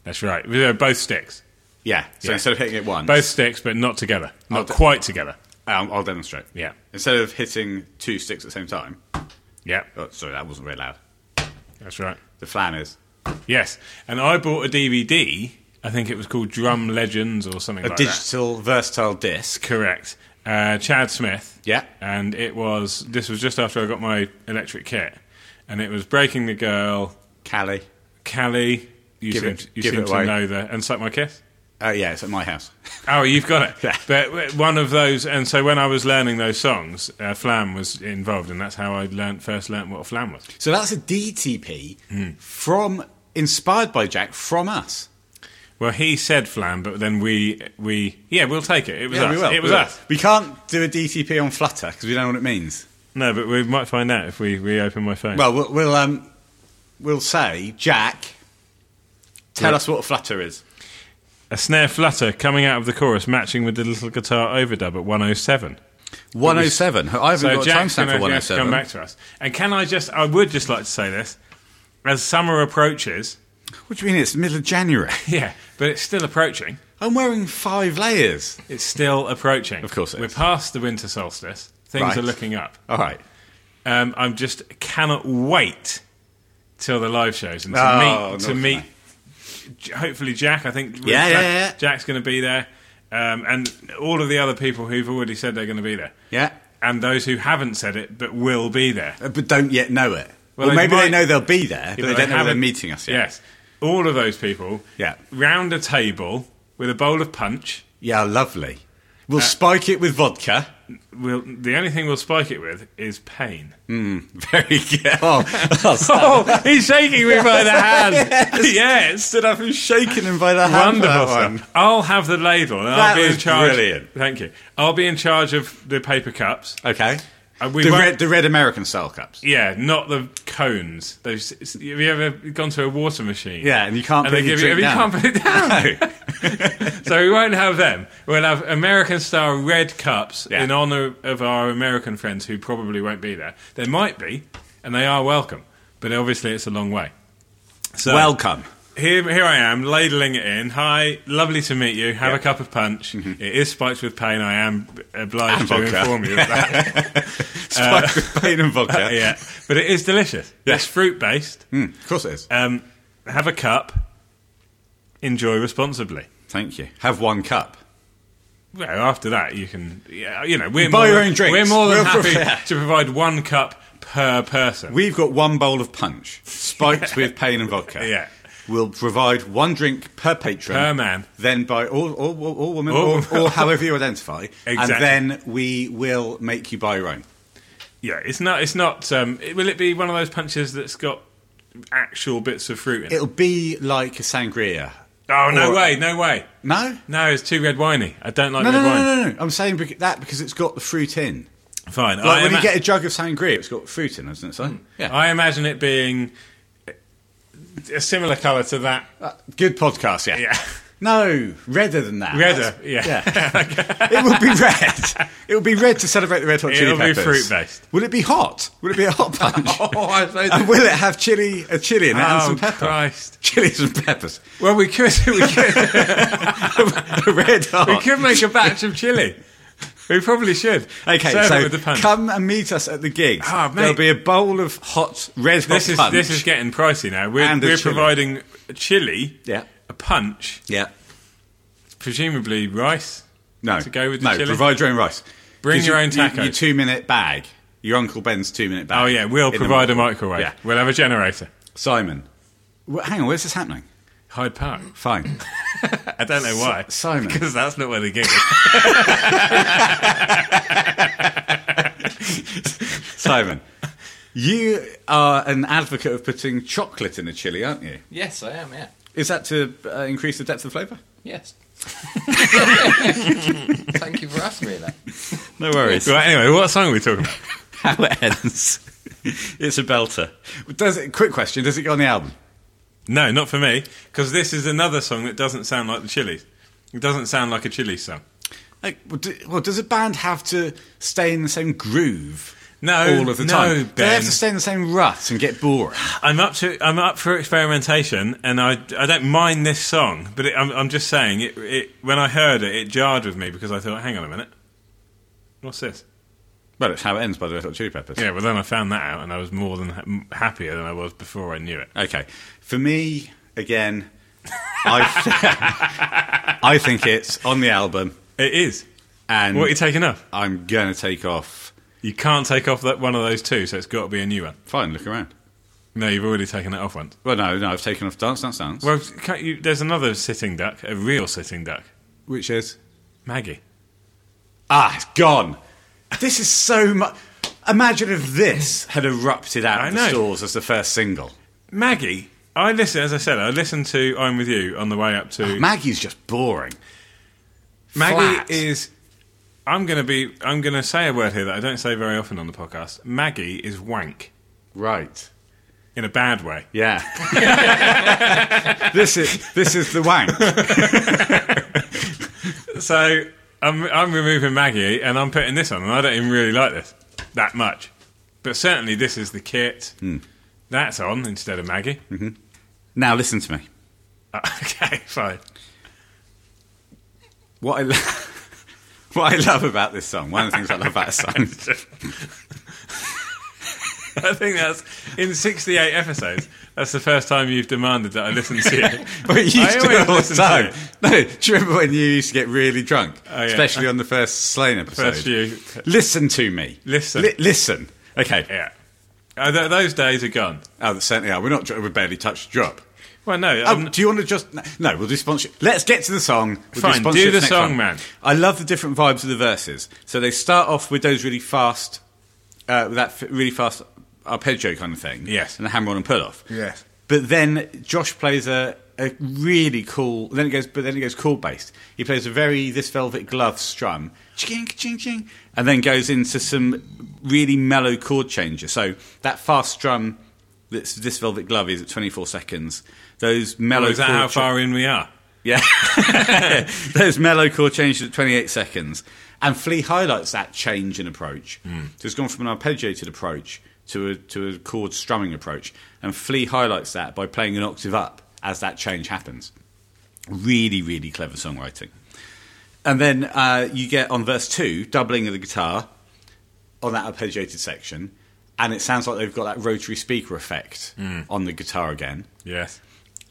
Speaker 2: That's right. With, uh, Both sticks.
Speaker 1: yeah. So
Speaker 2: Yeah.
Speaker 1: instead of hitting it once,
Speaker 2: Both sticks, but not together. Not
Speaker 1: Okay.
Speaker 2: quite together.
Speaker 1: um, I'll demonstrate.
Speaker 2: Yeah.
Speaker 1: Instead of hitting two sticks at the same time.
Speaker 2: Yeah,
Speaker 1: Oh, sorry, that wasn't very loud.
Speaker 2: that's right.
Speaker 1: The flam is
Speaker 2: Yes. And I bought a DVD. I think it was called Drum Legends or something
Speaker 1: a
Speaker 2: like that.
Speaker 1: digital versatile disc.
Speaker 2: Correct. Uh, Chad Smith.
Speaker 1: Yeah.
Speaker 2: And it was, this was just after I got my electric kit. And it was Breaking the Girl,
Speaker 1: Cali.
Speaker 2: Callie, you
Speaker 1: Give
Speaker 2: seem,
Speaker 1: it-
Speaker 2: to, you
Speaker 1: give
Speaker 2: seem
Speaker 1: it
Speaker 2: to
Speaker 1: away.
Speaker 2: know the, and Suck My Kiss.
Speaker 1: Uh, yeah, it's at my house.
Speaker 2: Oh, you've got it.
Speaker 1: Yeah.
Speaker 2: But w- one of those, and so when I was learning those songs, uh, Flam was involved, and that's how I learnt, first learnt what a Flam was.
Speaker 1: So that's a DTP from inspired by Jack from us.
Speaker 2: Well, he said Flam, but then we, we yeah, we'll take it. It was us.
Speaker 1: we will.
Speaker 2: It was
Speaker 1: we will.
Speaker 2: us.
Speaker 1: We can't do a DTP on Flutter because we don't know what it means.
Speaker 2: No, but we might find out if we reopen my phone.
Speaker 1: Well, we'll we'll, um, we'll say Jack. Tell
Speaker 2: Yeah.
Speaker 1: us what a flutter is.
Speaker 2: a snare flutter coming out of the chorus, matching with the little guitar overdub at 107.
Speaker 1: 107. I haven't
Speaker 2: So Jack's going to have to
Speaker 1: oh
Speaker 2: come back to us. And can I just? I would just like to say this: as summer approaches,
Speaker 1: What do you mean? It's the middle of January.
Speaker 2: yeah, but it's still approaching.
Speaker 1: I'm wearing five layers.
Speaker 2: It's still approaching.
Speaker 1: Of course it
Speaker 2: we're
Speaker 1: is.
Speaker 2: past the winter solstice. Things
Speaker 1: Right.
Speaker 2: are looking up.
Speaker 1: All right.
Speaker 2: Um, I'm just cannot wait till the live shows and to
Speaker 1: Oh,
Speaker 2: meet
Speaker 1: not
Speaker 2: to
Speaker 1: gonna.
Speaker 2: meet. J- Hopefully, Jack. I think
Speaker 1: Yeah,
Speaker 2: Jack-
Speaker 1: yeah, yeah.
Speaker 2: Jack's going to be there, um, and all of the other people who've already said they're going to be there,
Speaker 1: Yeah.
Speaker 2: and those who haven't said it but will be there.
Speaker 1: Uh, But don't yet know it.
Speaker 2: Well,
Speaker 1: Well,
Speaker 2: they
Speaker 1: maybe
Speaker 2: might-
Speaker 1: they know they'll be there, but
Speaker 2: Yeah,
Speaker 1: they don't
Speaker 2: but
Speaker 1: know know they're
Speaker 2: haven't-
Speaker 1: meeting us yet.
Speaker 2: Yes, all of those people.
Speaker 1: Yeah.
Speaker 2: round a table with a bowl of punch.
Speaker 1: Uh, Yeah, lovely. We'll spike it with vodka.
Speaker 2: we'll, the only thing we'll spike it with is pain.
Speaker 1: Very good. Oh,
Speaker 2: Oh, he's shaking me by the hand. yes.
Speaker 1: stood up and shaken him by the hand. for that
Speaker 2: Wonderful.
Speaker 1: one.
Speaker 2: stuff. I'll have the ladle and
Speaker 1: That
Speaker 2: I'll be
Speaker 1: was
Speaker 2: in charge.
Speaker 1: brilliant.
Speaker 2: Thank you. I'll be in charge of the paper cups.
Speaker 1: Okay.
Speaker 2: And we
Speaker 1: The
Speaker 2: won't-
Speaker 1: red, the red American style cups.
Speaker 2: Yeah, not the cones. Those. Have you ever gone to a water machine?
Speaker 1: Yeah, and you can't
Speaker 2: And
Speaker 1: put
Speaker 2: they
Speaker 1: your
Speaker 2: give
Speaker 1: drink
Speaker 2: you, you
Speaker 1: down.
Speaker 2: can't put it down.
Speaker 1: No.
Speaker 2: so we won't have them. We'll have American style red cups
Speaker 1: Yeah.
Speaker 2: in honor of our American friends who probably won't be there. They might be, and they are welcome, but obviously it's a long way. So
Speaker 1: Welcome.
Speaker 2: here, here I am ladling it in. Hi, lovely to meet you. Have a cup of punch. It is spiked with pain. I am obliged
Speaker 1: Mm-hmm. And
Speaker 2: to
Speaker 1: vodka.
Speaker 2: inform you of that.
Speaker 1: Spiked with pain and vodka.
Speaker 2: yeah, but it is delicious. It's fruit based.
Speaker 1: Mm, of course it is.
Speaker 2: Um, have a cup. Enjoy responsibly.
Speaker 1: Thank you. Have one cup.
Speaker 2: Well, after that, you can, yeah, you know, we're
Speaker 1: Buy
Speaker 2: more
Speaker 1: your
Speaker 2: than-
Speaker 1: own drinks.
Speaker 2: We're more than
Speaker 1: We'll
Speaker 2: happy
Speaker 1: prepare.
Speaker 2: to provide one cup per person.
Speaker 1: We've got one bowl of punch spiked with pain and vodka.
Speaker 2: Yeah.
Speaker 1: We'll provide one drink per patron.
Speaker 2: Per man.
Speaker 1: Then by all, all, all, all women,
Speaker 2: All-
Speaker 1: or, or however you identify.
Speaker 2: Exactly.
Speaker 1: And then we will make you buy your own.
Speaker 2: yeah, it's not. It's not. Um, it- will it be one of those punches that's got actual bits of fruit in it?
Speaker 1: It'll be like a sangria.
Speaker 2: oh no
Speaker 1: or-
Speaker 2: way! No way!
Speaker 1: No?
Speaker 2: No, it's too red winey. I don't like
Speaker 1: No,
Speaker 2: red
Speaker 1: no, no,
Speaker 2: wine.
Speaker 1: no, no, no. I'm saying bec- that because it's got the fruit in.
Speaker 2: Fine.
Speaker 1: Like
Speaker 2: I,
Speaker 1: when you
Speaker 2: ima-
Speaker 1: get a jug of sangria, it's got fruit in, hasn't it?
Speaker 2: Mm,
Speaker 1: Son? Yeah.
Speaker 2: I imagine it being a similar colour to that.
Speaker 1: Uh, good podcast, yeah.
Speaker 2: Yeah.
Speaker 1: No, redder than that.
Speaker 2: Redder,
Speaker 1: That's-
Speaker 2: yeah.
Speaker 1: it would be red. It would be red to celebrate the red hot chili
Speaker 2: It'll be
Speaker 1: peppers.
Speaker 2: fruit-based.
Speaker 1: Would it be hot? Would it be a hot punch?
Speaker 2: I suppose-
Speaker 1: and will it have chili, a chili in it and
Speaker 2: Oh,
Speaker 1: some pepper?
Speaker 2: Christ.
Speaker 1: Chilies and peppers.
Speaker 2: Well, we could we could,
Speaker 1: A red hot.
Speaker 2: we could make a batch of chili. We probably should.
Speaker 1: Okay,
Speaker 2: Serve
Speaker 1: so
Speaker 2: it with the punch.
Speaker 1: come and meet us at the gigs.
Speaker 2: Ah, mate.
Speaker 1: There'll be a bowl of hot red hot
Speaker 2: this is
Speaker 1: punch.
Speaker 2: this is getting pricey now. We're,
Speaker 1: And a
Speaker 2: we're
Speaker 1: chili.
Speaker 2: providing a chili,
Speaker 1: Yeah.
Speaker 2: a punch,
Speaker 1: yeah.
Speaker 2: presumably rice.
Speaker 1: No.
Speaker 2: to go with the
Speaker 1: no,
Speaker 2: chili.
Speaker 1: provide your own rice.
Speaker 2: Bring
Speaker 1: 'Cause
Speaker 2: your
Speaker 1: you-
Speaker 2: own
Speaker 1: you-
Speaker 2: tacos.
Speaker 1: Your two minute bag. Your Uncle Ben's two minute bag.
Speaker 2: oh yeah, we'll
Speaker 1: In the
Speaker 2: provide a
Speaker 1: morning.
Speaker 2: microwave.
Speaker 1: Yeah.
Speaker 2: We'll have a generator.
Speaker 1: Simon. Wh- hang on, where's this happening?
Speaker 2: Hyde Park.
Speaker 1: Fine. Uh,
Speaker 2: I don't know why.
Speaker 1: Simon.
Speaker 2: Because that's not where they gig. is.
Speaker 1: Simon. You are an advocate of putting chocolate in a chili, aren't you?
Speaker 4: Yes, I am. Yeah.
Speaker 1: Is that to uh, increase the depth of flavour?
Speaker 4: Yes. Thank you for asking me that.
Speaker 1: No worries.
Speaker 2: right. Anyway, what song are we talking about?
Speaker 1: How it ends. it's a belter. Does it, quick question, does it go on the album?
Speaker 2: No, not for me. Because this is another song that doesn't sound like the Chili's. It doesn't sound like a Chili's song.
Speaker 1: Like, well, do, well, does a band have to stay in the same groove
Speaker 2: No,
Speaker 1: all of the
Speaker 2: Oh, no,
Speaker 1: time? Do They
Speaker 2: Ben.
Speaker 1: have to stay in the same rut and get boring.
Speaker 2: I'm up to I'm up for experimentation, and I, I don't mind this song, but it, I'm I'm just saying it, it when I heard it, it jarred with me because I thought, hang on a minute, what's this?
Speaker 1: Well, it's how it ends by the Red Hot Chili Peppers.
Speaker 2: Yeah, well then I found that out, and I was more than ha- m- happier than I was before I knew it.
Speaker 1: Okay. For me, again, I, I think it's on the album,
Speaker 2: It is.
Speaker 1: and
Speaker 2: What are you taking off?
Speaker 1: I'm gonna take off.
Speaker 2: You can't take off that one of those two, so it's got to be a new one.
Speaker 1: Fine, look around.
Speaker 2: No, you've already taken that off once.
Speaker 1: Well, no, no, I've taken off Dance, Dance, Dance,
Speaker 2: Well, can't you, there's another sitting duck, a real sitting duck,
Speaker 1: which is
Speaker 2: Maggie.
Speaker 1: ah, it's gone. This is so much. Imagine if this had erupted out
Speaker 2: I
Speaker 1: of
Speaker 2: know.
Speaker 1: the stores as the first single.
Speaker 2: Maggie, I listen as I said, I listened to "I'm with You" on the way up to.
Speaker 1: Maggie's just boring.
Speaker 2: Maggie
Speaker 1: Flat.
Speaker 2: is. I'm going to be. I'm going to say a word here that I don't say very often on the podcast. Maggie is wank
Speaker 1: Right.
Speaker 2: in a bad way.
Speaker 1: Yeah. this is this is the wank.
Speaker 2: So I'm I'm removing Maggie and I'm putting this on, and I don't even really like this that much. But certainly this is the kit that's on instead of Maggie.
Speaker 1: Now listen to me.
Speaker 2: Uh, okay, fine.
Speaker 1: What I lo- what I love about this song. One of the things I love about this song.
Speaker 2: I think that's in 68 episodes. That's the first time you've demanded that I listen to you.
Speaker 1: But you used
Speaker 2: I
Speaker 1: to do
Speaker 2: always
Speaker 1: it all the
Speaker 2: listen to
Speaker 1: time.
Speaker 2: it.
Speaker 1: No, do you remember when you used to get really drunk,
Speaker 2: Oh, yeah.
Speaker 1: especially on the first Slain episode?
Speaker 2: First few.
Speaker 1: Listen to me.
Speaker 2: Listen.
Speaker 1: Li- listen. Okay.
Speaker 2: Yeah. Uh, th- those days are gone.
Speaker 1: Oh, that certainly are. We're not. dr- We barely touched the drop.
Speaker 2: Well, no.
Speaker 1: Oh,
Speaker 2: I'm-
Speaker 1: do you want to just no? no, We'll do sponsorship. Let's get to the song. We'll
Speaker 2: Fine,
Speaker 1: sponsorships
Speaker 2: do the
Speaker 1: next
Speaker 2: song,
Speaker 1: time.
Speaker 2: man.
Speaker 1: I love the different vibes of the verses. So they start off with those really fast, uh, with that f- really fast arpeggio kind of thing.
Speaker 2: Yes.
Speaker 1: and a hammer on and pull off.
Speaker 2: Yes.
Speaker 1: But then Josh plays a, a really cool. Then it goes, but then it goes chord based. He plays a very this velvet glove strum, ching ching ching, and then goes into some really mellow chord changes. So that fast strum. That's this velvet glove is at 24 seconds. Those mellow.
Speaker 2: Well, Oh, is that
Speaker 1: chord
Speaker 2: how
Speaker 1: cha-
Speaker 2: far in we are?
Speaker 1: yeah. Those mellow chord changes at 28 seconds. And Flea highlights that change in approach. So it's gone from an arpeggiated approach to a, to a chord strumming approach. And Flea highlights that by playing an octave up as that change happens. Really, really clever songwriting. And then uh, you get on verse two, doubling of the guitar on that arpeggiated section. And it sounds like they've got that rotary speaker effect on the guitar again
Speaker 2: Yes.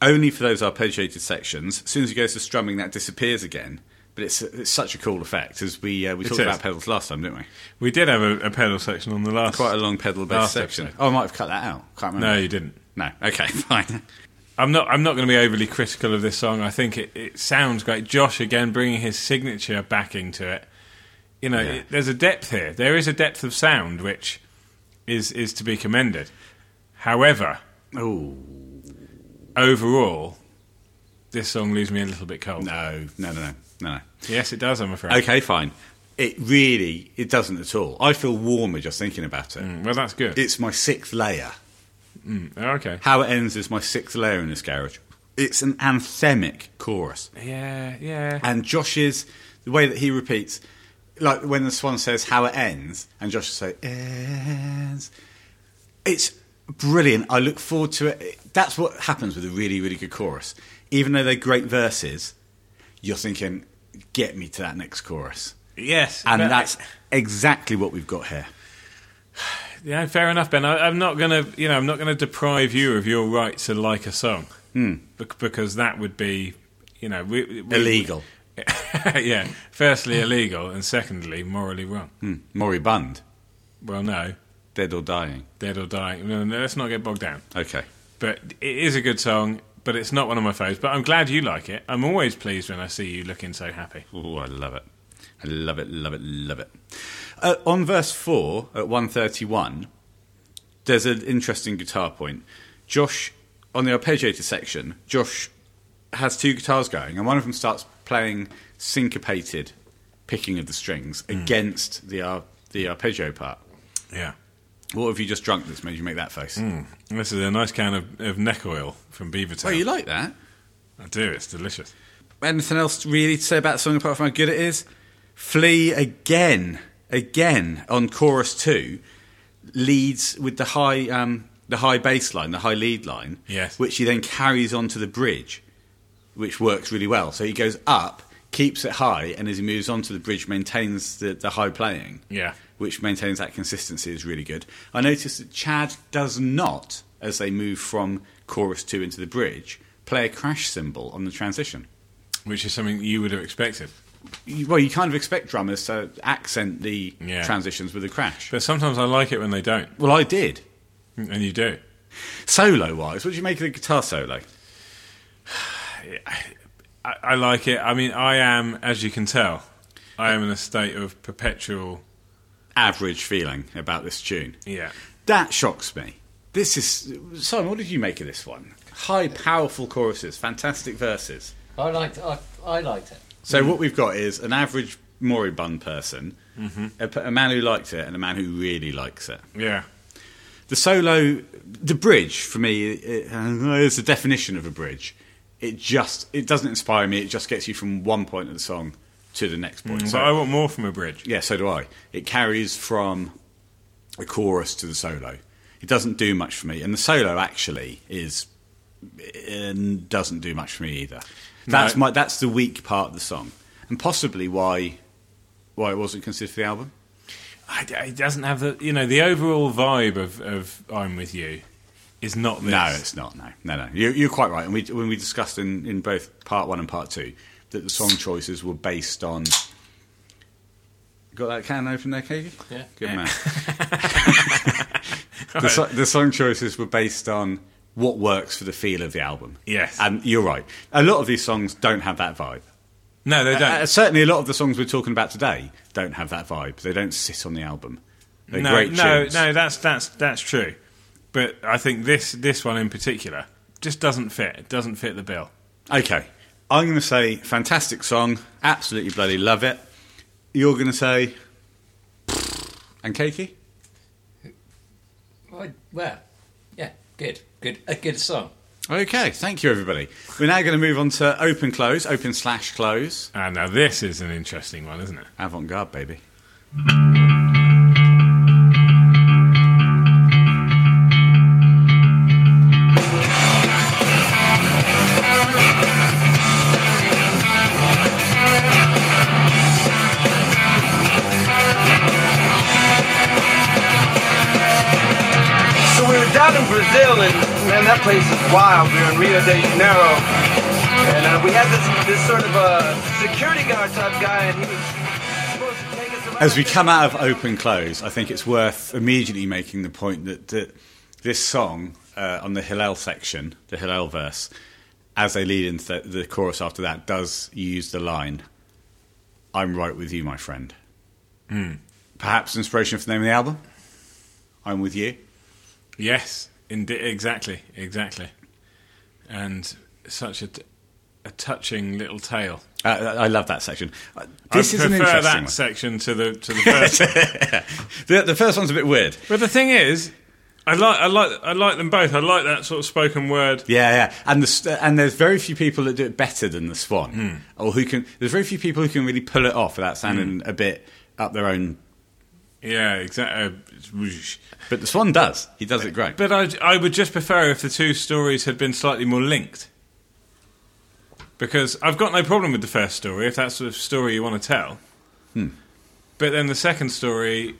Speaker 1: only for those arpeggiated sections. As soon as he goes to strumming, that disappears again. But it's, it's such a cool effect, as we uh, we talked
Speaker 2: is.
Speaker 1: about pedals last time, didn't we?
Speaker 2: We did have a, a pedal section on the last.
Speaker 1: Quite a long pedal based
Speaker 2: Last
Speaker 1: section.
Speaker 2: episode.
Speaker 1: Oh, I might have cut that out. Can't remember.
Speaker 2: No, you didn't.
Speaker 1: No. Okay, fine.
Speaker 2: I'm not. I'm not going to be overly critical of this song. I think it, it sounds great. Josh again bringing his signature back into it. You know, it- there's a depth here. There is a depth of sound which is is to be commended. However,
Speaker 1: Oh
Speaker 2: overall, this song leaves me a little bit cold.
Speaker 1: no, no, no, no, no. no.
Speaker 2: Yes, it does. I'm afraid.
Speaker 1: Okay, fine. It really it doesn't at all. I feel warmer just thinking about it.
Speaker 2: Mm, Well, that's good.
Speaker 1: It's my sixth layer.
Speaker 2: Oh, okay.
Speaker 1: How it ends is my sixth layer in this garage. It's an anthemic chorus.
Speaker 2: Yeah, yeah.
Speaker 1: And Josh's the way that he repeats, like when the swan says how it ends, and Josh will say ends. It's brilliant. I look forward to it. It- That's what happens with a really, really good chorus. Even though they're great verses, you're thinking, get me to that next chorus.
Speaker 2: Yes,
Speaker 1: And
Speaker 2: but-
Speaker 1: that's exactly what we've got here.
Speaker 2: Yeah, fair enough, Ben. I, I'm not gonna, you know, I'm not gonna deprive you of your right to like a song
Speaker 1: Hmm.
Speaker 2: Bec- because that would be, you know, we, we-
Speaker 1: Illegal.
Speaker 2: yeah. Firstly, illegal, and secondly, morally wrong.
Speaker 1: Moribund,
Speaker 2: Well, no,
Speaker 1: dead or dying.
Speaker 2: dead or dying. No, no, let's not get bogged down.
Speaker 1: Okay.
Speaker 2: But it is a good song, but it's not one of my faves. But I'm glad you like it. I'm always pleased when I see you looking so happy.
Speaker 1: Oh, I love it. I love it, love it, love it. Uh, on verse 4 at 131, there's an interesting guitar point. Josh, on the arpeggiated section, Josh has two guitars going, and one of them starts playing syncopated picking of the strings against the, ar- the arpeggio part.
Speaker 2: Yeah.
Speaker 1: What have you just drunk that's made you make that face?
Speaker 2: And This is a nice can of, of neck oil from Beavertown.
Speaker 1: Oh, you like that?
Speaker 2: I do. It's delicious.
Speaker 1: anything else really to say about the song apart from how good it is? Flea again, again on chorus two, leads with the high, um, the high bass line, the high lead line,
Speaker 2: Yes.
Speaker 1: which he then carries on to the bridge, which works really well. So he goes up, keeps it high, and as he moves on to the bridge, maintains the, the high playing,
Speaker 2: Yeah.
Speaker 1: which maintains that consistency is really good. I noticed that Chad does not, as they move from chorus two into the bridge, play a crash cymbal on the transition
Speaker 2: Which is something you would have expected.
Speaker 1: you- well, you kind of expect drummers to accent the
Speaker 2: Yeah.
Speaker 1: transitions with a crash.
Speaker 2: But sometimes I like it when they don't,
Speaker 1: Well, I did.
Speaker 2: and you do.
Speaker 1: Solo wise, what do you make of the guitar solo?
Speaker 2: I, I like it. I mean, I am, as you can tell, I am in a state of perpetual.
Speaker 1: Average feeling about this tune.
Speaker 2: Yeah.
Speaker 1: That shocks me. This is. Simon, what did you make of this one? High, powerful choruses, fantastic verses.
Speaker 4: I liked it. I, I liked it.
Speaker 1: So, what we've got is an average moribund person, a p a a man who likes it, and a man who really likes it.
Speaker 2: Yeah.
Speaker 1: the solo, the bridge for me it, uh, is the definition of a bridge. It just it doesn't inspire me. It just gets you from one point of the song to the next point.
Speaker 2: So
Speaker 1: So
Speaker 2: Mm. I want more from a bridge.
Speaker 1: yeah, so do I. It carries from a chorus to the solo. It doesn't do much for me, and the solo actually is uh, doesn't do much for me either. That's my that's the weak part of the song, and possibly why why it wasn't considered for the album.
Speaker 2: I, it doesn't have the, you know, the overall vibe of, of I'm with you is not this.
Speaker 1: No, it's not. No, no, no. You, you're quite right. And we, when we discussed in, in both part one and part two that the song choices were based on. Got that can open there, Katie?
Speaker 4: Yeah.
Speaker 1: Good man. the, so, the song choices were based on what works for the feel of the album.
Speaker 2: Yes.
Speaker 1: And you're right. A lot of these songs don't have that vibe.
Speaker 2: No, they don't.
Speaker 1: Uh, certainly, a lot of the songs we're talking about today don't have that vibe. They don't sit on the album. They're
Speaker 2: no,
Speaker 1: great
Speaker 2: no,
Speaker 1: tunes.
Speaker 2: no. That's that's that's true. But I think this this one in particular just doesn't fit. It doesn't fit the bill.
Speaker 1: Okay. I'm going to say fantastic song. Absolutely bloody love it. You're going to say. And Keiki?
Speaker 4: Well, well, yeah, good, good, a good song.
Speaker 1: Okay, thank you, everybody. We're now going to move on to open close, open slash close.
Speaker 2: And now this is an interesting one, isn't it?
Speaker 1: Avant garde, baby.
Speaker 3: So we were down in Brazil, and man, that place is wild. We were in Rio de Janeiro, and uh, we had this this sort of a security guard type guy, and he was supposed to take us around.
Speaker 1: As we come out of open close, I think it's worth immediately making the point that, that this song uh, on the Hillel section, the Hillel verse, as they lead into the, the chorus after that, does use the line, I'm right with you, my friend.
Speaker 2: Hmm.
Speaker 1: Perhaps inspiration for the name of the album? I'm with you.
Speaker 2: Yes, indi- exactly, exactly. And such a, t- a touching little tale.
Speaker 1: Uh, I I love that section. Uh, This
Speaker 2: I
Speaker 1: is an
Speaker 2: prefer
Speaker 1: interesting
Speaker 2: that
Speaker 1: one.
Speaker 2: section to the to the first. one.
Speaker 1: The, the first one's a bit weird.
Speaker 2: but the thing is, I like I like I like them both. I like that sort of spoken word.
Speaker 1: Yeah, yeah. And the, st- and there's very few people that do it better than the Swan,
Speaker 2: Hmm.
Speaker 1: or who can. There's very few people who can really pull it off without sounding
Speaker 2: Hmm.
Speaker 1: a bit up their own.
Speaker 2: Yeah, exactly.
Speaker 1: But the Swan does. He does it great.
Speaker 2: But I, I would just prefer if the two stories had been slightly more linked. Because I've got no problem with the first story, if that's the story you want to tell.
Speaker 1: Hmm.
Speaker 2: But then the second story,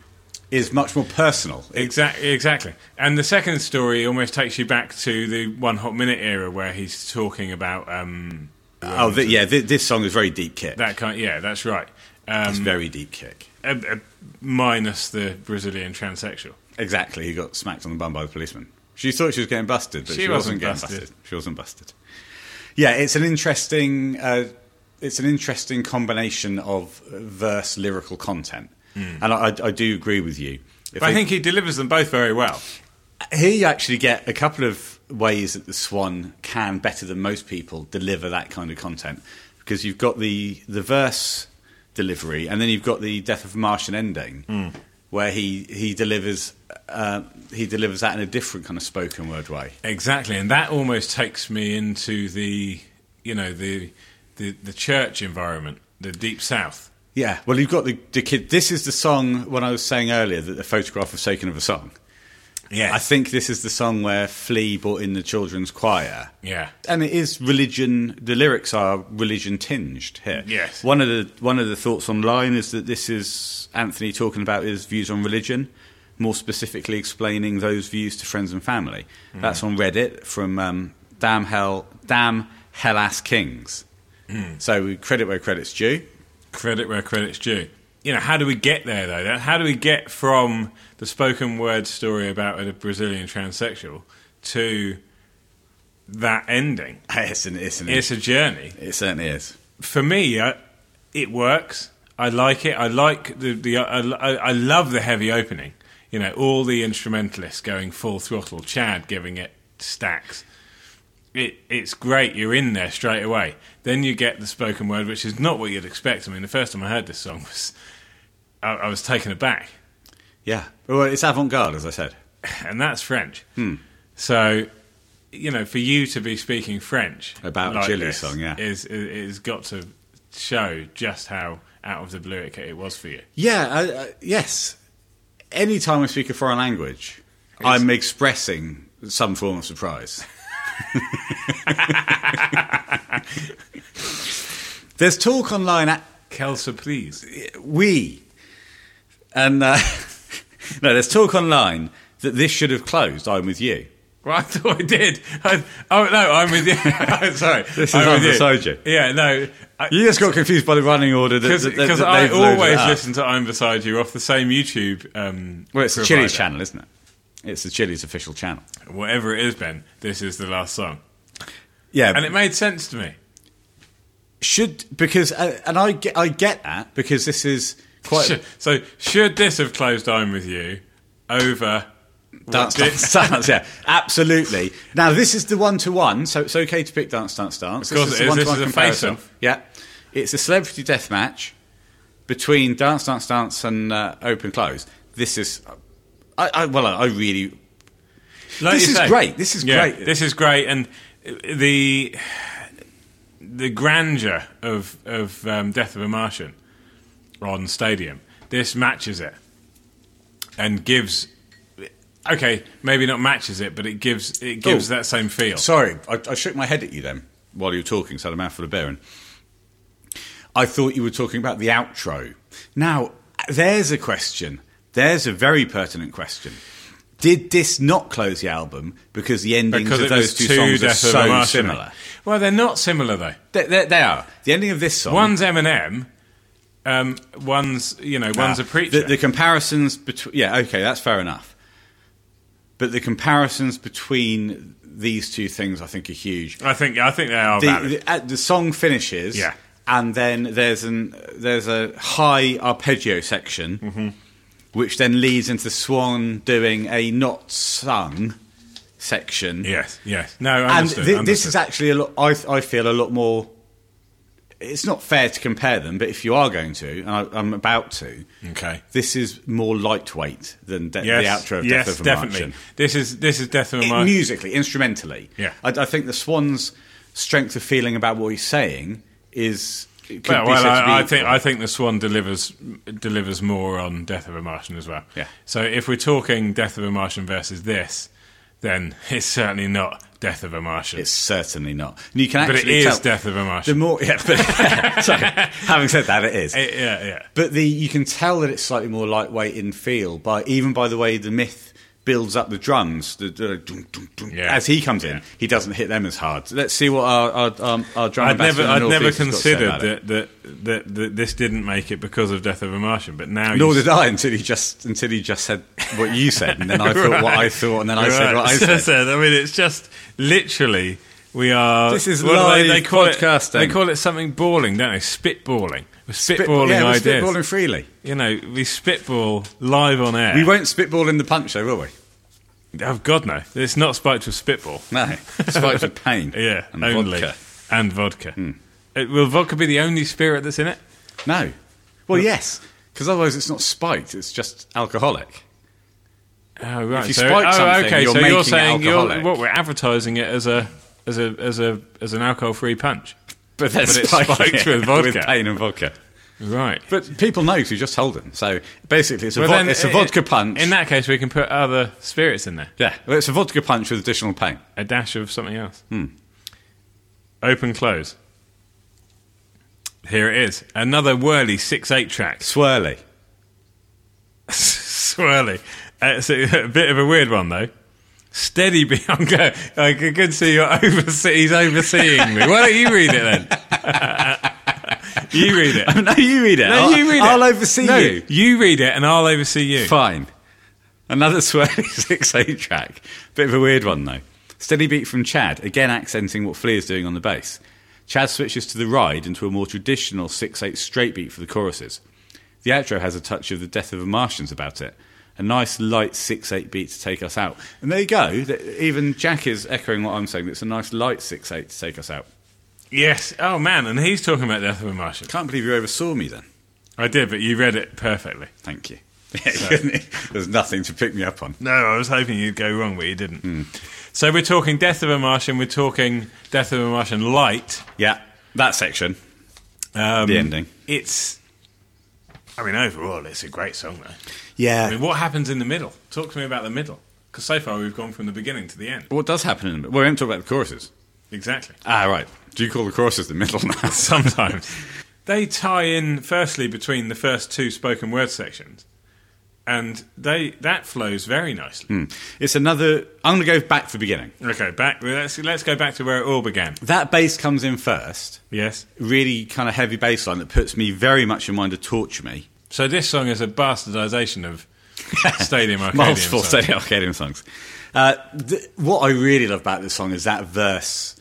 Speaker 1: is much more personal. It-
Speaker 2: exactly, exactly. And the second story almost takes you back to the One Hot Minute era where he's talking about um,
Speaker 1: oh, th yeah. Th- this song is very deep kick.
Speaker 2: that kind. Yeah, that's right.
Speaker 1: it's
Speaker 2: Um,
Speaker 1: very deep kick.
Speaker 2: uh, uh, minus the Brazilian transsexual.
Speaker 1: Exactly. He got smacked on the bum by the policeman. She thought she was getting busted, but she,
Speaker 2: She
Speaker 1: wasn't,
Speaker 2: wasn't
Speaker 1: getting busted.
Speaker 2: busted.
Speaker 1: She wasn't busted. Yeah, it's an interesting. Uh, it's an interesting combination of uh, verse lyrical content, and I, I, I do agree with you. If
Speaker 2: Hmm. But I
Speaker 1: they-
Speaker 2: think he delivers them both very well.
Speaker 1: Here you actually get a couple of ways that the Swan can, better than most people, deliver that kind of content because you've got the the verse delivery, and then you've got the Death of a Martian ending, where he he delivers uh, he delivers that in a different kind of spoken word way.
Speaker 2: Exactly, and that almost takes me into the you know the the, the church environment, the deep south.
Speaker 1: Yeah, well, you've got the, the kid. This is the song when I was saying earlier that the photograph was taken of a song.
Speaker 2: Yeah,
Speaker 1: I think this is the song where Flea brought in the children's choir.
Speaker 2: yeah,
Speaker 1: and it is religion. The lyrics are religion tinged here.
Speaker 2: Yes.
Speaker 1: One of the one of the thoughts online is that this is Anthony talking about his views on religion, more specifically explaining those views to friends and family.
Speaker 2: Mm.
Speaker 1: That's on Reddit from um, damn hell damn hell ass kings.
Speaker 2: Mm.
Speaker 1: So we credit where credit's due.
Speaker 2: credit where credit's due. You know, how do we get there though? That- How do we get from the spoken word story about a Brazilian transsexual to that ending?
Speaker 1: It's an, it's an,
Speaker 2: It's a journey.
Speaker 1: it certainly is.
Speaker 2: for me, I, it works. I like it. I like the the. uh, I, I, I love the heavy opening. You know, all the instrumentalists going full throttle. Chad giving it stacks. It it's great. You're in there straight away. Then you get the spoken word, which is not what you'd expect. I mean, the first time I heard this song was, I, I was taken aback,
Speaker 1: Yeah. Well, it's avant garde, as I said.
Speaker 2: and that's French.
Speaker 1: Hmm.
Speaker 2: So. You know, for you to be speaking French
Speaker 1: About
Speaker 2: like
Speaker 1: Gilly's
Speaker 2: this
Speaker 1: song, yeah.
Speaker 2: is is got to show just how out of the blue it, it was for you.
Speaker 1: Yeah, uh, uh, yes. Anytime I speak a foreign language, I'm expressing some form of surprise. There's talk online at
Speaker 2: Kelsa, please.
Speaker 1: we, and uh, no, there's talk online that this should have closed. I'm with you.
Speaker 2: Well, I thought I did. I, oh no, I'm with you. I'm Sorry,
Speaker 1: This is
Speaker 2: I'm
Speaker 1: on
Speaker 2: with
Speaker 1: the side you.
Speaker 2: Yeah, no,
Speaker 1: You just got confused by the running order that-
Speaker 2: because
Speaker 1: that- that
Speaker 2: I
Speaker 1: they've loaded
Speaker 2: always
Speaker 1: up.
Speaker 2: listen to I'm beside you off the same YouTube. Um,
Speaker 1: Well, it's a
Speaker 2: provider.
Speaker 1: Chili's channel, isn't it? It's the Chili's official channel.
Speaker 2: Whatever it is, Ben, this is the last song.
Speaker 1: Yeah,
Speaker 2: And it made sense to me.
Speaker 1: should because uh, and I get, I get that because this is quite
Speaker 2: Should- so, should this have closed on with you over.
Speaker 1: dance
Speaker 2: what did-
Speaker 1: dance dance. Yeah, absolutely. Now this is the one to one, so it's okay to pick dance dance dance.
Speaker 2: Of course it is. This
Speaker 1: one-to-one
Speaker 2: is a
Speaker 1: comparison.
Speaker 2: face-off.
Speaker 1: Yeah, it's a celebrity death match between dance dance dance and uh, open close. This is, I, I well, I really
Speaker 2: Like
Speaker 1: This
Speaker 2: you
Speaker 1: is
Speaker 2: say.
Speaker 1: great. This is
Speaker 2: Yeah,
Speaker 1: great.
Speaker 2: This is great, and the the grandeur of of um, Death of a Martian on Stadium. This matches it, and gives. Okay, maybe not matches it, but it gives it gives
Speaker 1: Oh.
Speaker 2: that same feel.
Speaker 1: sorry. I, I shook my head at you then while you were talking. So I had a mouthful of beer. And I thought you were talking about the outro. Now there's a question. There's a very pertinent question. Did this not close the album because the endings
Speaker 2: because
Speaker 1: of
Speaker 2: it
Speaker 1: those
Speaker 2: was
Speaker 1: two
Speaker 2: two
Speaker 1: songs are
Speaker 2: Death of a
Speaker 1: so
Speaker 2: Martian.
Speaker 1: similar?
Speaker 2: Well, they're not similar though.
Speaker 1: They, they, they are. The ending of this song. uh,
Speaker 2: One's Eminem, um, one's you know, one's
Speaker 1: Ah,
Speaker 2: a preacher.
Speaker 1: The, the comparisons between. Yeah, okay, that's fair enough. But the comparisons between these two things, I think, are huge.
Speaker 2: I think I think they are
Speaker 1: The,
Speaker 2: valid.
Speaker 1: the, uh, the song finishes,
Speaker 2: Yeah.
Speaker 1: and then there's an there's a high arpeggio section, which then leads into Swan doing a not sung section.
Speaker 2: yes, yes. No,
Speaker 1: and thi-
Speaker 2: understood,
Speaker 1: this
Speaker 2: understood.
Speaker 1: is actually a lot. I, th- I feel a lot more. It's not fair to compare them, but if you are going to, and I, I'm about to,
Speaker 2: Okay.
Speaker 1: this is more lightweight than de-
Speaker 2: Mm. Yes,
Speaker 1: the outro of
Speaker 2: yes,
Speaker 1: Death of a
Speaker 2: definitely.
Speaker 1: Martian.
Speaker 2: This is this is Death of a
Speaker 1: It-
Speaker 2: Martian.
Speaker 1: musically, instrumentally,
Speaker 2: Yeah.
Speaker 1: I, I think the Swan's strength of feeling about what he's saying is. it could
Speaker 2: Well,
Speaker 1: be
Speaker 2: well
Speaker 1: said to be
Speaker 2: I, I think
Speaker 1: equal.
Speaker 2: I think the Swan delivers delivers more on Death of a Martian as well.
Speaker 1: Yeah.
Speaker 2: So if we're talking Death of a Martian versus this, then it's certainly not Death of a Martian.
Speaker 1: it's certainly not. And you can
Speaker 2: but
Speaker 1: actually
Speaker 2: it is
Speaker 1: tell-
Speaker 2: Death of a
Speaker 1: The
Speaker 2: Martian.
Speaker 1: more, yeah, but, sorry, having said that, it is.
Speaker 2: It- yeah, yeah.
Speaker 1: But the you can tell that it's slightly more lightweight in feel by even by the way the myth builds up the drums the, the, dun, dun, dun.
Speaker 2: Yeah.
Speaker 1: as he comes
Speaker 2: Yeah.
Speaker 1: in he doesn't hit them as hard. Let's see what our our, um, our drum.
Speaker 2: I'd
Speaker 1: ambassador
Speaker 2: never,
Speaker 1: in the
Speaker 2: I'd never
Speaker 1: Northeast has got to say
Speaker 2: considered
Speaker 1: about it.
Speaker 2: that, that, that, that this didn't make it because of Death of a Martian, but now
Speaker 1: Nor
Speaker 2: you
Speaker 1: did I until he just until he just said what you said and then I thought what I thought and then I said what I
Speaker 2: So
Speaker 1: said.
Speaker 2: I mean, it's just literally we are.
Speaker 1: This is
Speaker 2: what do
Speaker 1: live
Speaker 2: call it-
Speaker 1: podcasting.
Speaker 2: They call it something balling, don't they? Spitballing. We're
Speaker 1: Spit-
Speaker 2: spitballing
Speaker 1: yeah, we're
Speaker 2: ideas.
Speaker 1: spitballing freely.
Speaker 2: You know, we spitball live on air.
Speaker 1: We won't spitball in the punch though, will we?
Speaker 2: Oh God, no! It's not spiked with spitball.
Speaker 1: No, spikes of pain.
Speaker 2: Yeah,
Speaker 1: and
Speaker 2: only
Speaker 1: vodka. Hmm.
Speaker 2: and vodka. Uh, will vodka be the only spirit that's in it?
Speaker 1: No, well yes, because otherwise it's not spiked. It's just alcoholic.
Speaker 2: Oh right.
Speaker 1: If you
Speaker 2: so,
Speaker 1: spike
Speaker 2: oh,
Speaker 1: something,
Speaker 2: okay.
Speaker 1: you're
Speaker 2: so
Speaker 1: making
Speaker 2: you're
Speaker 1: it
Speaker 2: saying
Speaker 1: alcoholic.
Speaker 2: you're, what we're advertising it as a as a as a as an alcohol-free punch,
Speaker 1: But that's
Speaker 2: But it's spiked with vodka.
Speaker 1: pain and vodka.
Speaker 2: right?
Speaker 1: But people know because you just hold them. So basically, it's a,
Speaker 2: Well,
Speaker 1: vo-
Speaker 2: then,
Speaker 1: it's a
Speaker 2: uh,
Speaker 1: vodka punch.
Speaker 2: In that case, we can put other spirits in there.
Speaker 1: yeah, well, it's a vodka punch with additional pain.
Speaker 2: A dash of something else.
Speaker 1: Hmm.
Speaker 2: Open close. Here it is. Another whirly six eight track.
Speaker 1: Swirly.
Speaker 2: Swirly. Uh, so, a bit of a weird one though. Steady be I'm go. I can can see you're overse- he's overseeing me. Why don't you read it then? you read it.
Speaker 1: no, you read it.
Speaker 2: No,
Speaker 1: I'll,
Speaker 2: you read
Speaker 1: I'll
Speaker 2: it.
Speaker 1: oversee
Speaker 2: No,
Speaker 1: you.
Speaker 2: You read it, and I'll oversee you.
Speaker 1: Fine. Another swirly six eight track. Bit of a weird one though. Steady beat from Chad, again accenting what Flea is doing on the bass. Chad switches to the ride into a more traditional six eight straight beat for the choruses. The outro has a touch of the Death of the Martians about it. A nice light six eight beat to take us out. And there you go. Th- Even Jack is echoing what I'm saying. It's a nice light six eight to take us out.
Speaker 2: Yes. Oh man, and he's talking about Death of a Martian.
Speaker 1: Can't believe you oversaw me then.
Speaker 2: I did, but you read it perfectly.
Speaker 1: Thank you. There's nothing to pick me up on.
Speaker 2: No, I was hoping you'd go wrong, but you didn't. So we're talking Death of a Martian. We're talking Death of a Martian Light.
Speaker 1: Yeah, that section.
Speaker 2: Um,
Speaker 1: The ending.
Speaker 2: It's. I mean, overall, it's a great song, though.
Speaker 1: Yeah.
Speaker 2: I mean, what happens in the middle? Talk to me about the middle, because so far we've gone from the beginning to the end.
Speaker 1: What does happen in the Well, we haven't talked about the choruses.
Speaker 2: Exactly.
Speaker 1: Ah, right. Do you call the choruses the middle now?
Speaker 2: Sometimes they tie in firstly between the first two spoken word sections, and they that flows very nicely.
Speaker 1: Hmm. it's another. I'm going to go back to the beginning.
Speaker 2: Okay, back. Let's let's go back to where it all began.
Speaker 1: That bass comes in first.
Speaker 2: Yes.
Speaker 1: Really kind of heavy bass line that puts me very much in mind of Torture Me.
Speaker 2: So this song is a bastardization of Stadium Arcadium.
Speaker 1: Multiple
Speaker 2: song.
Speaker 1: Stadium Arcadium songs. Uh, th- what I really love about this song is that verse,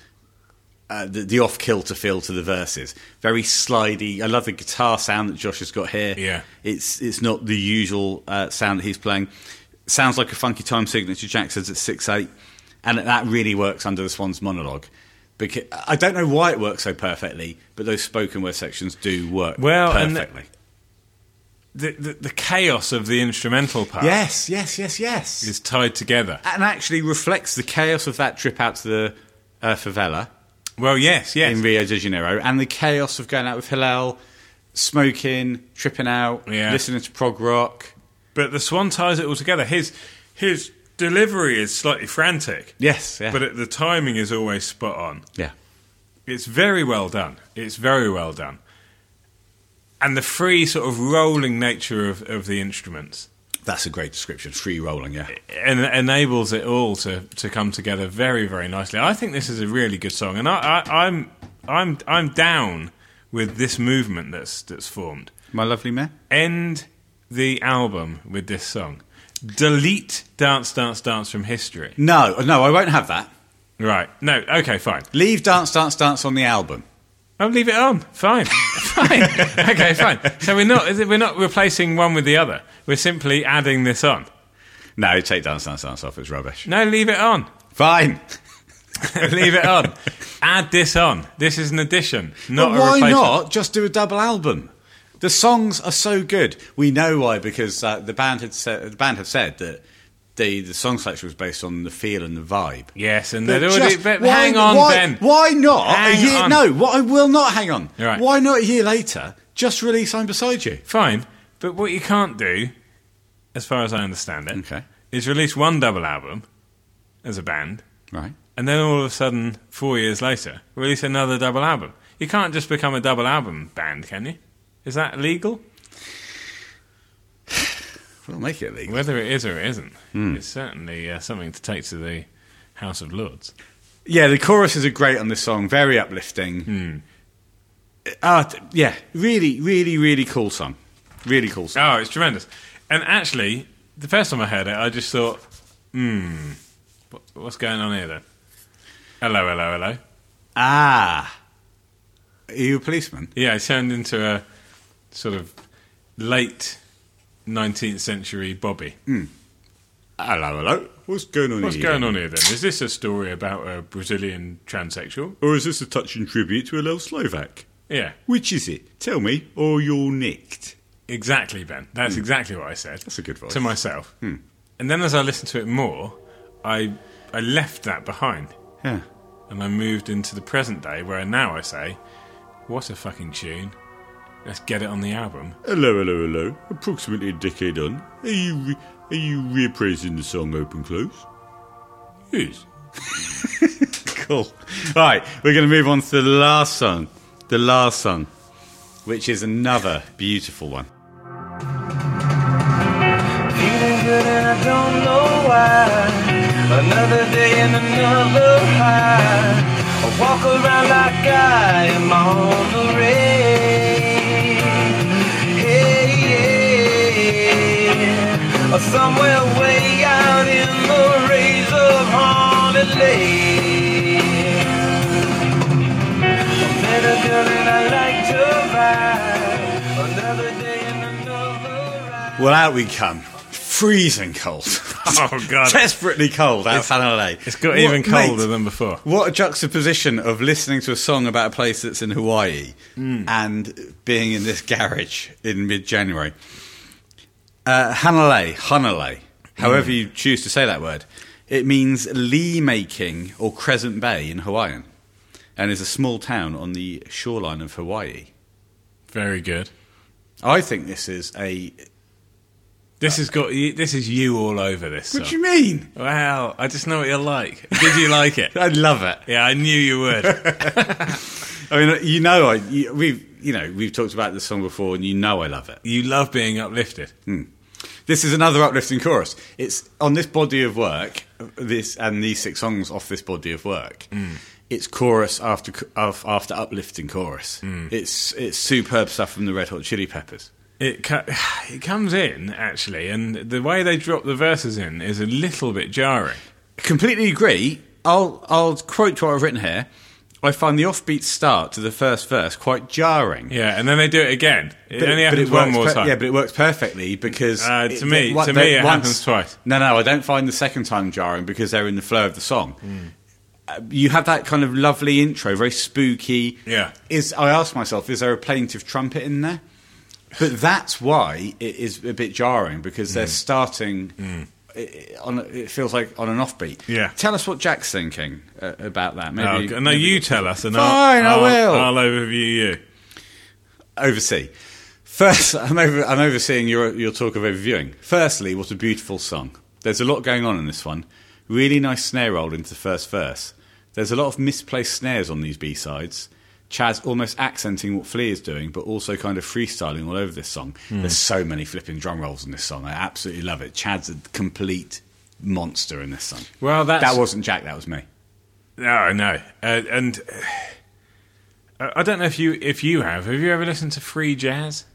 Speaker 1: uh, the, the off kilter feel to the verses. Very slidey. I love the guitar sound that Josh has got here.
Speaker 2: Yeah.
Speaker 1: It's, it's not the usual uh, sound that he's playing. Sounds like a funky time signature, Jack says at 6 8. And that really works under the Swans monologue. Because I don't know why it works so perfectly, but those spoken word sections do work
Speaker 2: Well, and the-
Speaker 1: perfectly.
Speaker 2: The, the, the chaos of the instrumental part
Speaker 1: yes, yes, yes, yes.
Speaker 2: uh, is tied together.
Speaker 1: and actually reflects the chaos of that trip out to the uh, favela
Speaker 2: Well, yes, yes.
Speaker 1: in Rio de Janeiro and the chaos of going out with Hillel, smoking, tripping out,
Speaker 2: Yeah.
Speaker 1: listening to prog rock.
Speaker 2: But the Swan ties it all together. His his delivery is slightly frantic,
Speaker 1: Yes, yeah.
Speaker 2: but it, the timing is always spot on.
Speaker 1: yeah.
Speaker 2: It's very well done. It's very well done. And the free sort of rolling nature of, of the instruments
Speaker 1: That's a great description. Free rolling, yeah.
Speaker 2: en- enables it all to, to come together very very nicely. I think this is a really good song, and I, I, I'm I'm I'm down with this movement that's that's formed.
Speaker 1: My lovely man.
Speaker 2: end the album with this song. Delete Dance Dance Dance from history.
Speaker 1: No, no, I won't have that.
Speaker 2: Right. No, okay, fine.
Speaker 1: Leave Dance Dance Dance on the album.
Speaker 2: I'll leave it on. Fine. fine. Okay, fine. So we're not is it- we're not replacing one with the other. We're simply adding this on.
Speaker 1: No, take Dance Dance Dance off. It's rubbish.
Speaker 2: No, leave it on.
Speaker 1: Fine.
Speaker 2: leave it on. Add this on. This is an addition, not
Speaker 1: but
Speaker 2: a
Speaker 1: why
Speaker 2: replacement.
Speaker 1: not just do a double album? The songs are so good. We know why because uh, the band had said the band have said that the the song selection was based on the feel and the vibe.
Speaker 2: Yes, and
Speaker 1: But
Speaker 2: they'd already
Speaker 1: just-
Speaker 2: but
Speaker 1: why-
Speaker 2: hang on
Speaker 1: why,
Speaker 2: Ben.
Speaker 1: Why not?
Speaker 2: Hang
Speaker 1: a year,
Speaker 2: on.
Speaker 1: No, what I will not hang on.
Speaker 2: You're right.
Speaker 1: Why not a year later? Just release "I'm Beside You."
Speaker 2: Fine. But what you can't do, as far as I understand it, is
Speaker 1: Okay.
Speaker 2: release one double album as a band
Speaker 1: Right.
Speaker 2: and then all of a sudden, four years later, release another double album. You can't just become a double album band, can you? Is that legal?
Speaker 1: We'll make it legal.
Speaker 2: Whether it is or it isn't, it's certainly uh, something to take to the House of Lords.
Speaker 1: Yeah, the choruses are great on this song. Very uplifting. Uh, t- yeah, really, really, really cool song. Really cool song.
Speaker 2: Oh, it's tremendous. And actually, the first time I heard it, I just thought, hmm, what, what's going on here then? Hello, hello, hello.
Speaker 1: Ah, are you a policeman?
Speaker 2: Yeah, it turned into a sort of late 19th century Bobby.
Speaker 1: Hello, hello. What's going on
Speaker 2: What's
Speaker 1: here?
Speaker 2: going on here then? Is this a story about a Brazilian transsexual?
Speaker 1: Or is this a touching tribute to a little Slovak?
Speaker 2: Yeah,
Speaker 1: Which is it? Tell me, or you're nicked.
Speaker 2: exactly, Ben. That's exactly what I said.
Speaker 1: Hmm. That's a good voice. Hmm.
Speaker 2: To myself. And then as I listened to it more, I, I left that behind
Speaker 1: Yeah.
Speaker 2: and I moved into the present day where now I say, what a fucking tune. Let's get it on the album.
Speaker 1: Hello, hello, hello. Approximately a decade on. Are you re- are you reappraising the song Open Close?
Speaker 2: Yes.
Speaker 1: Cool. All right, we're going to move on to the last song. The last song, which is another beautiful one.
Speaker 3: Feeling good and I don't know why. Another day and another high. I walk around like I am on the rain. Hey, yeah. Or somewhere way out in the rays of haunted lake. I met a girl and I liked her right. Another day and another ride.
Speaker 1: Well, out we come. Freezing cold.
Speaker 2: Oh, God.
Speaker 1: Desperately cold outside LA.
Speaker 2: It's got
Speaker 1: What-
Speaker 2: even colder
Speaker 1: mate,
Speaker 2: than before.
Speaker 1: What a juxtaposition of listening to a song about a place that's in Hawaii
Speaker 2: Hmm.
Speaker 1: and being in this garage in mid January. Uh, Hanalei, Hanalei,
Speaker 2: Hmm.
Speaker 1: however you choose to say that word, it means lee making or Crescent Bay in Hawaiian and is a small town on the shoreline of Hawaii.
Speaker 2: Very good.
Speaker 1: I think this is a.
Speaker 2: This has got you, this is you all over this.
Speaker 1: What
Speaker 2: song.
Speaker 1: do you mean?
Speaker 2: Wow, I just know what you're like. Did you like it?
Speaker 1: I love it.
Speaker 2: Yeah, I knew you would.
Speaker 1: I mean, you know, I you- we've you know we've talked about this song before, and you know I love it.
Speaker 2: You love being uplifted.
Speaker 1: This is another uplifting chorus. It's on this body of work, this and these six songs off this body of work. It's chorus after of- after uplifting chorus. It's it's superb stuff from the Red Hot Chili Peppers.
Speaker 2: It co- it comes in actually, and the way they drop the verses in is a little bit jarring.
Speaker 1: completely agree. I'll I'll quote what I've written here. I find the offbeat start to the first verse quite jarring.
Speaker 2: Yeah, and then they do it again. It only happens one
Speaker 1: works
Speaker 2: more
Speaker 1: per-
Speaker 2: time.
Speaker 1: Yeah, but it works perfectly because
Speaker 2: Uh, to me-
Speaker 1: they-
Speaker 2: to me it happens twice.
Speaker 1: No, no, I don't find the second time jarring because they're in the flow of the song.
Speaker 2: Mm.
Speaker 1: Uh, You have that kind of lovely intro, very spooky.
Speaker 2: Yeah.
Speaker 1: Is I asked myself, is there a plaintive trumpet in there? But that's why it is a bit jarring because
Speaker 2: Mm.
Speaker 1: they're starting. i- i- On a, it feels like on an offbeat.
Speaker 2: Yeah.
Speaker 1: Tell us what Jack's thinking uh, about that. Maybe,
Speaker 2: Oh, g- no,
Speaker 1: maybe-
Speaker 2: you tell us, and
Speaker 1: Fine, I
Speaker 2: I'll,
Speaker 1: will.
Speaker 2: I'll overview you.
Speaker 1: oversee. First, I'm, over, I'm overseeing your, your talk of overviewing. Firstly, what a beautiful song. There's a lot going on in this one. Really nice snare roll into the first verse. There's a lot of misplaced snares on these B-sides. Chaz almost accenting what Flea is doing, but also kind of freestyling all over this song.
Speaker 2: Hmm.
Speaker 1: There's so many flipping drum rolls in this song. I absolutely love it. Chad's a complete monster in this song.
Speaker 2: Well, that's-
Speaker 1: that wasn't Jack. That was me.
Speaker 2: No, no, uh, and uh, I don't know if you if you have. Have you ever listened to free jazz?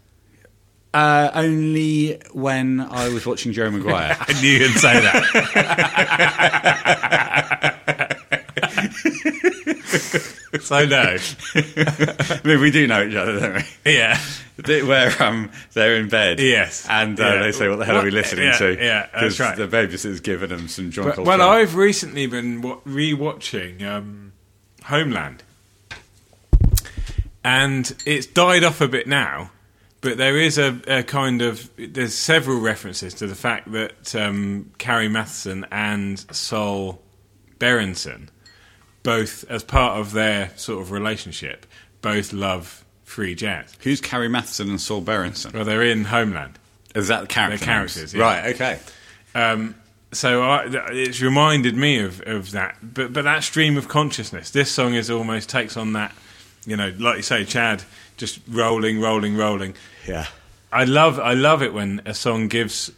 Speaker 1: Uh, only when I was watching Joe Maguire.
Speaker 2: I knew you'd say that. so no,
Speaker 1: I mean, we do know each other, don't we?
Speaker 2: yeah,
Speaker 1: They- where um, they're in bed.
Speaker 2: Yes.
Speaker 1: And uh,
Speaker 2: Yeah.
Speaker 1: they say, what the hell are we
Speaker 2: What-
Speaker 1: listening
Speaker 2: yeah,
Speaker 1: to?
Speaker 2: yeah, that's
Speaker 1: Because
Speaker 2: right.
Speaker 1: the babysitter's given them some John
Speaker 2: But-
Speaker 1: Coltrane.
Speaker 2: well, I've recently been wa- rewatching um, Homeland, and it's died off a bit now. But there is a, a kind of there's several references to the fact that um, Carrie Matheson and Sol Berenson, both as part of their sort of relationship, both love free jazz.
Speaker 1: Who's Carrie Matheson and Saul Berenson?
Speaker 2: Well, they're in Homeland.
Speaker 1: Is that the character
Speaker 2: They're
Speaker 1: names?
Speaker 2: characters, yeah.
Speaker 1: Right, okay.
Speaker 2: Um, so I, th- it's reminded me of, of that, but but that stream of consciousness. This song is almost takes on that, you know, like you say, Chad, just rolling, rolling, rolling.
Speaker 1: Yeah.
Speaker 2: I love I love it when a song gives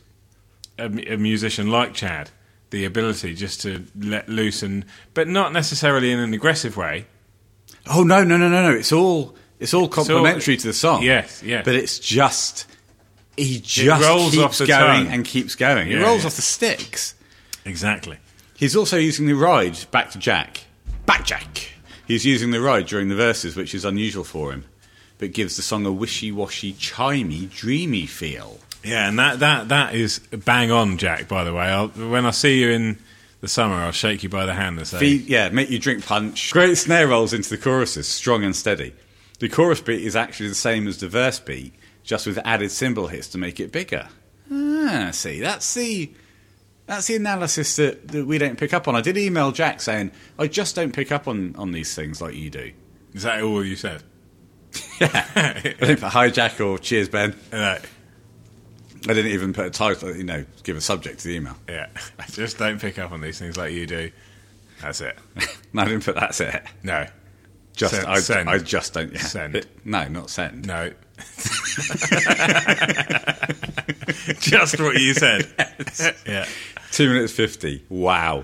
Speaker 2: a, mu- a musician like Chad the ability just to let loose and, but not necessarily in an aggressive way.
Speaker 1: Oh, no, no, no, no, no. It's all, it's all complimentary to the song.
Speaker 2: Yes, yeah.
Speaker 1: But it's just, he just
Speaker 2: rolls
Speaker 1: keeps
Speaker 2: off the
Speaker 1: going
Speaker 2: tongue.
Speaker 1: and keeps going.
Speaker 2: Yeah,
Speaker 1: it rolls
Speaker 2: yeah.
Speaker 1: off the sticks.
Speaker 2: Exactly.
Speaker 1: He's also using the ride back to Jack. Back Jack! He's using the ride during the verses, which is unusual for him, but gives the song a wishy washy, chimey, dreamy feel.
Speaker 2: Yeah, and that, that, that is bang on, Jack. By the way, I'll, when I see you in the summer, I'll shake you by the hand and say,
Speaker 1: Be- yeah, make you drink punch. Great snare rolls into the choruses, strong and steady. The chorus beat is actually the same as the verse beat, just with added cymbal hits to make it bigger. Ah, see, that's the that's the analysis that, that we don't pick up on. I did email Jack saying, I just don't pick up on, on these things like you do.
Speaker 2: "Is that all you said?"
Speaker 1: I didn't put hi Jack or cheers Ben.
Speaker 2: No,
Speaker 1: I didn't even put a title, you know, give a subject to the email.
Speaker 2: yeah. Just don't pick up on these things like you do. That's it.
Speaker 1: No, I didn't put that's it.
Speaker 2: No.
Speaker 1: Just
Speaker 2: Send-
Speaker 1: I,
Speaker 2: send.
Speaker 1: I just don't yeah.
Speaker 2: Send.
Speaker 1: It- no, not send.
Speaker 2: No. Just what you said. yeah.
Speaker 1: Two minutes fifty. Wow,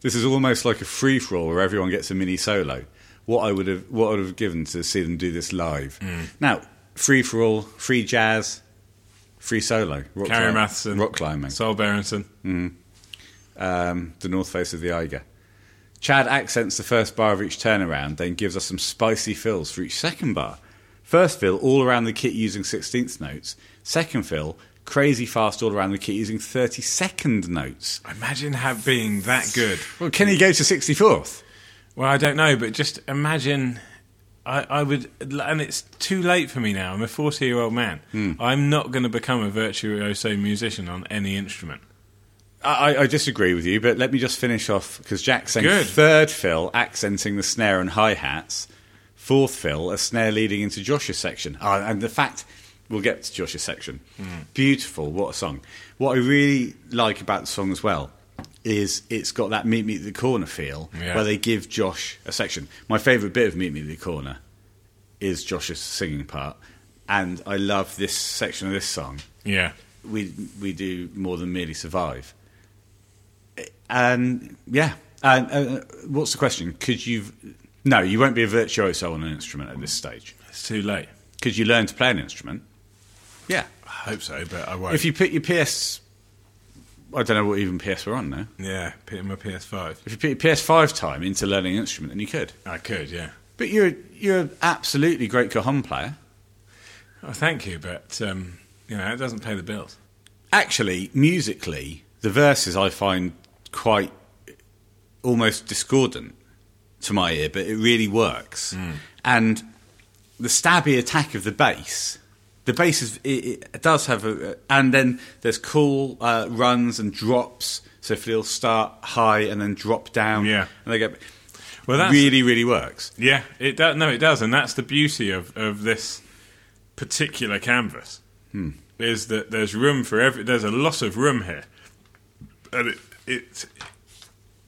Speaker 1: this is almost like a free for all where everyone gets a mini solo. What I would have, what I would have given to see them do this live. Now, free for all, free jazz, free solo. Rock
Speaker 2: Carrie
Speaker 1: climb-
Speaker 2: Matheson.
Speaker 1: rock climbing.
Speaker 2: Sol Berenson.
Speaker 1: um, the north face of the Eiger. Chad accents the first bar of each turnaround, then gives us some spicy fills for each second bar. First fill, all around the kit using 16th notes. Second fill, crazy fast all around the kit using 32nd notes.
Speaker 2: Imagine how being that good.
Speaker 1: Well, can he go to 64th?
Speaker 2: Well, I don't know, but just imagine. I, I would, and it's too late for me now. I'm a 40 year old man. I'm not going to become a virtuoso musician on any instrument.
Speaker 1: I, I- I disagree with you, but let me just finish off because Jack's saying
Speaker 2: Good.
Speaker 1: third fill, accenting the snare and hi hats. Fourth fill, a snare leading into Josh's section. Ah, and the fact we'll get to Josh's section.
Speaker 2: Hmm.
Speaker 1: Beautiful, what a song. What I really like about the song as well is it's got that Meet Me at the Corner feel
Speaker 2: Yeah.
Speaker 1: where they give Josh a section. My favourite bit of Meet Me at the Corner is Josh's singing part, and I love this section of this song
Speaker 2: Yeah.
Speaker 1: we we do more than merely survive. And yeah, and uh, what's the question? Could you? No, you won't be a virtuoso on an instrument at this stage.
Speaker 2: It's too late.
Speaker 1: Could you learn to play an instrument? Yeah.
Speaker 2: I hope so, but I won't.
Speaker 1: If you put your PS, I don't know what even PS we're on now.
Speaker 2: yeah, put my PS5.
Speaker 1: If you put your PS5 time into learning an instrument, then you could.
Speaker 2: I could, yeah.
Speaker 1: But you're you're an absolutely great cajon player.
Speaker 2: Oh, thank you, but um, you know it doesn't pay the bills.
Speaker 1: Actually, musically, the verses I find quite almost discordant to my ear, but it really works.
Speaker 2: Hmm.
Speaker 1: And the stabby attack of the bass, the bass is, it, it does have a. And then there's cool uh, runs and drops. So if it'll start high and then drop down,
Speaker 2: Yeah.
Speaker 1: and they go.
Speaker 2: Well, that's-
Speaker 1: really, really works.
Speaker 2: Yeah, it does. No, it does, and that's the beauty of, of this particular canvas. Is that there's room for every? There's a lot of room here, and it, it's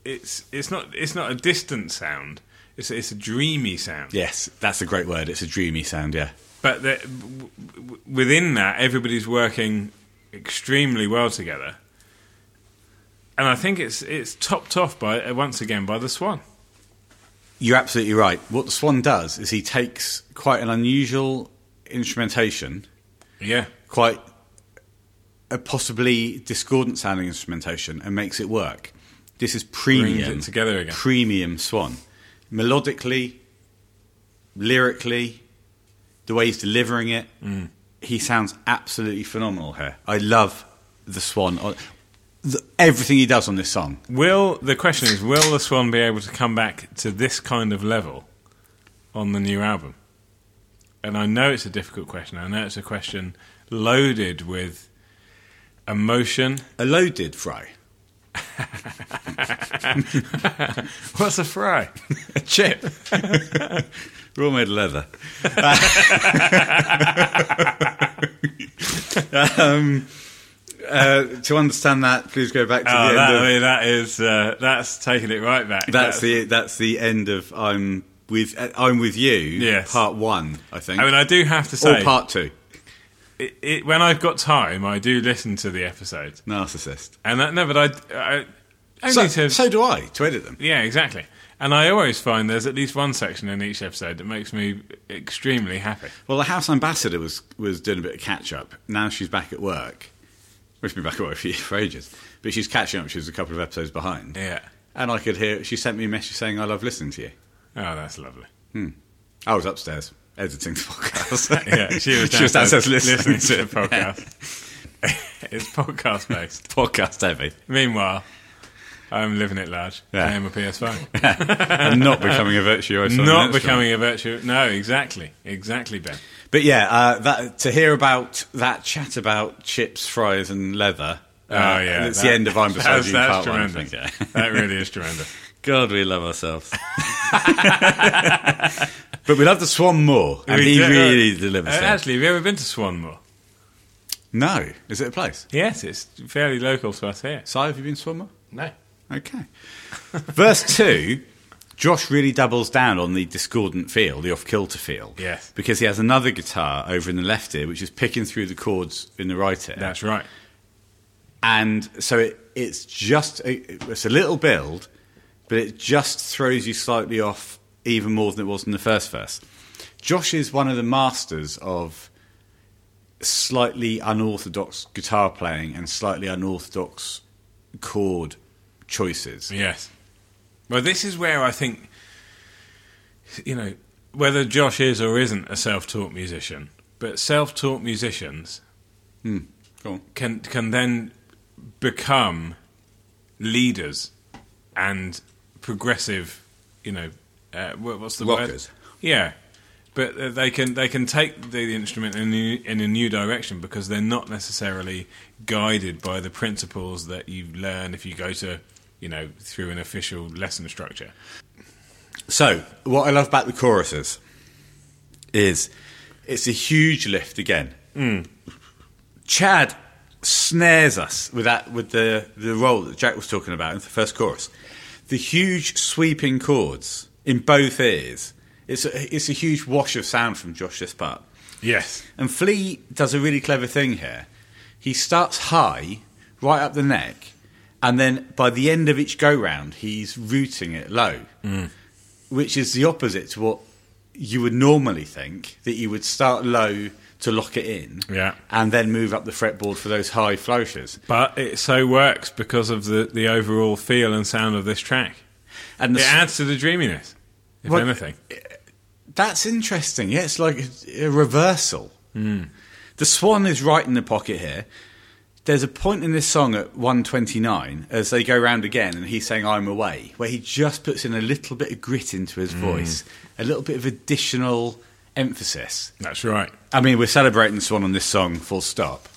Speaker 2: it's it's not it's not a distant sound. It's it's a dreamy sound.
Speaker 1: Yes, that's a great word. It's a dreamy sound. Yeah,
Speaker 2: But the, w- w- within that, everybody's working extremely well together, and I think it's it's topped off by once again by the Swan.
Speaker 1: You're absolutely right. What the Swan does is he takes quite an unusual instrumentation,
Speaker 2: Yeah,
Speaker 1: quite a possibly discordant sounding instrumentation, and makes it work. This is premium.
Speaker 2: it together again.
Speaker 1: Premium Swan. Melodically, lyrically, the way he's delivering it,
Speaker 2: Mm.
Speaker 1: he sounds absolutely phenomenal here. I love the Swan. on- the- everything he does on this song.
Speaker 2: Will the question is will the Swan be able to come back to this kind of level on the new album? And I know it's a difficult question. I know it's a question loaded with emotion.
Speaker 1: A loaded fry.
Speaker 2: What's a fry?
Speaker 1: A chip. We're all made of leather. um, uh, to understand that, please go back to
Speaker 2: Oh,
Speaker 1: the
Speaker 2: that,
Speaker 1: end. Of,
Speaker 2: I mean, that is uh, that's taking it right back.
Speaker 1: that's the that's the end of I'm with uh, I'm with you.
Speaker 2: Yes.
Speaker 1: part one, I think.
Speaker 2: I mean, I do have to
Speaker 1: or
Speaker 2: say,
Speaker 1: part two.
Speaker 2: it, it, when I've got time, I do listen to the episodes.
Speaker 1: Narcissist.
Speaker 2: And that, no, but I, I only
Speaker 1: So,
Speaker 2: to
Speaker 1: so do I to edit them.
Speaker 2: Yeah, exactly. And I always find there's at least one section in each episode that makes me extremely happy.
Speaker 1: Well, the house ambassador was was doing a bit of catch up. Now she's back at work. Well, she's been back at work for, for ages, but she's catching up. She was a couple of episodes behind.
Speaker 2: Yeah.
Speaker 1: And I could hear she sent me a message saying, "I love listening to you."
Speaker 2: Oh, that's lovely.
Speaker 1: I was upstairs editing the podcast.
Speaker 2: Yeah, she was,
Speaker 1: she was downstairs listening,
Speaker 2: to the
Speaker 1: to the
Speaker 2: podcast. it's podcast based.
Speaker 1: podcast heavy
Speaker 2: Meanwhile, I'm living it large.
Speaker 1: Yeah.
Speaker 2: I am a PS5.
Speaker 1: and not becoming a virtuoso. on an
Speaker 2: Not
Speaker 1: instrument.
Speaker 2: becoming a virtue. No, exactly. Exactly, Ben.
Speaker 1: But yeah, uh, that, to hear about that chat about chips, fries, and leather.
Speaker 2: Oh, yeah.
Speaker 1: Uh, it's
Speaker 2: that-
Speaker 1: the end of I'm beside
Speaker 2: that's-
Speaker 1: you,
Speaker 2: that's
Speaker 1: part one. I
Speaker 2: tremendous.
Speaker 1: think, yeah.
Speaker 2: that really is tremendous.
Speaker 1: God, we love ourselves. but we love the Swan more, and
Speaker 2: We
Speaker 1: he
Speaker 2: do-
Speaker 1: really delivers.
Speaker 2: Uh,
Speaker 1: there.
Speaker 2: actually, have you ever been to Swanmore?
Speaker 1: no, is it a place?
Speaker 2: Yes, it's fairly local to us here.
Speaker 1: Si, have you been to Swanmore?
Speaker 4: No.
Speaker 1: Okay. Verse 2, Josh really doubles down on the discordant feel, the off kilter feel.
Speaker 2: Yes.
Speaker 1: Because he has another guitar over in the left ear, which is picking through the chords in the right ear.
Speaker 2: That's right.
Speaker 1: And so it, it's just, a, it's a little build, but it just throws you slightly off even more than it was in the first verse. Josh is one of the masters of slightly unorthodox guitar playing and slightly unorthodox chord choices.
Speaker 2: Yes. Well, this is where I think, you know, whether Josh is or isn't a self-taught musician, but self-taught musicians
Speaker 1: Go on.
Speaker 2: can can then become leaders and progressive. You know, uh, what, what's the
Speaker 1: Rockers.
Speaker 2: word? Yeah, but uh, they can they can take the instrument in a, new, in a new direction because they're not necessarily guided by the principles that you learn if you go to you know through an official lesson structure.
Speaker 1: So, what I love about the choruses is it's a huge lift again. Chad snares us with that with the the role that Jack was talking about in the first chorus. The huge sweeping chords in both ears. It's a, it's a huge wash of sound from Josh this part.
Speaker 2: Yes.
Speaker 1: And Flea does a really clever thing here. He starts high, right up the neck, and then by the end of each go round, he's rooting it low, which is the opposite to what you would normally think that you would start low to lock it in,
Speaker 2: Yeah.
Speaker 1: and then move up the fretboard for those high flourishes.
Speaker 2: But it so works because of the, the overall feel and sound of this track.
Speaker 1: And the,
Speaker 2: It
Speaker 1: s-
Speaker 2: adds to the dreaminess, if
Speaker 1: Well,
Speaker 2: anything.
Speaker 1: that's interesting. Yeah, it's like a reversal.
Speaker 2: Hmm.
Speaker 1: The swan is right in the pocket here. There's a point in this song at 129 as they go round again and he's saying, I'm away, where he just puts in a little bit of grit into
Speaker 2: Hmm.
Speaker 1: his voice, a little bit of additional emphasis.
Speaker 2: That's right.
Speaker 1: I mean, we're celebrating the swan on this song, full stop.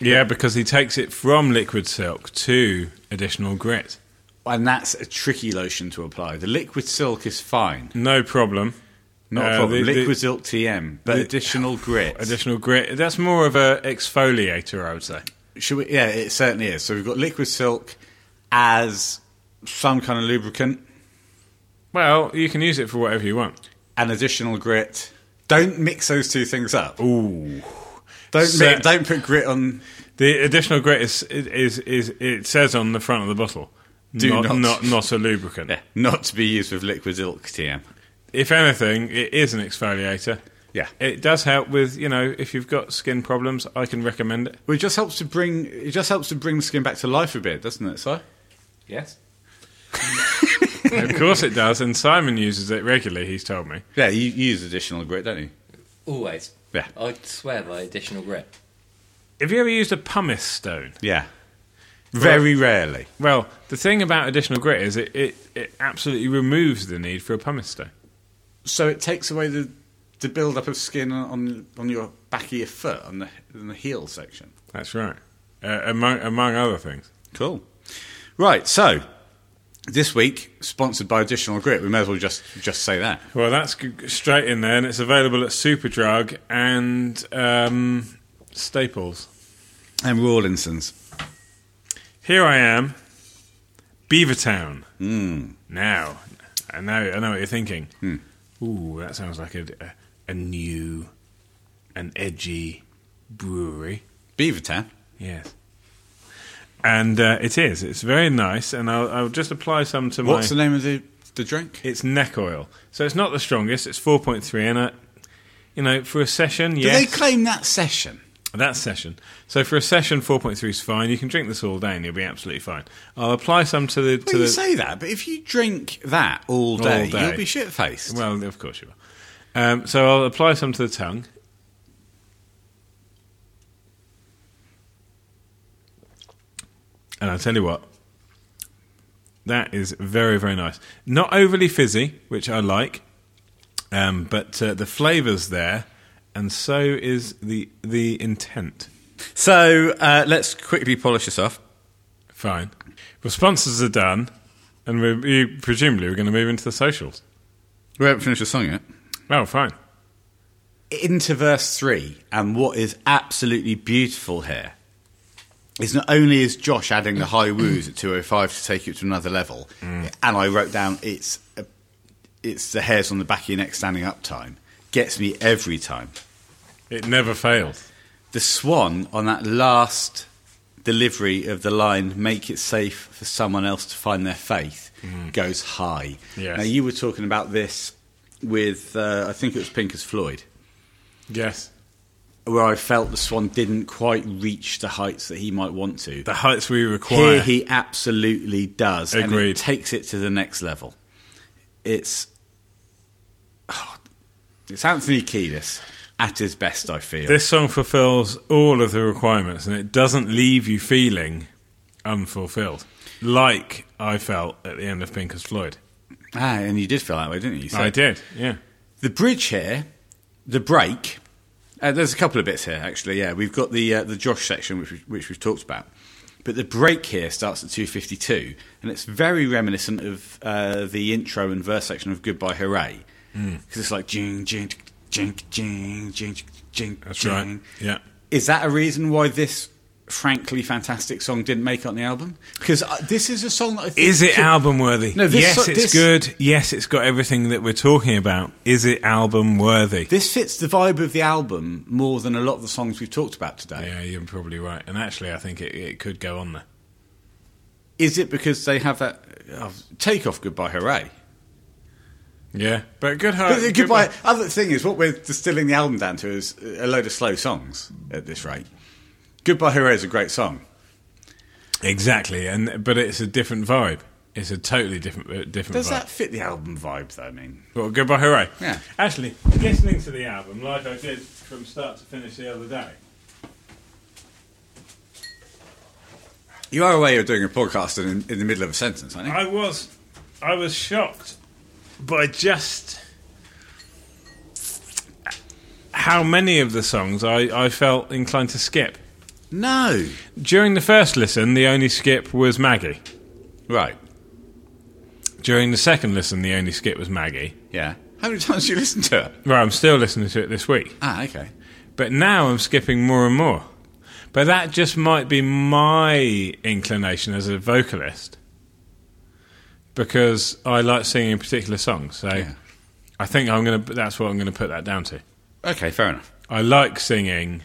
Speaker 2: Yeah, because he takes it from liquid silk to additional grit.
Speaker 1: And that's a tricky lotion to apply. The liquid silk is fine,
Speaker 2: No problem.
Speaker 1: not
Speaker 2: Uh,
Speaker 1: a problem.
Speaker 2: the- the-
Speaker 1: liquid silk TM, but
Speaker 2: the-
Speaker 1: additional grit.
Speaker 2: Additional grit. That's more of a exfoliator, I would say.
Speaker 1: Should we? Yeah, it certainly is. So we've got liquid silk as some kind of lubricant,
Speaker 2: Well, you can use it for whatever you want.
Speaker 1: and additional grit. Don't mix those two things up.
Speaker 2: Ooh.
Speaker 1: Don't
Speaker 2: So-
Speaker 1: mi- don't put grit on.
Speaker 2: The additional grit is is, is it says on the front of the bottle.
Speaker 1: Do
Speaker 2: not,
Speaker 1: not.
Speaker 2: not not a lubricant.
Speaker 1: Not to be used with liquid silk TM.
Speaker 2: If anything, it is an exfoliator.
Speaker 1: Yeah.
Speaker 2: It does help with, you know, if you've got skin problems, I can recommend it.
Speaker 1: Well, it just helps to bring it just helps to bring the skin back to life a bit, doesn't it, Si?
Speaker 4: Yes.
Speaker 2: of course it does, and Simon uses it regularly, he's told me.
Speaker 1: Yeah, you, you use additional grit, don't you?
Speaker 4: Always.
Speaker 1: Yeah.
Speaker 4: I swear by additional grit.
Speaker 2: Have you ever used a pumice stone?
Speaker 1: Yeah. Very rarely.
Speaker 2: Well, the thing about additional grit is it, it, it absolutely removes the need for a pumice stone.
Speaker 1: So it takes away the the build up of skin on on your back of your foot on the, on the heel section.
Speaker 2: That's right. Uh, among, among other things.
Speaker 1: Cool. Right, so this week, sponsored by Additional Grit, we may as well just just say that.
Speaker 2: Well, that's g- straight in there, and it's available at Superdrug and um, Staples.
Speaker 1: And Rawlinson's.
Speaker 2: Here I am, Beavertown. Mm. Now, I know, I know what you're thinking. Ooh, that sounds like a, a, a new, an edgy brewery.
Speaker 1: Beavertown.
Speaker 2: Yes. And uh, it is. It's very nice, and I'll, I'll just apply some to
Speaker 1: What's
Speaker 2: my.
Speaker 1: the name of the, the drink?
Speaker 2: it's neck oil, so it's not the strongest. It's four point three, and I, you know, for a session,
Speaker 1: Do
Speaker 2: yes,
Speaker 1: they claim that session?
Speaker 2: that session. So for a session, four point three is fine. You can drink this all day, and you'll be absolutely fine. I'll apply some to the.
Speaker 1: Well,
Speaker 2: to
Speaker 1: you
Speaker 2: the,
Speaker 1: say that, but if you drink that all day,
Speaker 2: All day.
Speaker 1: you'll be shit faced.
Speaker 2: Well, of course you will. Um, so I'll apply some to the tongue. And I'll tell you what, that is very, very nice. Not overly fizzy, which I like, um, but uh, the flavour's there, and so is the the intent.
Speaker 1: so uh, let's quickly polish this off.
Speaker 2: Fine. Well, sponsors are done, and we're, you, presumably we're going to move into the socials.
Speaker 1: We haven't finished the song yet.
Speaker 2: Oh, fine.
Speaker 1: into verse 3 and what is absolutely beautiful here is not only is Josh adding the high woos at 205 to take it to another level and I wrote down it's a, it's the hairs on the back of your neck standing up time gets me every time
Speaker 2: It never fails.
Speaker 1: the swan on that last delivery of the line make it safe for someone else to find their faith goes high
Speaker 2: Yes.
Speaker 1: now you were talking about this with uh, I think it was Pink as Floyd
Speaker 2: Yes.
Speaker 1: where I felt the Swan didn't quite reach the heights that he might want to.
Speaker 2: the heights we require.
Speaker 1: Here he absolutely does. and it
Speaker 2: Agreed.
Speaker 1: takes it to the next level. It's oh, it's Anthony Kiedis at his best. I feel
Speaker 2: this song fulfills all of the requirements, and it doesn't leave you feeling unfulfilled, like I felt at the end of Pink as Floyd.
Speaker 1: ah, and you did feel that way, didn't you? So-
Speaker 2: I did, yeah.
Speaker 1: The bridge here, the break. Uh, there's a couple of bits here, actually. Yeah, we've got the uh, the Josh section, which we, which we've talked about, but the break here starts at 2:52, and it's very reminiscent of uh, the intro and verse section of Goodbye Hooray, because
Speaker 2: Hmm.
Speaker 1: it's like jing jing jing jing jing jing.
Speaker 2: That's
Speaker 1: jing.
Speaker 2: right. Yeah.
Speaker 1: Is that a reason why this? Frankly, fantastic song didn't make it on the album because uh, this is a song that I think
Speaker 2: Is it
Speaker 1: could-
Speaker 2: album worthy?
Speaker 1: No, this
Speaker 2: yes,
Speaker 1: so-
Speaker 2: it's
Speaker 1: this-
Speaker 2: good. Yes, it's got everything that we're talking about. Is it album worthy?
Speaker 1: This fits the vibe of the album more than a lot of the songs we've talked about today.
Speaker 2: Yeah, you're probably right. And actually, I think it, it could go on there.
Speaker 1: Is it because they have that oh, take off goodbye hooray?
Speaker 2: Yeah, but good
Speaker 1: But
Speaker 2: heart.
Speaker 1: the Oh, goodbye. Other thing is, what we're distilling the album down to is a load of slow songs at this rate. Goodbye Hero is a great song.
Speaker 2: Exactly, and but it's a different vibe. It's a totally different uh, different
Speaker 1: Does
Speaker 2: vibe.
Speaker 1: that fit the album vibe, though? I mean,
Speaker 2: Well, goodbye, hooray!
Speaker 1: Yeah.
Speaker 2: Actually, listening to the album like I did from start to finish the other day.
Speaker 1: you are aware you're doing a podcast in, in the middle of a sentence, aren't you?
Speaker 2: I was, I was shocked by just how many of the songs I, I felt inclined to skip.
Speaker 1: no.
Speaker 2: During the first listen, the only skip was Maggie.
Speaker 1: Right.
Speaker 2: During the second listen, the only skip was Maggie.
Speaker 1: Yeah. How many times do you listen to it?
Speaker 2: Right, I'm still listening to it this week,
Speaker 1: Ah, okay.
Speaker 2: but now I'm skipping more and more. But that just might be my inclination as a vocalist because I like singing a particular song. So
Speaker 1: Yeah.
Speaker 2: I think I'm gonna. That's what I'm gonna put that down to.
Speaker 1: Okay, fair enough.
Speaker 2: I like singing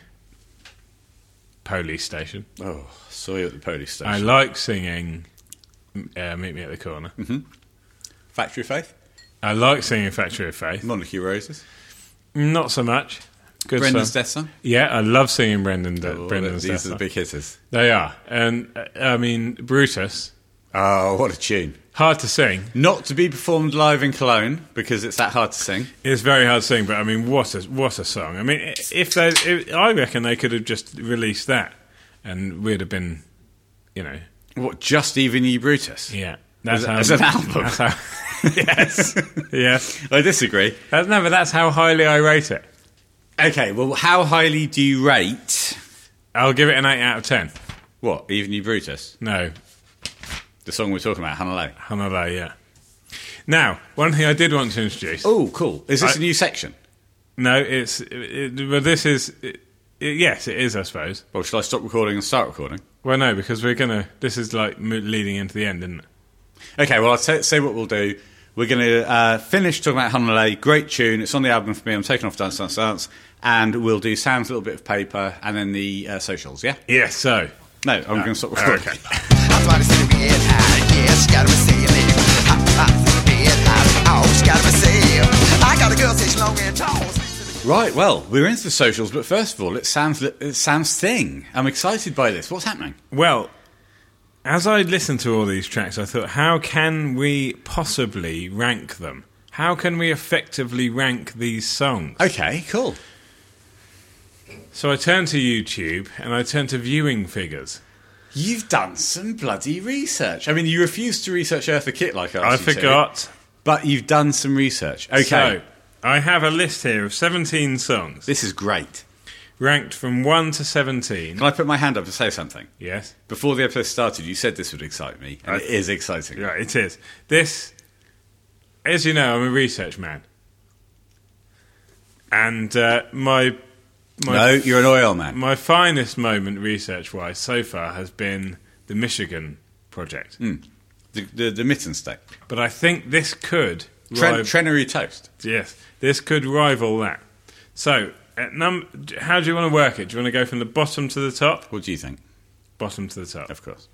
Speaker 2: Police Station.
Speaker 1: Oh, saw you at the police station.
Speaker 2: I like singing uh, Meet Me at the Corner.
Speaker 1: Factory Faith,
Speaker 2: I like singing Factory of Faith.
Speaker 1: Monarchy Roses,
Speaker 2: Not so much. Good
Speaker 1: Brendan's
Speaker 2: song.
Speaker 1: Death Song.
Speaker 2: Yeah, I love singing Brendan. De-
Speaker 1: Oh,
Speaker 2: Brendan's
Speaker 1: these
Speaker 2: Death
Speaker 1: are the
Speaker 2: Song.
Speaker 1: big hitters.
Speaker 2: They are, and uh, I mean Brutus.
Speaker 1: Oh, what a tune!
Speaker 2: Hard to sing.
Speaker 1: Not to be performed live in Cologne because it's that hard to sing.
Speaker 2: It's very hard to sing, but I mean, what a what a song! I mean, i- if they, if, I reckon they could have just released that, and we'd have been, you know,
Speaker 1: What? Just even ye Brutus?
Speaker 2: yeah. That's
Speaker 1: As- as an album.
Speaker 2: That's how, yes, yes.
Speaker 1: I disagree.
Speaker 2: That's, no, but that's how highly I rate it.
Speaker 1: Okay, well, how highly do you rate
Speaker 2: I'll give it an eight out of ten.
Speaker 1: what? Even ye Brutus,
Speaker 2: No,
Speaker 1: the song we're talking about, Hanalei.
Speaker 2: Hanalei, yeah. Now, one thing I did want to introduce.
Speaker 1: Oh, cool. Is this
Speaker 2: I-
Speaker 1: a new section?
Speaker 2: No, it's it, it- well, this is it, it, yes, it is, I suppose.
Speaker 1: Well, shall I stop recording and start recording?
Speaker 2: Well, no, because we're gonna. This is like mo- leading into the end, isn't it?
Speaker 1: Okay, well, I'll say, say what we'll do. We're going to uh, finish talking about Hanalei. Great tune. It's on the album for me. I'm taking off Dance Dance Dance. And we'll do Sam's little bit of paper and then the uh, socials, yeah?
Speaker 2: Yes. So
Speaker 1: No, I'm going to stop recording.
Speaker 2: okay.
Speaker 5: That's why they say to be it hot. Yes, gotta be saying it. Hot, hot, to be it hot. Always gotta be saying. I got a girl say she long and tall.
Speaker 1: Right, well, we're into the socials, but first of all, it's Sam's, li- it's Sam's thing. I'm excited by this. What's happening?
Speaker 2: well, as I listened to all these tracks, I thought, how can we possibly rank them? How can we effectively rank these songs?
Speaker 1: Okay, cool.
Speaker 2: So I turned to YouTube and I turned to viewing figures.
Speaker 1: You've done some bloody research. I mean, you refused to research Eartha Kitt like I
Speaker 2: I
Speaker 1: asked you to,
Speaker 2: forgot.
Speaker 1: but you've done some research. Okay.
Speaker 2: So I have a list here of 17 songs
Speaker 1: this is great.
Speaker 2: ranked from 1 to 17.
Speaker 1: Can I put my hand up to say something?
Speaker 2: Yes.
Speaker 1: Before the episode started, you said this would excite me, and it is exciting.
Speaker 2: Yeah, it is. This, as you know, I'm a research man, and uh, my my
Speaker 1: No, you're an oil man.
Speaker 2: my finest moment research-wise so far has been the Michigan project,
Speaker 1: Hmm. The, the, the mitten steak.
Speaker 2: but I think this could
Speaker 1: Tren-
Speaker 2: rival,
Speaker 1: Trenary toast.
Speaker 2: yes, this could rival that. So, at num- how do you want to work it? Do you want to go from the bottom to the top?
Speaker 1: What do you think?
Speaker 2: Bottom to the top.
Speaker 1: Of course.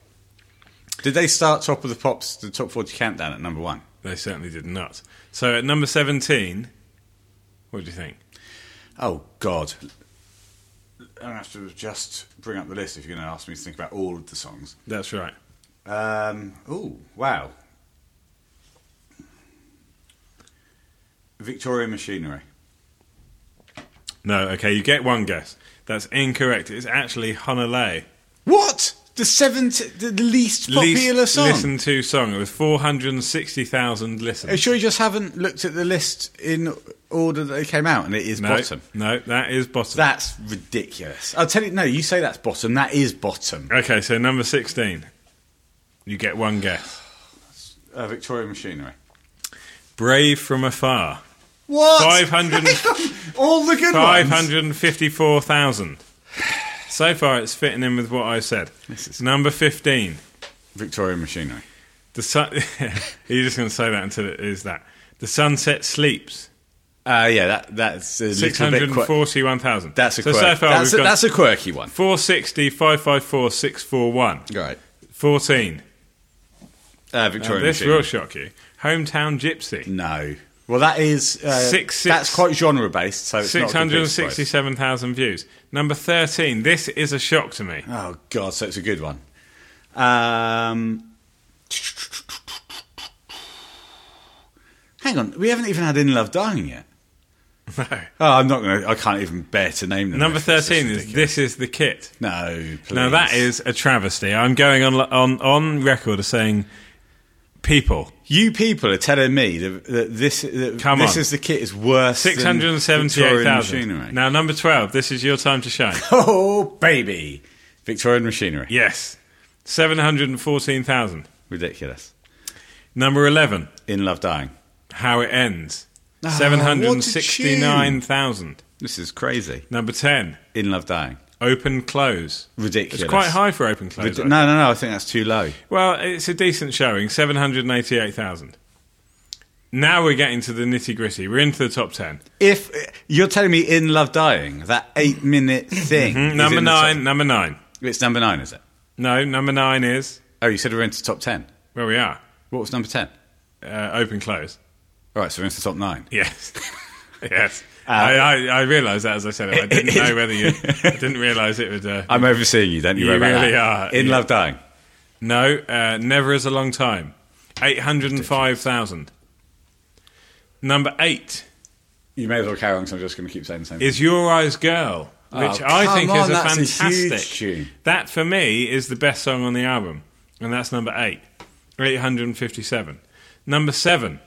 Speaker 1: Did they start top of the pops, the top 40 countdown at number one?
Speaker 2: They certainly did not. So, at number seventeen, what do you think?
Speaker 1: Oh, God. I'm going to have to just bring up the list if you're going to ask me to think about all of the songs.
Speaker 2: That's right.
Speaker 1: Um, oh, wow. Victoria Machinery.
Speaker 2: No, okay, you get one guess. That's incorrect. It's actually Honolulu.
Speaker 1: What? The seventh, the least popular
Speaker 2: Least
Speaker 1: song.
Speaker 2: listened to song. It was 460,000
Speaker 1: Are you
Speaker 2: listens.
Speaker 1: sure Uh, you just haven't looked at the list in order that they came out and it is
Speaker 2: no,
Speaker 1: bottom?
Speaker 2: no, that is bottom.
Speaker 1: That's ridiculous. I'll tell you, no, you say that's bottom, that is bottom.
Speaker 2: okay, so number 16. You get one guess.
Speaker 1: Uh, Victoria Machinery.
Speaker 2: Brave from Afar.
Speaker 1: What?
Speaker 2: 500
Speaker 1: All the good ones.
Speaker 2: 554,000. So far, it's fitting in with what I said.
Speaker 1: This is-
Speaker 2: Number 15.
Speaker 1: Victoria Machinery.
Speaker 2: The sun- You're just going to say that until it is that. The Sunset Sleeps.
Speaker 1: Uh, yeah, that, that's a little bit quirky.
Speaker 2: 641,000.
Speaker 1: That's a,
Speaker 2: so,
Speaker 1: quirky.
Speaker 2: so far
Speaker 1: that's,
Speaker 2: we've
Speaker 1: a
Speaker 2: gone-
Speaker 1: that's a quirky one.
Speaker 2: 460 554 641.
Speaker 1: Right.
Speaker 2: 14.
Speaker 1: Uh,
Speaker 2: Now,
Speaker 1: Victoria
Speaker 2: this
Speaker 1: Uh, Machinery.
Speaker 2: will shock you. Hometown Gypsy.
Speaker 1: no. Well, that is uh,
Speaker 2: Six- six-
Speaker 1: That's quite genre based, so it's not a complete surprise.
Speaker 2: 667,000 views. Number 13. This is a shock to me.
Speaker 1: Oh god, so it's a good one. Um, hang on, we haven't even had In Love Dying yet.
Speaker 2: No.
Speaker 1: Oh, I'm not gonna. I can't even bear to name them.
Speaker 2: Number
Speaker 1: This is
Speaker 2: 13 is
Speaker 1: ridiculous.
Speaker 2: This is the Kit.
Speaker 1: No, please.
Speaker 2: Now, that is a travesty. I'm going on, on, on record as saying people.
Speaker 1: You people are telling me that, that this that
Speaker 2: Come
Speaker 1: this
Speaker 2: on.
Speaker 1: is the kit is worse. than Victorian
Speaker 2: 678,000.
Speaker 1: machinery.
Speaker 2: Now, number 12. This is your time to shine.
Speaker 1: Oh baby, Victorian machinery.
Speaker 2: yes. 714,000.
Speaker 1: Ridiculous.
Speaker 2: Number 11.
Speaker 1: In Love Dying.
Speaker 2: How It Ends.
Speaker 1: Ah, what
Speaker 2: 769,000.
Speaker 1: This is crazy.
Speaker 2: Number 10.
Speaker 1: In Love Dying.
Speaker 2: Open Close.
Speaker 1: Ridiculous.
Speaker 2: It's quite high for open close.
Speaker 1: Rid-
Speaker 2: I
Speaker 1: no,
Speaker 2: think.
Speaker 1: no, no. I think that's too low.
Speaker 2: Well, it's a decent showing, 788,000. Now we're getting to the nitty gritty. We're into the top 10.
Speaker 1: If you're telling me in Love Dying, that eight minute thing. is
Speaker 2: Mm-hmm. Number
Speaker 1: in the top-
Speaker 2: 9, number 9.
Speaker 1: it's number nine, is it?
Speaker 2: No, number 9 is
Speaker 1: Oh, you said we're into top ten.
Speaker 2: where we are.
Speaker 1: What was number ten?
Speaker 2: Uh, open close.
Speaker 1: All right, so we're into top nine.
Speaker 2: Yes. yes.
Speaker 1: Uh,
Speaker 2: I, I, I realised that as I said it. I didn't know whether you. I didn't realise it would. Uh,
Speaker 1: I'm overseeing you, don't you?
Speaker 2: You
Speaker 1: worry about
Speaker 2: really
Speaker 1: that.
Speaker 2: are.
Speaker 1: In
Speaker 2: Yeah.
Speaker 1: Love Dying.
Speaker 2: no, uh, never is a long time. 805,000. Number 8
Speaker 1: You may as well carry on because I'm just going to keep saying the same. thing.
Speaker 2: is Your Eyes Girl, which I
Speaker 1: Oh, come
Speaker 2: think is
Speaker 1: on,
Speaker 2: a
Speaker 1: that's a huge
Speaker 2: fantastic.
Speaker 1: tune.
Speaker 2: That for me is the best song on the album, and that's number eight, eight hundred and fifty-seven. Number seven,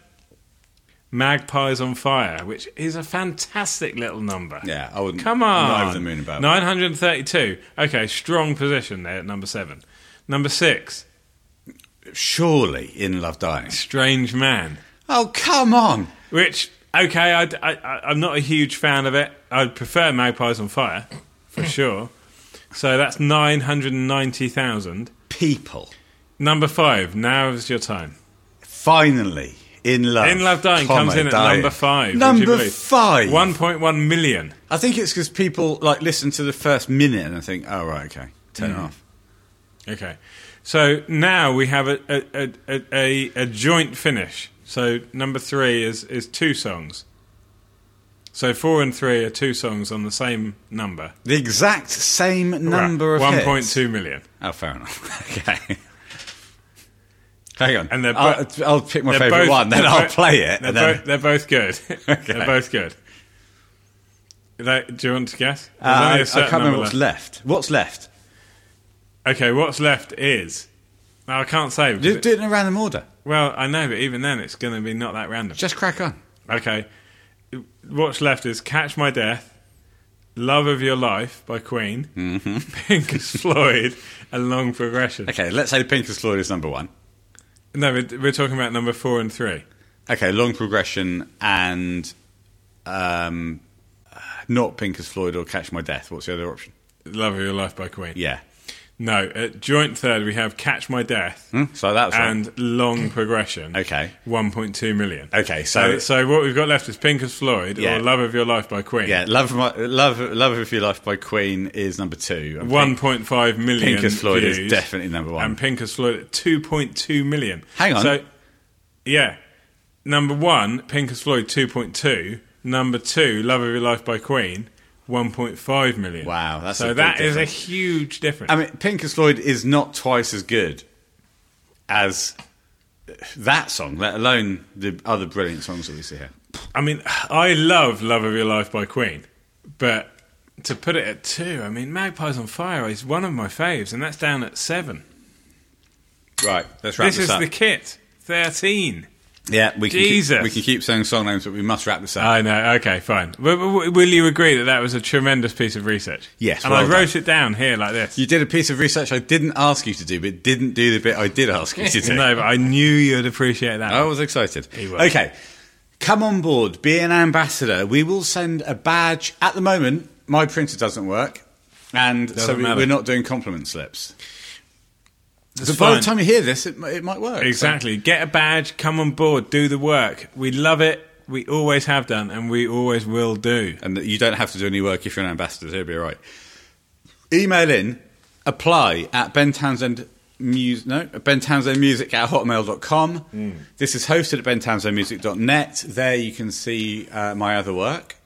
Speaker 2: Magpies on Fire, which is a fantastic little number.
Speaker 1: Yeah, I wouldn't.
Speaker 2: Come
Speaker 1: I'm
Speaker 2: on,
Speaker 1: not over the moon about. it.
Speaker 2: nine hundred and thirty-two. Okay, strong position there at number seven. Number six,
Speaker 1: Surely in Love Dying.
Speaker 2: Strange Man.
Speaker 1: Oh come on!
Speaker 2: Which, okay, I, am not a huge fan of it. I prefer Magpies on Fire, for sure. So that's 990,000.
Speaker 1: People
Speaker 2: Number five, now is your time.
Speaker 1: finally in love.
Speaker 2: In Love Dying
Speaker 1: comma,
Speaker 2: comes in at
Speaker 1: dying.
Speaker 2: number five. would you
Speaker 1: Number
Speaker 2: believe?
Speaker 1: five.
Speaker 2: 1.1 million.
Speaker 1: I think it's because people like listen to the first minute and I think, oh right, okay, turn it
Speaker 2: Hmm.
Speaker 1: off.
Speaker 2: Okay. So now we have a, a, a- a, a, a joint finish. So number three is, is two songs. So four and three are two songs on the same number.
Speaker 1: The exact same number of
Speaker 2: One
Speaker 1: hits.
Speaker 2: point two million.
Speaker 1: Oh, fair enough. okay. Hang on,
Speaker 2: And they're
Speaker 1: I'll,
Speaker 2: bo-
Speaker 1: I'll pick my
Speaker 2: They're
Speaker 1: favourite
Speaker 2: both-
Speaker 1: one, then
Speaker 2: they're
Speaker 1: I'll
Speaker 2: bo-
Speaker 1: play it.
Speaker 2: They're,
Speaker 1: And then,
Speaker 2: both, they're both good.
Speaker 1: Okay.
Speaker 2: they're both good. They- do you want to guess? There's
Speaker 1: Uh,
Speaker 2: only a
Speaker 1: I
Speaker 2: certain
Speaker 1: can't remember
Speaker 2: number
Speaker 1: what's
Speaker 2: left.
Speaker 1: left. What's left?
Speaker 2: Okay, what's left is. Now I can't say. because
Speaker 1: Do,
Speaker 2: it-
Speaker 1: do it in a random order.
Speaker 2: well, I know, but even then, it's going to be not that random.
Speaker 1: Just crack on.
Speaker 2: Okay, what's left is "Catch My Death," "Love of Your Life" by Queen, Pink is Floyd, and "Long Progression."
Speaker 1: Mm-hmm. Okay, let's say Pink is Floyd is number one.
Speaker 2: No, we're, we're talking about number four and three.
Speaker 1: Okay, long progression and um, not Pink as Floyd or Catch My Death. What's the other option?
Speaker 2: "Love of Your Life" by Queen.
Speaker 1: Yeah.
Speaker 2: No, at joint third we have "Catch My Death."
Speaker 1: Hmm? So that was
Speaker 2: and long progression.
Speaker 1: Okay.
Speaker 2: 1.2 million.
Speaker 1: Okay, so-
Speaker 2: so so what we've got left is Pink as Floyd
Speaker 1: Yeah.
Speaker 2: or Love of Your Life by Queen.
Speaker 1: yeah, love, of my, love, love of your life by Queen is number two. And Pink-
Speaker 2: 1.5 million.
Speaker 1: Pink as Floyd
Speaker 2: views,
Speaker 1: is definitely number one.
Speaker 2: And Pink as Floyd at 2.2 million.
Speaker 1: Hang on.
Speaker 2: So yeah. Number 1 Pink as Floyd 2.2, number 2 Love of Your Life by Queen 1.5 million.
Speaker 1: Wow, that's a
Speaker 2: So
Speaker 1: big
Speaker 2: that is
Speaker 1: difference.
Speaker 2: a huge difference.
Speaker 1: I mean, Pink as Floyd is not twice as good as that song, let alone the other brilliant songs that we see here.
Speaker 2: I mean, I love Love of Your Life by Queen, but to put it at two, I mean, Magpies on Fire is one of my faves, and that's down at seven.
Speaker 1: Right, let's wrap
Speaker 2: this
Speaker 1: this,
Speaker 2: is
Speaker 1: up.
Speaker 2: the kit, 13.
Speaker 1: yeah, we can,
Speaker 2: Jesus.
Speaker 1: Keep, we can keep saying song names, but we must wrap this up.
Speaker 2: I know, okay, fine. W- w- will you agree that that was a tremendous piece of research?
Speaker 1: Yes,
Speaker 2: And
Speaker 1: well
Speaker 2: I wrote it down here like this.
Speaker 1: You did a piece of research I didn't ask you to do, but didn't do the bit I did Oh, ask you to do.
Speaker 2: no, but I knew you'd appreciate that.
Speaker 1: I was excited.
Speaker 2: He was.
Speaker 1: Okay, come on board, be an ambassador. We will send a badge. At the moment, my printer doesn't work, and so
Speaker 2: Doesn't
Speaker 1: we,
Speaker 2: matter.
Speaker 1: we're not doing compliment slips.
Speaker 2: That's
Speaker 1: So by the
Speaker 2: fine.
Speaker 1: time you hear this, it, mi- it might work.
Speaker 2: Exactly. Get a badge, come on board, do the work. We love it. We always have done, and we always will do.
Speaker 1: and that you don't have to do any work if you're an ambassador. So it'll be all right. Email in apply at bentownsend.co.uk music no ben townsend music at hotmail.com this is hosted at bentownsendmusic.net there you can see uh, my other work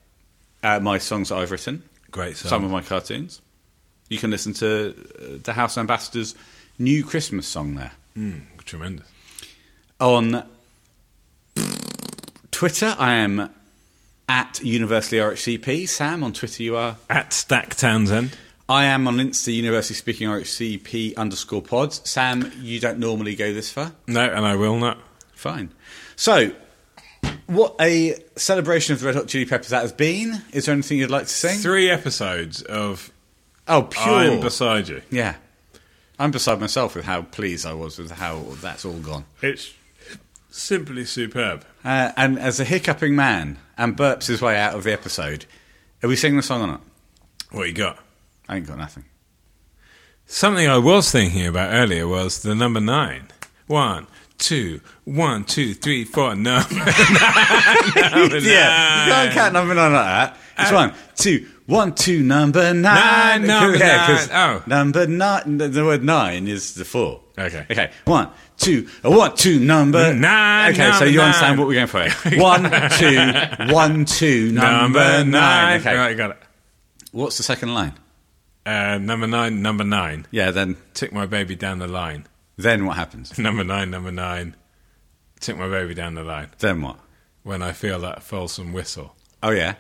Speaker 1: uh, my songs that i've written
Speaker 6: Great song.
Speaker 1: some of my cartoons you can listen to uh, the house ambassador's new christmas song there
Speaker 2: Tremendous.
Speaker 1: on twitter i am at university rhcp sam on twitter you are
Speaker 2: At Stack Townsend.
Speaker 1: I am on Insta University Speaking RHCP underscore pods. Sam, you don't normally go this far.
Speaker 2: No, and I will not.
Speaker 1: Fine. So, what a celebration of the Red Hot Chili Peppers that has been. Is there anything you'd like to sing?
Speaker 2: Three episodes of
Speaker 1: Oh, pure.
Speaker 2: I'm Beside You.
Speaker 1: yeah. I'm beside myself with how pleased I was with how that's all gone.
Speaker 2: It's simply superb.
Speaker 1: Uh, and as a hiccuping man and burps his way out of the episode, are we singing the song or not?
Speaker 2: What you got?
Speaker 1: I ain't got nothing.
Speaker 2: Something I was thinking about earlier was the number nine. One, two, one, two, three, four. No,
Speaker 1: Yeah, you can't count number nine like that. It's one, two, one, two, number nine.
Speaker 2: Uh, Nine, number
Speaker 1: Yeah, 'cause
Speaker 2: nine. Oh.
Speaker 1: number nine. The, the word nine is the four.
Speaker 2: Okay.
Speaker 1: Okay. One, two, uh, one, two, number
Speaker 2: Nine,
Speaker 1: Okay, so
Speaker 2: number
Speaker 1: you
Speaker 2: nine.
Speaker 1: understand what we're going for. here. one, two, one, two, number, nine. Okay.
Speaker 2: Right, got it.
Speaker 1: What's the second line?
Speaker 2: Uh, number nine, number nine.
Speaker 1: Yeah. Then,
Speaker 2: Took my baby down the line.
Speaker 1: then what happens?
Speaker 2: Number nine, number nine. Took my baby down the line.
Speaker 1: Then what?
Speaker 2: When I feel that fulsome whistle,
Speaker 1: Oh yeah.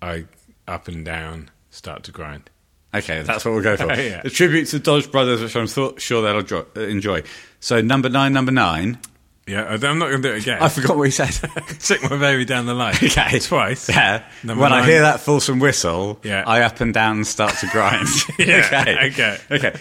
Speaker 2: I up and down start to grind.
Speaker 1: Okay, that's what we'll go for.
Speaker 2: Yeah.
Speaker 1: The tribute to Dodge Brothers, which I'm thought, sure they'll dro- uh, enjoy. So number nine, number nine.
Speaker 2: Yeah, I- I'm not going to do it again.
Speaker 1: I forgot what he said.
Speaker 2: Took my baby down the line.
Speaker 1: Okay.
Speaker 2: Twice.
Speaker 1: Yeah.
Speaker 2: Number
Speaker 1: when I
Speaker 2: nine.
Speaker 1: hear that fulsome whistle,
Speaker 2: Yeah.
Speaker 1: I up and down and start to grind.
Speaker 2: Yeah, okay.
Speaker 1: Okay.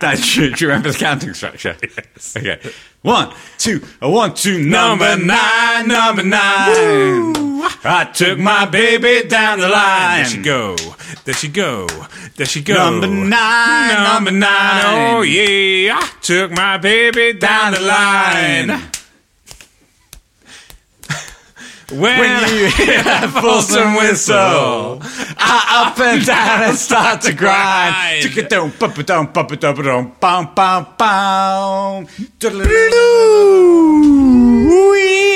Speaker 1: Dad, do, you- do you remember the counting structure? Yes. Okay. One, two, a one, two, number nine, Ah. number nine. I took my baby down the line.
Speaker 2: There she go. There she go. There she go.
Speaker 1: Number nine, number
Speaker 2: Number nine.
Speaker 1: nine.
Speaker 2: Oh yeah. I took my baby down the line.
Speaker 1: When
Speaker 2: Well,
Speaker 1: you hear that fulsome whistle, I up and down and start to grind.
Speaker 2: Grind.
Speaker 1: Chicka-dum, bubba-dum, bubba-dubba-dum, bum, bum, bum. Doodle-doo. Wee.